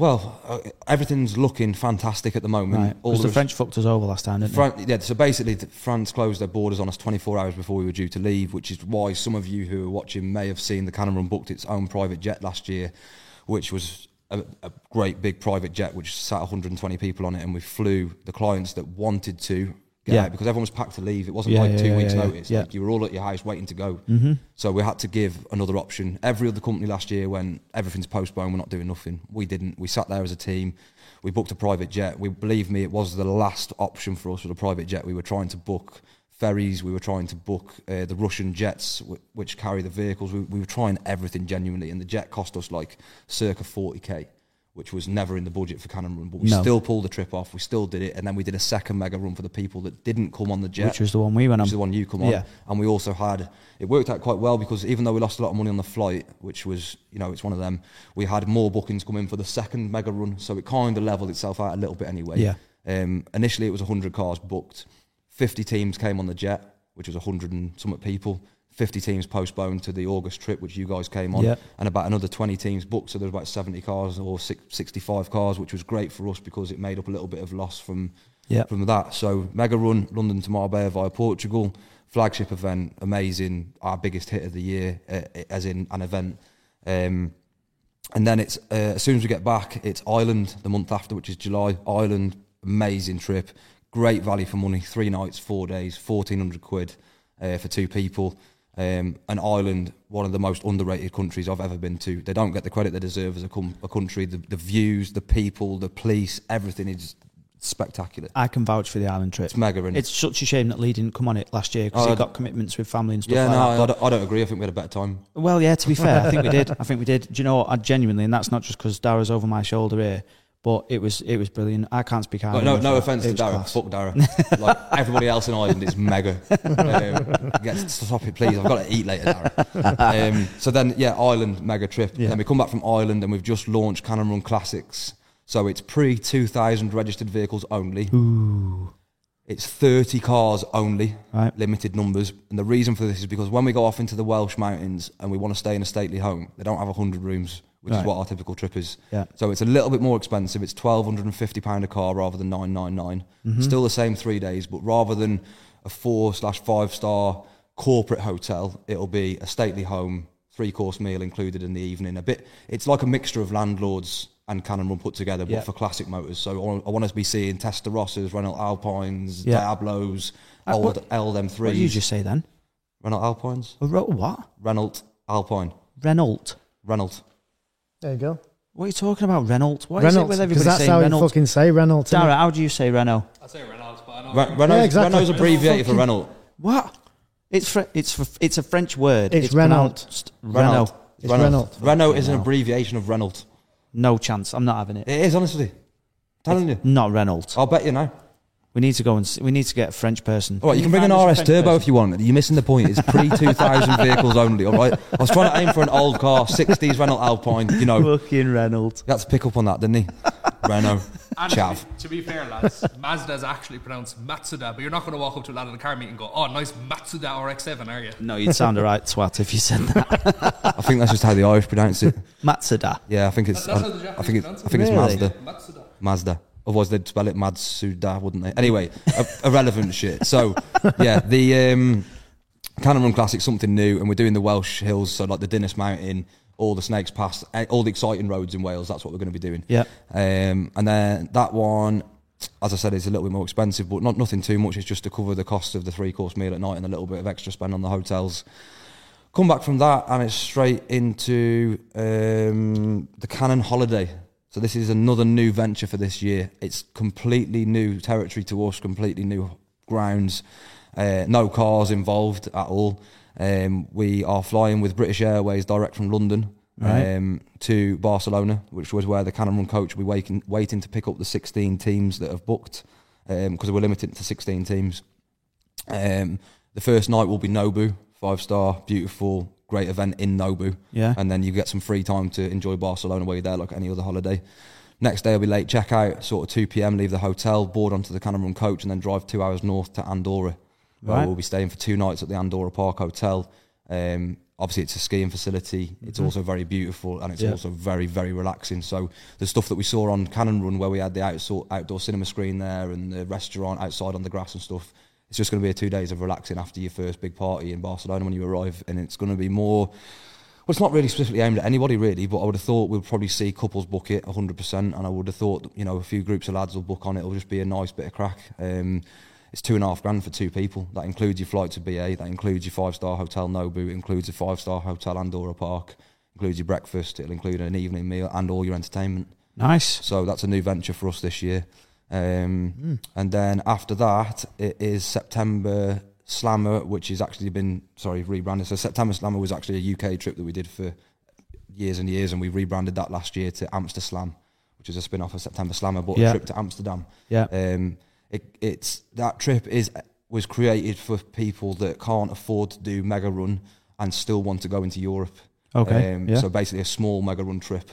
Well, uh, everything's looking fantastic at the moment.
Right.
All
Because the,
rest-
French fucked us over last time, didn't
Fran- yeah, so basically, th- France closed their borders on us 24 hours before we were due to leave, which is why some of you who are watching may have seen the Cannon Run booked its own private jet last year, which was a, a great big private jet which sat 120 people on it, and we flew the clients that wanted to get
Yeah.
out because everyone was packed to leave. It wasn't
Yeah,
like
yeah,
two
yeah,
weeks'
yeah,
notice.
yeah.
Like you were all at your house waiting to go.
Mm-hmm.
So we had to give another option. Every other company last year went, everything's postponed, we're not doing nothing. We didn't. We sat there as a team. We booked a private jet. We believe me, it was the last option for us with a private jet. We were trying to book ferries. We were trying to book uh, the Russian jets w- which carry the vehicles. We, we were trying everything genuinely, and the jet cost us like circa forty k, which was never in the budget for Cannon Run. But we
No.
still pulled the trip off. We still did it, and then we did a second mega run for the people that didn't come on the jet,
Which was the one we went on.
which is the one you come on.
Yeah.
And we also had it worked out quite well because even though we lost a lot of money on the flight, which was you know it's one of them, we had more bookings come in for the second mega run, so it kind of leveled itself out a little bit anyway.
Yeah.
Um, initially, it was 100 cars booked. 50 teams came on the jet, which was 100 and somewhat people. 50 teams postponed to the August trip, which you guys came on,
Yeah.
and about another 20 teams booked. So there was about 70 cars or six, 65 cars, which was great for us because it made up a little bit of loss from
Yeah.
from that. So mega run, London to Marbella via Portugal, flagship event, amazing, our biggest hit of the year, uh, as in an event. Um, and then it's uh, as soon as we get back, it's Ireland the month after, which is July. Ireland, amazing trip, great value for money. Three nights, four days, fourteen hundred quid uh, for two people. Um, and Ireland, one of the most underrated countries I've ever been to. They don't get the credit they deserve as a, com- a country. The, the views, the people, the police, everything is spectacular.
I can vouch for the island trip.
It's mega. innit?
It's such a shame that Lee didn't come on it last year because
Oh,
he
I-
got commitments with family and stuff
yeah,
like
no,
that.
I don't, I don't agree. I think we had a better time.
Well, yeah, to
[laughs]
be fair, I think we did. I think we did. Do you know what? I genuinely, and that's not just because Dara's over my shoulder here, but it was it was brilliant. I can't speak
Like,
Irish.
no, no offense to
It was
Dara.
class.
Fuck Dara.
[laughs]
like everybody else in Ireland is mega. Um, get stop it, please. I've got to eat later, Dara.
[laughs]
Um, so then, yeah, Ireland mega trip.
Yeah.
Then we come back from Ireland, and we've just launched Cannon Run Classics. So it's pre two thousand registered vehicles only. It's 30 cars only,
Right.
limited numbers. And the reason for this is because when we go off into the Welsh mountains and we want to stay in a stately home, they don't have 100 rooms, which
Right.
is what our typical trip is.
Yeah.
So it's a little bit more expensive. It's £1,250 a car rather than 999
Mm-hmm.
Still the same three days, but rather than a four slash five star corporate hotel, it'll be a stately home, three course meal included in the evening. A bit, It's like a mixture of landlords and Cannon Run put together, but
Yeah.
for classic motors. So I want, I want us to be seeing Testarossas, Renault Alpines,
Yeah.
Diablos,
Uh,
old
what-
LM3s.
What did you just say then?
Renault Alpines?
A ro- what?
Renault Alpine.
Renault.
Renault.
There you go.
What are you talking about, Renault? What is it
Reynolds.
with
Because
everybody
that's
saying
how you
Renault?
fucking say Reynolds. innit?
Dara, how do you say Renault?
I say Reynolds, but I know.
Re- Renault's,
exactly.
Renault's abbreviated for Renault.
What? It's fr- it's fr- it's a French word.
It's Renault.
pronounced Renault.
Renault.
It's
Renault. Renault is an
Renault.
abbreviation of Renault.
No chance. I'm not having it.
It is, honestly. telling you.
Not Renault.
I'll bet you know.
We need to go and s we need to get a French person.
All right, you can bring an
find us
RS
a French
Turbo
person?
if you want. You're missing the point. It's pre 2000 vehicles only, all right? I was trying to aim for an old car, 60s Renault Alpine, you know.
Fucking Renault.
You had to pick up on that, didn't he? Renault.
And to
Chav.
be, to be fair, lads, Mazda's actually pronounced Matsuda, but you're not going to walk up to a lad in a car meet and go, "Oh, nice Matsuda RX-7," are you?
No, you'd sound alright, twat, if you said that.
I think that's just how the Irish pronounce it.
Mazda.
Yeah, I think it's.
That's
I,
how the Japanese
I think it's.
pronounce
I think it's
Really?
Mazda.
Matsuda.
Mazda. Otherwise, they'd spell it Matsuda, wouldn't they? Anyway, ir- irrelevant shit. So, yeah, the um, Cannon Run Classic, something new, and we're doing the Welsh Hills, so like the Dinas Mountain, all the Snakes Pass, eh, all the exciting roads in Wales. That's what we're going to be doing.
Yeah.
Um, and then that one, as I said, is a little bit more expensive, but not nothing too much. It's just to cover the cost of the three course meal at night and a little bit of extra spend on the hotels. Come back from that, and it's straight into um, the Canon Holiday. So this is another new venture for this year. It's completely new territory to us, completely new grounds. Uh, no cars involved at all. Um, we are flying with British Airways direct from London
Right.
um, to Barcelona, which was where the Cannon Run coach will be waiting, waiting to pick up the 16 teams that have booked because we're limited to 16 teams. Um, the first night will be Nobu, five star, beautiful, great event in Nobu.
Yeah.
And then you get some free time to enjoy Barcelona while you're there, like any other holiday. Next day will be late checkout, sort of 2 p.m., leave the hotel, board onto the Cannon Run coach, and then drive two hours north to Andorra, where
Right.
we'll be staying for two nights at the Andorra Park Hotel. Um, obviously, it's a skiing facility. It's also very beautiful, and it's
Mm-hmm. Yeah.
also very, very relaxing. So the stuff that we saw on Cannon Run, where we had the outdoor, outdoor cinema screen there and the restaurant outside on the grass and stuff, it's just going to be a two days of relaxing after your first big party in Barcelona when you arrive, and it's going to be more. Well, it's not really specifically aimed at anybody, really, but I would have thought we'll probably see couples book it 100%, and I would have thought, you know, a few groups of lads will book on it. It'll just be a nice bit of crack. Um, It's two and a half grand for two people. That includes your flight to BA. That includes your five star hotel Nobu. It includes a five star hotel Andorra Park. Includes your breakfast. It'll include an evening meal and all your entertainment.
Nice.
So that's a new venture for us this year. Um,
Hmm.
And then after that, it is September Slammer, which has actually been, sorry, rebranded. So September Slammer was actually a UK trip that we did for years and years, and we rebranded that last year to Amsterdam, which is a spin off of September Slammer, but
Yeah.
a trip to Amsterdam.
Yeah.
Um, it, it's that trip is was created for people that can't afford to do mega run and still want to go into Europe.
Okay.
Um,
yeah.
So basically, a small mega run trip.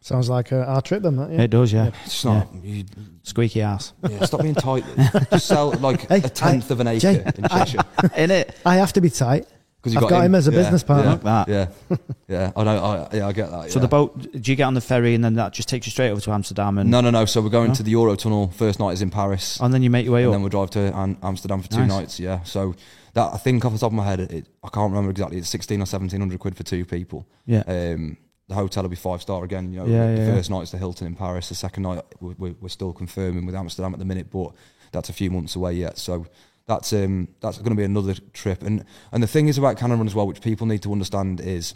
Sounds like uh, our trip then, that, yeah.
it does. Yeah.
It's not you-
Squeaky
[laughs]
ass.
Yeah, stop being tight. Just sell like
Hey,
a tenth of an acre
Jay,
in Cheshire.
In it.
I have to be tight.
Because
I've got him as a business partner.
Fuck that.
Yeah, yeah. I know. I, yeah, I get that.
So
yeah.
the boat. Do you get on the ferry and then that just takes you straight over to Amsterdam and
No, no, no. So we're going
No?
to the Euro Tunnel. First night is in Paris,
and then you make your way
and
up.
then we'll drive to Am- Amsterdam for two
Nice.
nights. Yeah. So that I think off the top of my head, it, I can't remember exactly. It's sixteen or seventeen hundred quid for two people.
yeah.
Um, the hotel will be five star again. You know,
Yeah,
the
yeah,
first night's the Hilton in Paris. The second night we- we- we're still confirming with Amsterdam at the minute, but that's a few months away yet. So that's um, that's going to be another trip. And and the thing is about Cannon Run as well, which people need to understand is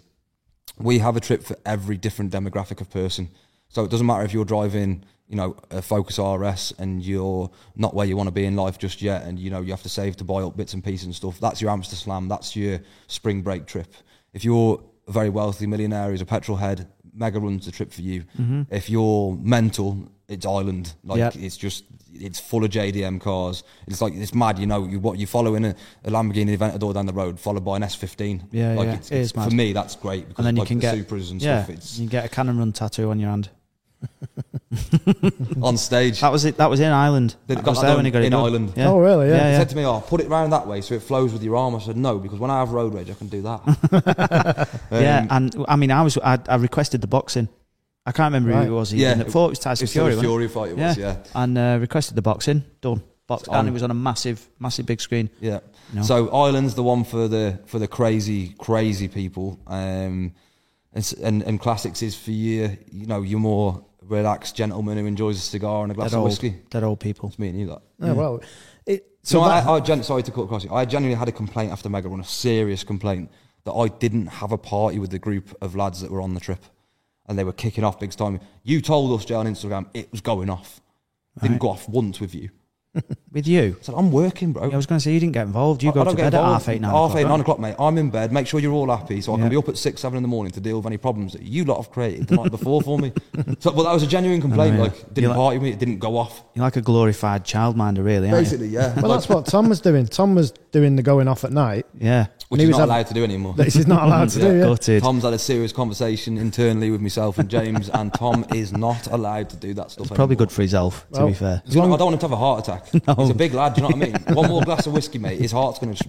we have a trip for every different demographic of person. So it doesn't matter if you're driving, you know, a Focus RS and you're not where you want to be in life just yet, and you know you have to save to buy up bits and pieces and stuff. That's your Amsterdam. That's your spring break trip. If you're a very wealthy millionaire who's a petrol head, mega runs the trip for you.
Mm-hmm.
If you're mental, it's Ireland. Like
Yep.
it's just it's full of JDM cars. It's like it's mad. You know, you what you're following a, a Lamborghini Aventador down the road, followed by an S15.
Yeah,
like
yeah.
It's,
It is
it's, for
mad.
me that's great because
and then you
like
can
the
get
Supras and
yeah,
stuff. It's
you can get a cannon run tattoo on your hand.
on stage.
That was it. That was in Ireland.
They've
That
got
was
that
there when he
done
got it
in
done.
Ireland.
Yeah.
Oh, really? Yeah.
He
Yeah.
said to me, "Oh, put it round that way so it flows with your arm." I said, "No, because when I have road rage, I can
[laughs]
do that." Um,
yeah, and I mean, I was I, I requested the boxing. I can't remember
Right.
who it was.
Yeah.
Yeah, it thought it was
it's
Tyson
still
Fury.
a
wasn't it?
Fury fight. It was, yeah,
and uh, requested the boxing done. Box,
It's on.
and it was on a massive, massive big screen.
yeah.
No.
So Ireland's the one for the for the crazy, crazy people, um, and, s- and and classics is for you. You know, your more relaxed gentleman who enjoys a cigar and a glass
Dead
of
old,
whiskey.
dead old people.
It's me and you that.
Oh, well, it,
So
so
I,
that,
I, gen- sorry to cut across you. I genuinely had a complaint after Mega Run, a serious complaint that I didn't have a party with the group of lads that were on the trip, and they were kicking off big time. You told us, Jay, on Instagram, it was going off. Didn't
Right.
go off once with you.
With you,
I said, I'm working, bro.
yeah, I was going to say you didn't get involved. You
I- I
go
don't
to
get
bed
involved.
at half eight, nine.
Half
o'clock,
eight,
right?
nine o'clock, mate. I'm in bed. Make sure you're all happy, so I
Yeah.
can be up at six, seven in the morning to deal with any problems that you lot have created the night before for me. [laughs] So, but that was a genuine complaint.
yeah.
Like, didn't
You're like-
party with me. It didn't go off.
You're like a glorified childminder, really, aren't you?
Basically, yeah.
well, that's what Tom was doing. Tom was doing the going off at night
Yeah.
Which
he
is
was
not
having-
allowed to do anymore.
that he's not allowed
[laughs]
to do. Yeah.
Gutted.
Tom's had a serious conversation internally with myself and James, and Tom is not allowed to do that stuff.
It's probably
anymore.
good for his health, to
Well,
be fair.
He's not- I don't want him to have a heart attack. He's a big lad, do you know what I mean? One more glass of whiskey, mate, his heart's going to.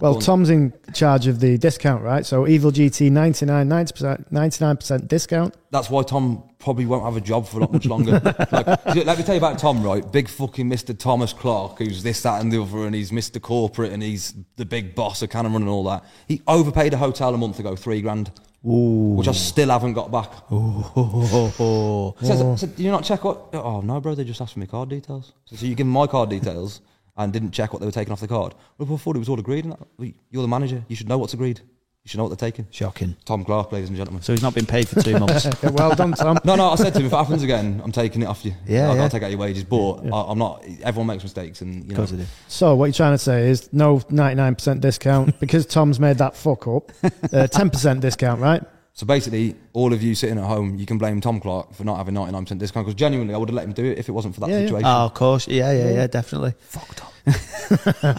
Well,
Go on.
Tom's in charge of the discount, right? So Evil GT 99, 90%, 99% discount.
That's why Tom probably won't have a job for not much longer. [laughs] like, let me tell you about Tom, right? Big fucking Mr. Thomas Clark, who's this, that, and the other, and he's Mr. Corporate, and he's the big boss of Cannon Run and all that. He overpaid a hotel a month ago, three grand, which I still haven't got back. Says,
Mm.
said, do you not check what? Oh no, bro. They just asked for my card details. So, so you give them my card details and didn't check what they were taking off the card. Well, I thought it was all agreed. And that. Well, You're the manager. You should know what's agreed. You should know what they're taking.
Shocking.
Tom Clark, ladies and gentlemen.
So he's not been paid for
[laughs]
two months.
Yeah, well done, Tom.
No, no. I said to him, if it happens again, I'm taking it off you.
Yeah,
I'll,
yeah.
I'll take out your wages. But I, I'm not. Everyone makes mistakes, and you know.
Because of it.
So what you're trying to say is no 99% discount because Tom's made that fuck up. Uh, 10% discount, right?
So basically, all of you sitting at home, you can blame Tom Clark for not having 99% discount. Because genuinely, I would have let him do it if it wasn't for that
Yeah, yeah.
situation.
Oh, of course. Yeah, yeah, yeah, definitely. Fuck Tom.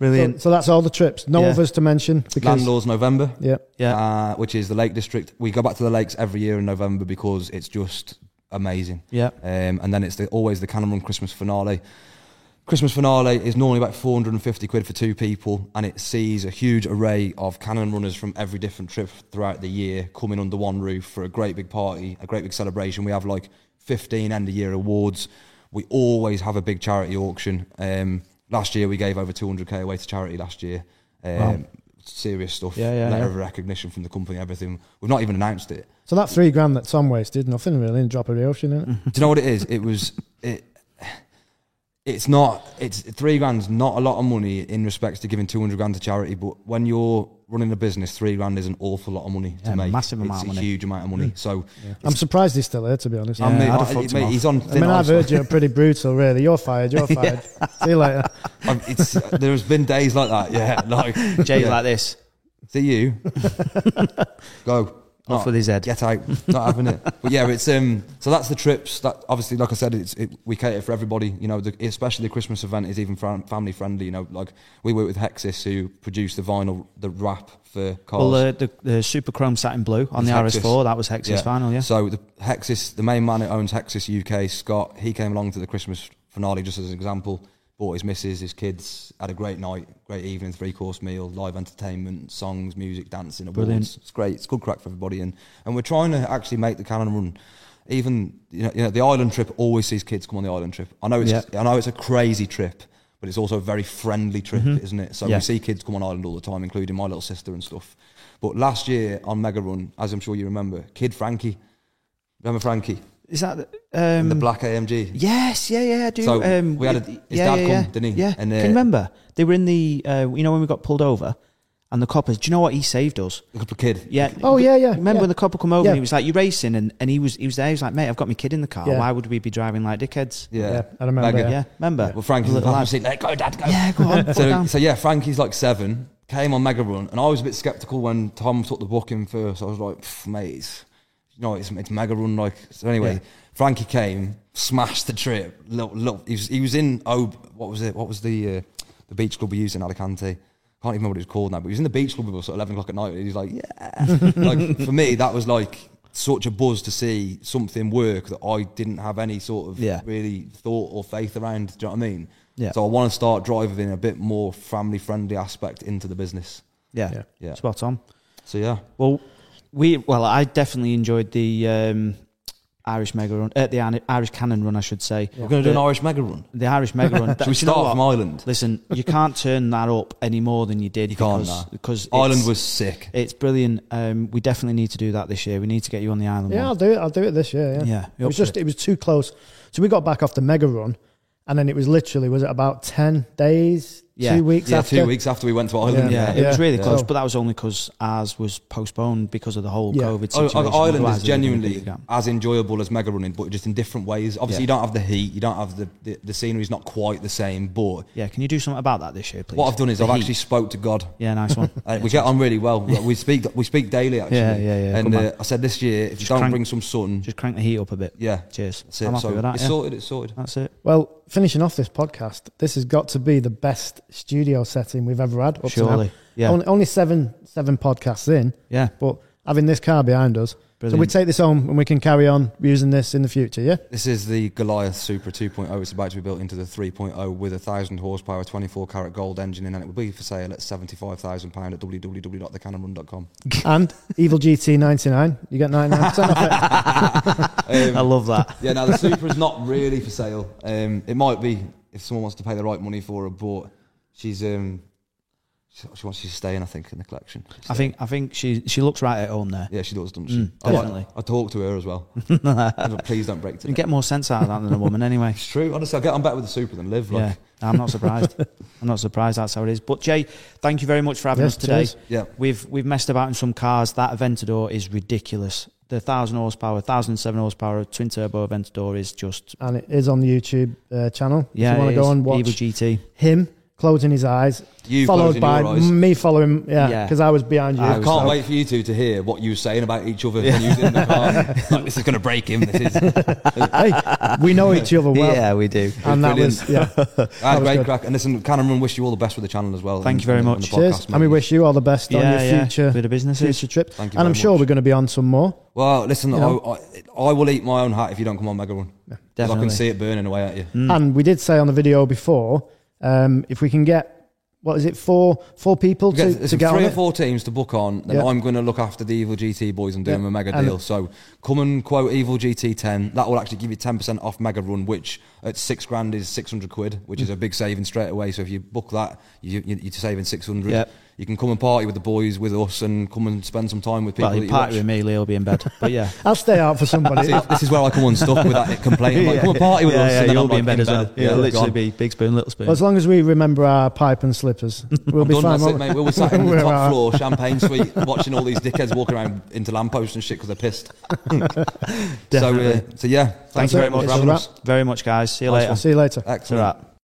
Brilliant.
So, so that's all the trips. No
Yeah.
others to mention because
Landlords November.
yeah,
Yeah.
uh, which is the Lake District. We go back to the lakes every year in November because it's just amazing.
Yeah.
Um, and then it's the, always the Cannon Run Christmas finale. Christmas finale is normally about 450 quid for two people, and it sees a huge array of Cannon runners from every different trip throughout the year coming under one roof for a great big party, a great big celebration. We have like 15 end of year awards. We always have a big charity auction. Um, last year, we gave over 200k away to charity last year. Um, Serious stuff.
Yeah, yeah,
letter
yeah.
of recognition from the company, everything. We've not even announced it.
So that three grand that Tom wasted, nothing really, in drop of the ocean, innit?
Do you know what it is? It was it. it's not it's three grand's not a lot of money in respects to giving 200 grand to charity but when you're running a business three grand is an awful lot of money to
Yeah,
make
massive amount
It's
of
a
money. Mm.
huge amount of money so
I'm surprised he's still here, to be honest.
I mean,
I'd have
I-
fucked
mate,
him
he's on
I
thin
mean, I've
ice.
heard you're pretty brutal, really. You're fired.
[laughs]
You're fired. See you later.
I've- it's, there's been days like that yeah [laughs] like
Jay's
yeah.
like this,
see you
[laughs]
go
off with his head.
get out not having it but yeah it's um so that's the trips that obviously like i said it's it, we cater for everybody you know the, especially the christmas event is even fam- family friendly you know like we work with hexis who produce the vinyl the wrap for cars
Well, uh, the, the Super Chrome satin blue on
It's
the
Hexas.
RS4, that was Hexas final, yeah.
So the Hexis, the main man who owns Hexis UK, Scott, he came along to the Christmas finale just as an example. Bought his missus, his kids, had a great night, great evening, three course meal, live entertainment, songs, music, dancing, awards.
Brilliant.
It's great. It's good crack for everybody, and and we're trying to actually make the cannon run. Even you know, you know the island trip always sees kids come on the island trip. I know it's I know it's a crazy trip, but it's also a very friendly trip,
Mm-hmm.
isn't it? So
Yeah.
we see kids come on island all the time, including my little sister and stuff. But last year on Mega Run, as I'm sure you remember, kid Frankie, remember Frankie,
Is that the- um,
the black AMG.
Yes, yeah, yeah, I do.
So
um,
we had a-
it-
his dad come, didn't he?
Yeah,
And,
can
uh,
you remember they were in the uh, you know when we got pulled over and the coppers? Do you know what he saved us?
The couple of kid.
Yeah.
Oh, yeah, yeah,
Remember
yeah.
when the copper come over
Yeah.
and he was like, "You racing?" and and he was he was there. He was like, "Mate, I've got my kid in the car.
Yeah.
Why would we be driving like dickheads?"
Yeah.
Yeah, I remember,
Mega.
yeah.
Yeah, remember?
Well, Frankie's in the
Little
passenger
lad.
seat, Let go, Dad, go.
Yeah, go
[laughs]
on. put
so,
down.
so yeah, Frankie's like seven. Came on Mega Run, and I was a bit skeptical when Tom took the book in first. I was like, "Pff, mate, it's, you know, it's, it's Mega Run. Like, so anyway, Frankie came, smashed the trip. Look, look, he was, he was in oh, what was it? What was the uh, the beach club we used in Alicante? Can't even remember what it was called now, but he was in the beach club with us at eleven o'clock at night. And he was like, yeah. like [laughs] for me, that was like such a buzz to see something work that I didn't have any sort of
Yeah.
really thought or faith around. Do you know what I mean?
Yeah.
So I want to start driving a bit more family friendly aspect into the business.
yeah,
Yeah.
spot on.
So yeah,
Well, we well, I definitely enjoyed the um, Irish mega run, uh, the Ani- Irish cannon run, I should say.
we're going to do an Irish mega run.
The Irish mega run.
[laughs] Should we
Do you know
start
what?
from Ireland?
Listen, you can't turn that up any more than you did.
You can't.
because,
nah.
because
Ireland
it's-
was sick.
It's brilliant. Um, we definitely need to do that this year. We need to get you on the island.
Yeah, I'll
one.
do it. I'll do it this year. Yeah.
Yeah,
It
you're up
was
for
just it was too close. So we got back off the mega run, and then it was literally was it about ten days,
Yeah.
two weeks
yeah,
after.
two weeks after we went to Ireland.
yeah,
Yeah,
it was
Yeah.
really
Yeah.
close,
So-
but that was only because ours was postponed because of the whole
Yeah.
COVID
I- I-
situation.
Oh, Ireland
Otherwise,
is
it would've been a
genuinely
big gap.
as enjoyable as mega running, but just in different ways.
Yeah.
Obviously, you don't have the heat, you don't have the the, the scenery's not quite the same. But
Yeah, can you do something about that this year, please?
what I've done is
The
I've
heat.
actually spoke to God.
yeah, nice
[laughs]
one.
Uh, we get on really well. We speak we speak daily actually.
Yeah, yeah, yeah.
And
Good
uh,
man.
I said this year, if you
Just
don't
crank-
bring some sun,
Just crank the heat up a bit.
yeah,
Cheers.
that's it.
I'm happy
so
with that.
it's
yeah.
sorted. It's sorted.
That's it.
Well, finishing off this podcast, this has got to be the best studio setting we've ever had. Up to now.
Surely. Yeah.
Only, only seven seven podcasts in,
yeah.
but having this car behind us, so we
Brilliant.
take this home and we can carry on using this in the future. Yeah.
This is the Goliath Super 2.0. It's about to be built into the 3.0 with a thousand horsepower, 24 carat gold engine, in, and it will be for sale at 75,000 pound at www.thecannonrun.com.
And Evil GT ninety nine, you get ninety nine percent off it.
I
[laughs]
love that.
Yeah, now the Super is not really for sale. Um, it might be if someone wants to pay the right money for her, but she's um, she, she wants she's staying, I think, in the collection.
I think I think she she looks right at home there.
Yeah, she does, doesn't she?
Mm,
I like-
definitely.
I, talk to her as [laughs] well. Please don't break
You
today.
get more sense out of that than a
[laughs]
woman, anyway.
It's true. Honestly, I get on better with the Super than live. Like,
Yeah, I'm not surprised. I'm not surprised that's how it is. But Jay, thank you very much for having
Yes,
us today.
cheers.
Yeah.
We've we've messed about in some cars. That Aventador is ridiculous. The thousand horsepower, thousand seven horsepower twin turbo Aventador is just
and it is on the YouTube uh, channel.
yeah.
if you want
it
to go
is.
and watch
Evil GT.
him closing his eyes,
You
followed
closing
by
your eyes.
me following. Yeah,
Yeah.
because I was behind you.
I
was
can't
so-
wait for you two to hear what you were saying about each other when you was in
[laughs]
the car. Like, this is going to break him. This is
hey, we know each other well.
we do.
And that was, yeah.
I
was
had great
good.
crack. And listen, Cameron, wish you all the best with the channel as well.
Thank
and-
you very
and the
much.
podcast,
Cheers.
mate.
And we wish you all the best on
Yeah,
your
yeah.
future,
With the businesses.
future trips.
Thank you
and
very
I'm sure
much.
we're going to be on some more.
Well, listen,
You know.
I, I, I will eat my own hat if you don't come on Mega Run. 'Cause I
Definitely.
can see it burning away at you.
And we did say on the video before, um, if we can get, what is it, four four people
We get-
to,
there's
to get on
three or
it?
four teams to book on, then
Yeah.
I'm going to look after the Evil GT boys and do
Yeah.
them a mega
And-
deal. So come and quote Evil GT 10. That will actually give you 10% off Mega Run, which at six grand is 600 quid, which is a big saving straight away. So if you book that, you, you, you're saving 600.
Yeah.
You can come and party with the boys with us and come and spend some time with people.
Well,
that
you
you
party
watch.
with me, Lee will be in bed. But
[laughs]
yeah.
I'll stay out for somebody.
See, this is where I come unstuck
[laughs]
with that complaint. Like, come and party with
yeah,
us,
Yeah,
and then
you'll
I'm
be
like,
in bed as well. Yeah,
gone.
literally be big spoon, little spoon.
Well, as long as we remember our pipe and slippers, we'll
I'm
be
done,
fine.
that's it,
won't we?
mate. We'll be
[laughs]
sat in the
We're
top
all-
floor, champagne suite, watching all these dickheads walking around into lampposts and shit because
[laughs]
they're pissed. so, uh,
Definitely.
so yeah, thank
That's
you
it.
very
It's
much for
a
having
wrap.
us.
Very much, guys. See you later.
See you later.
Excellent.
Ta-ra.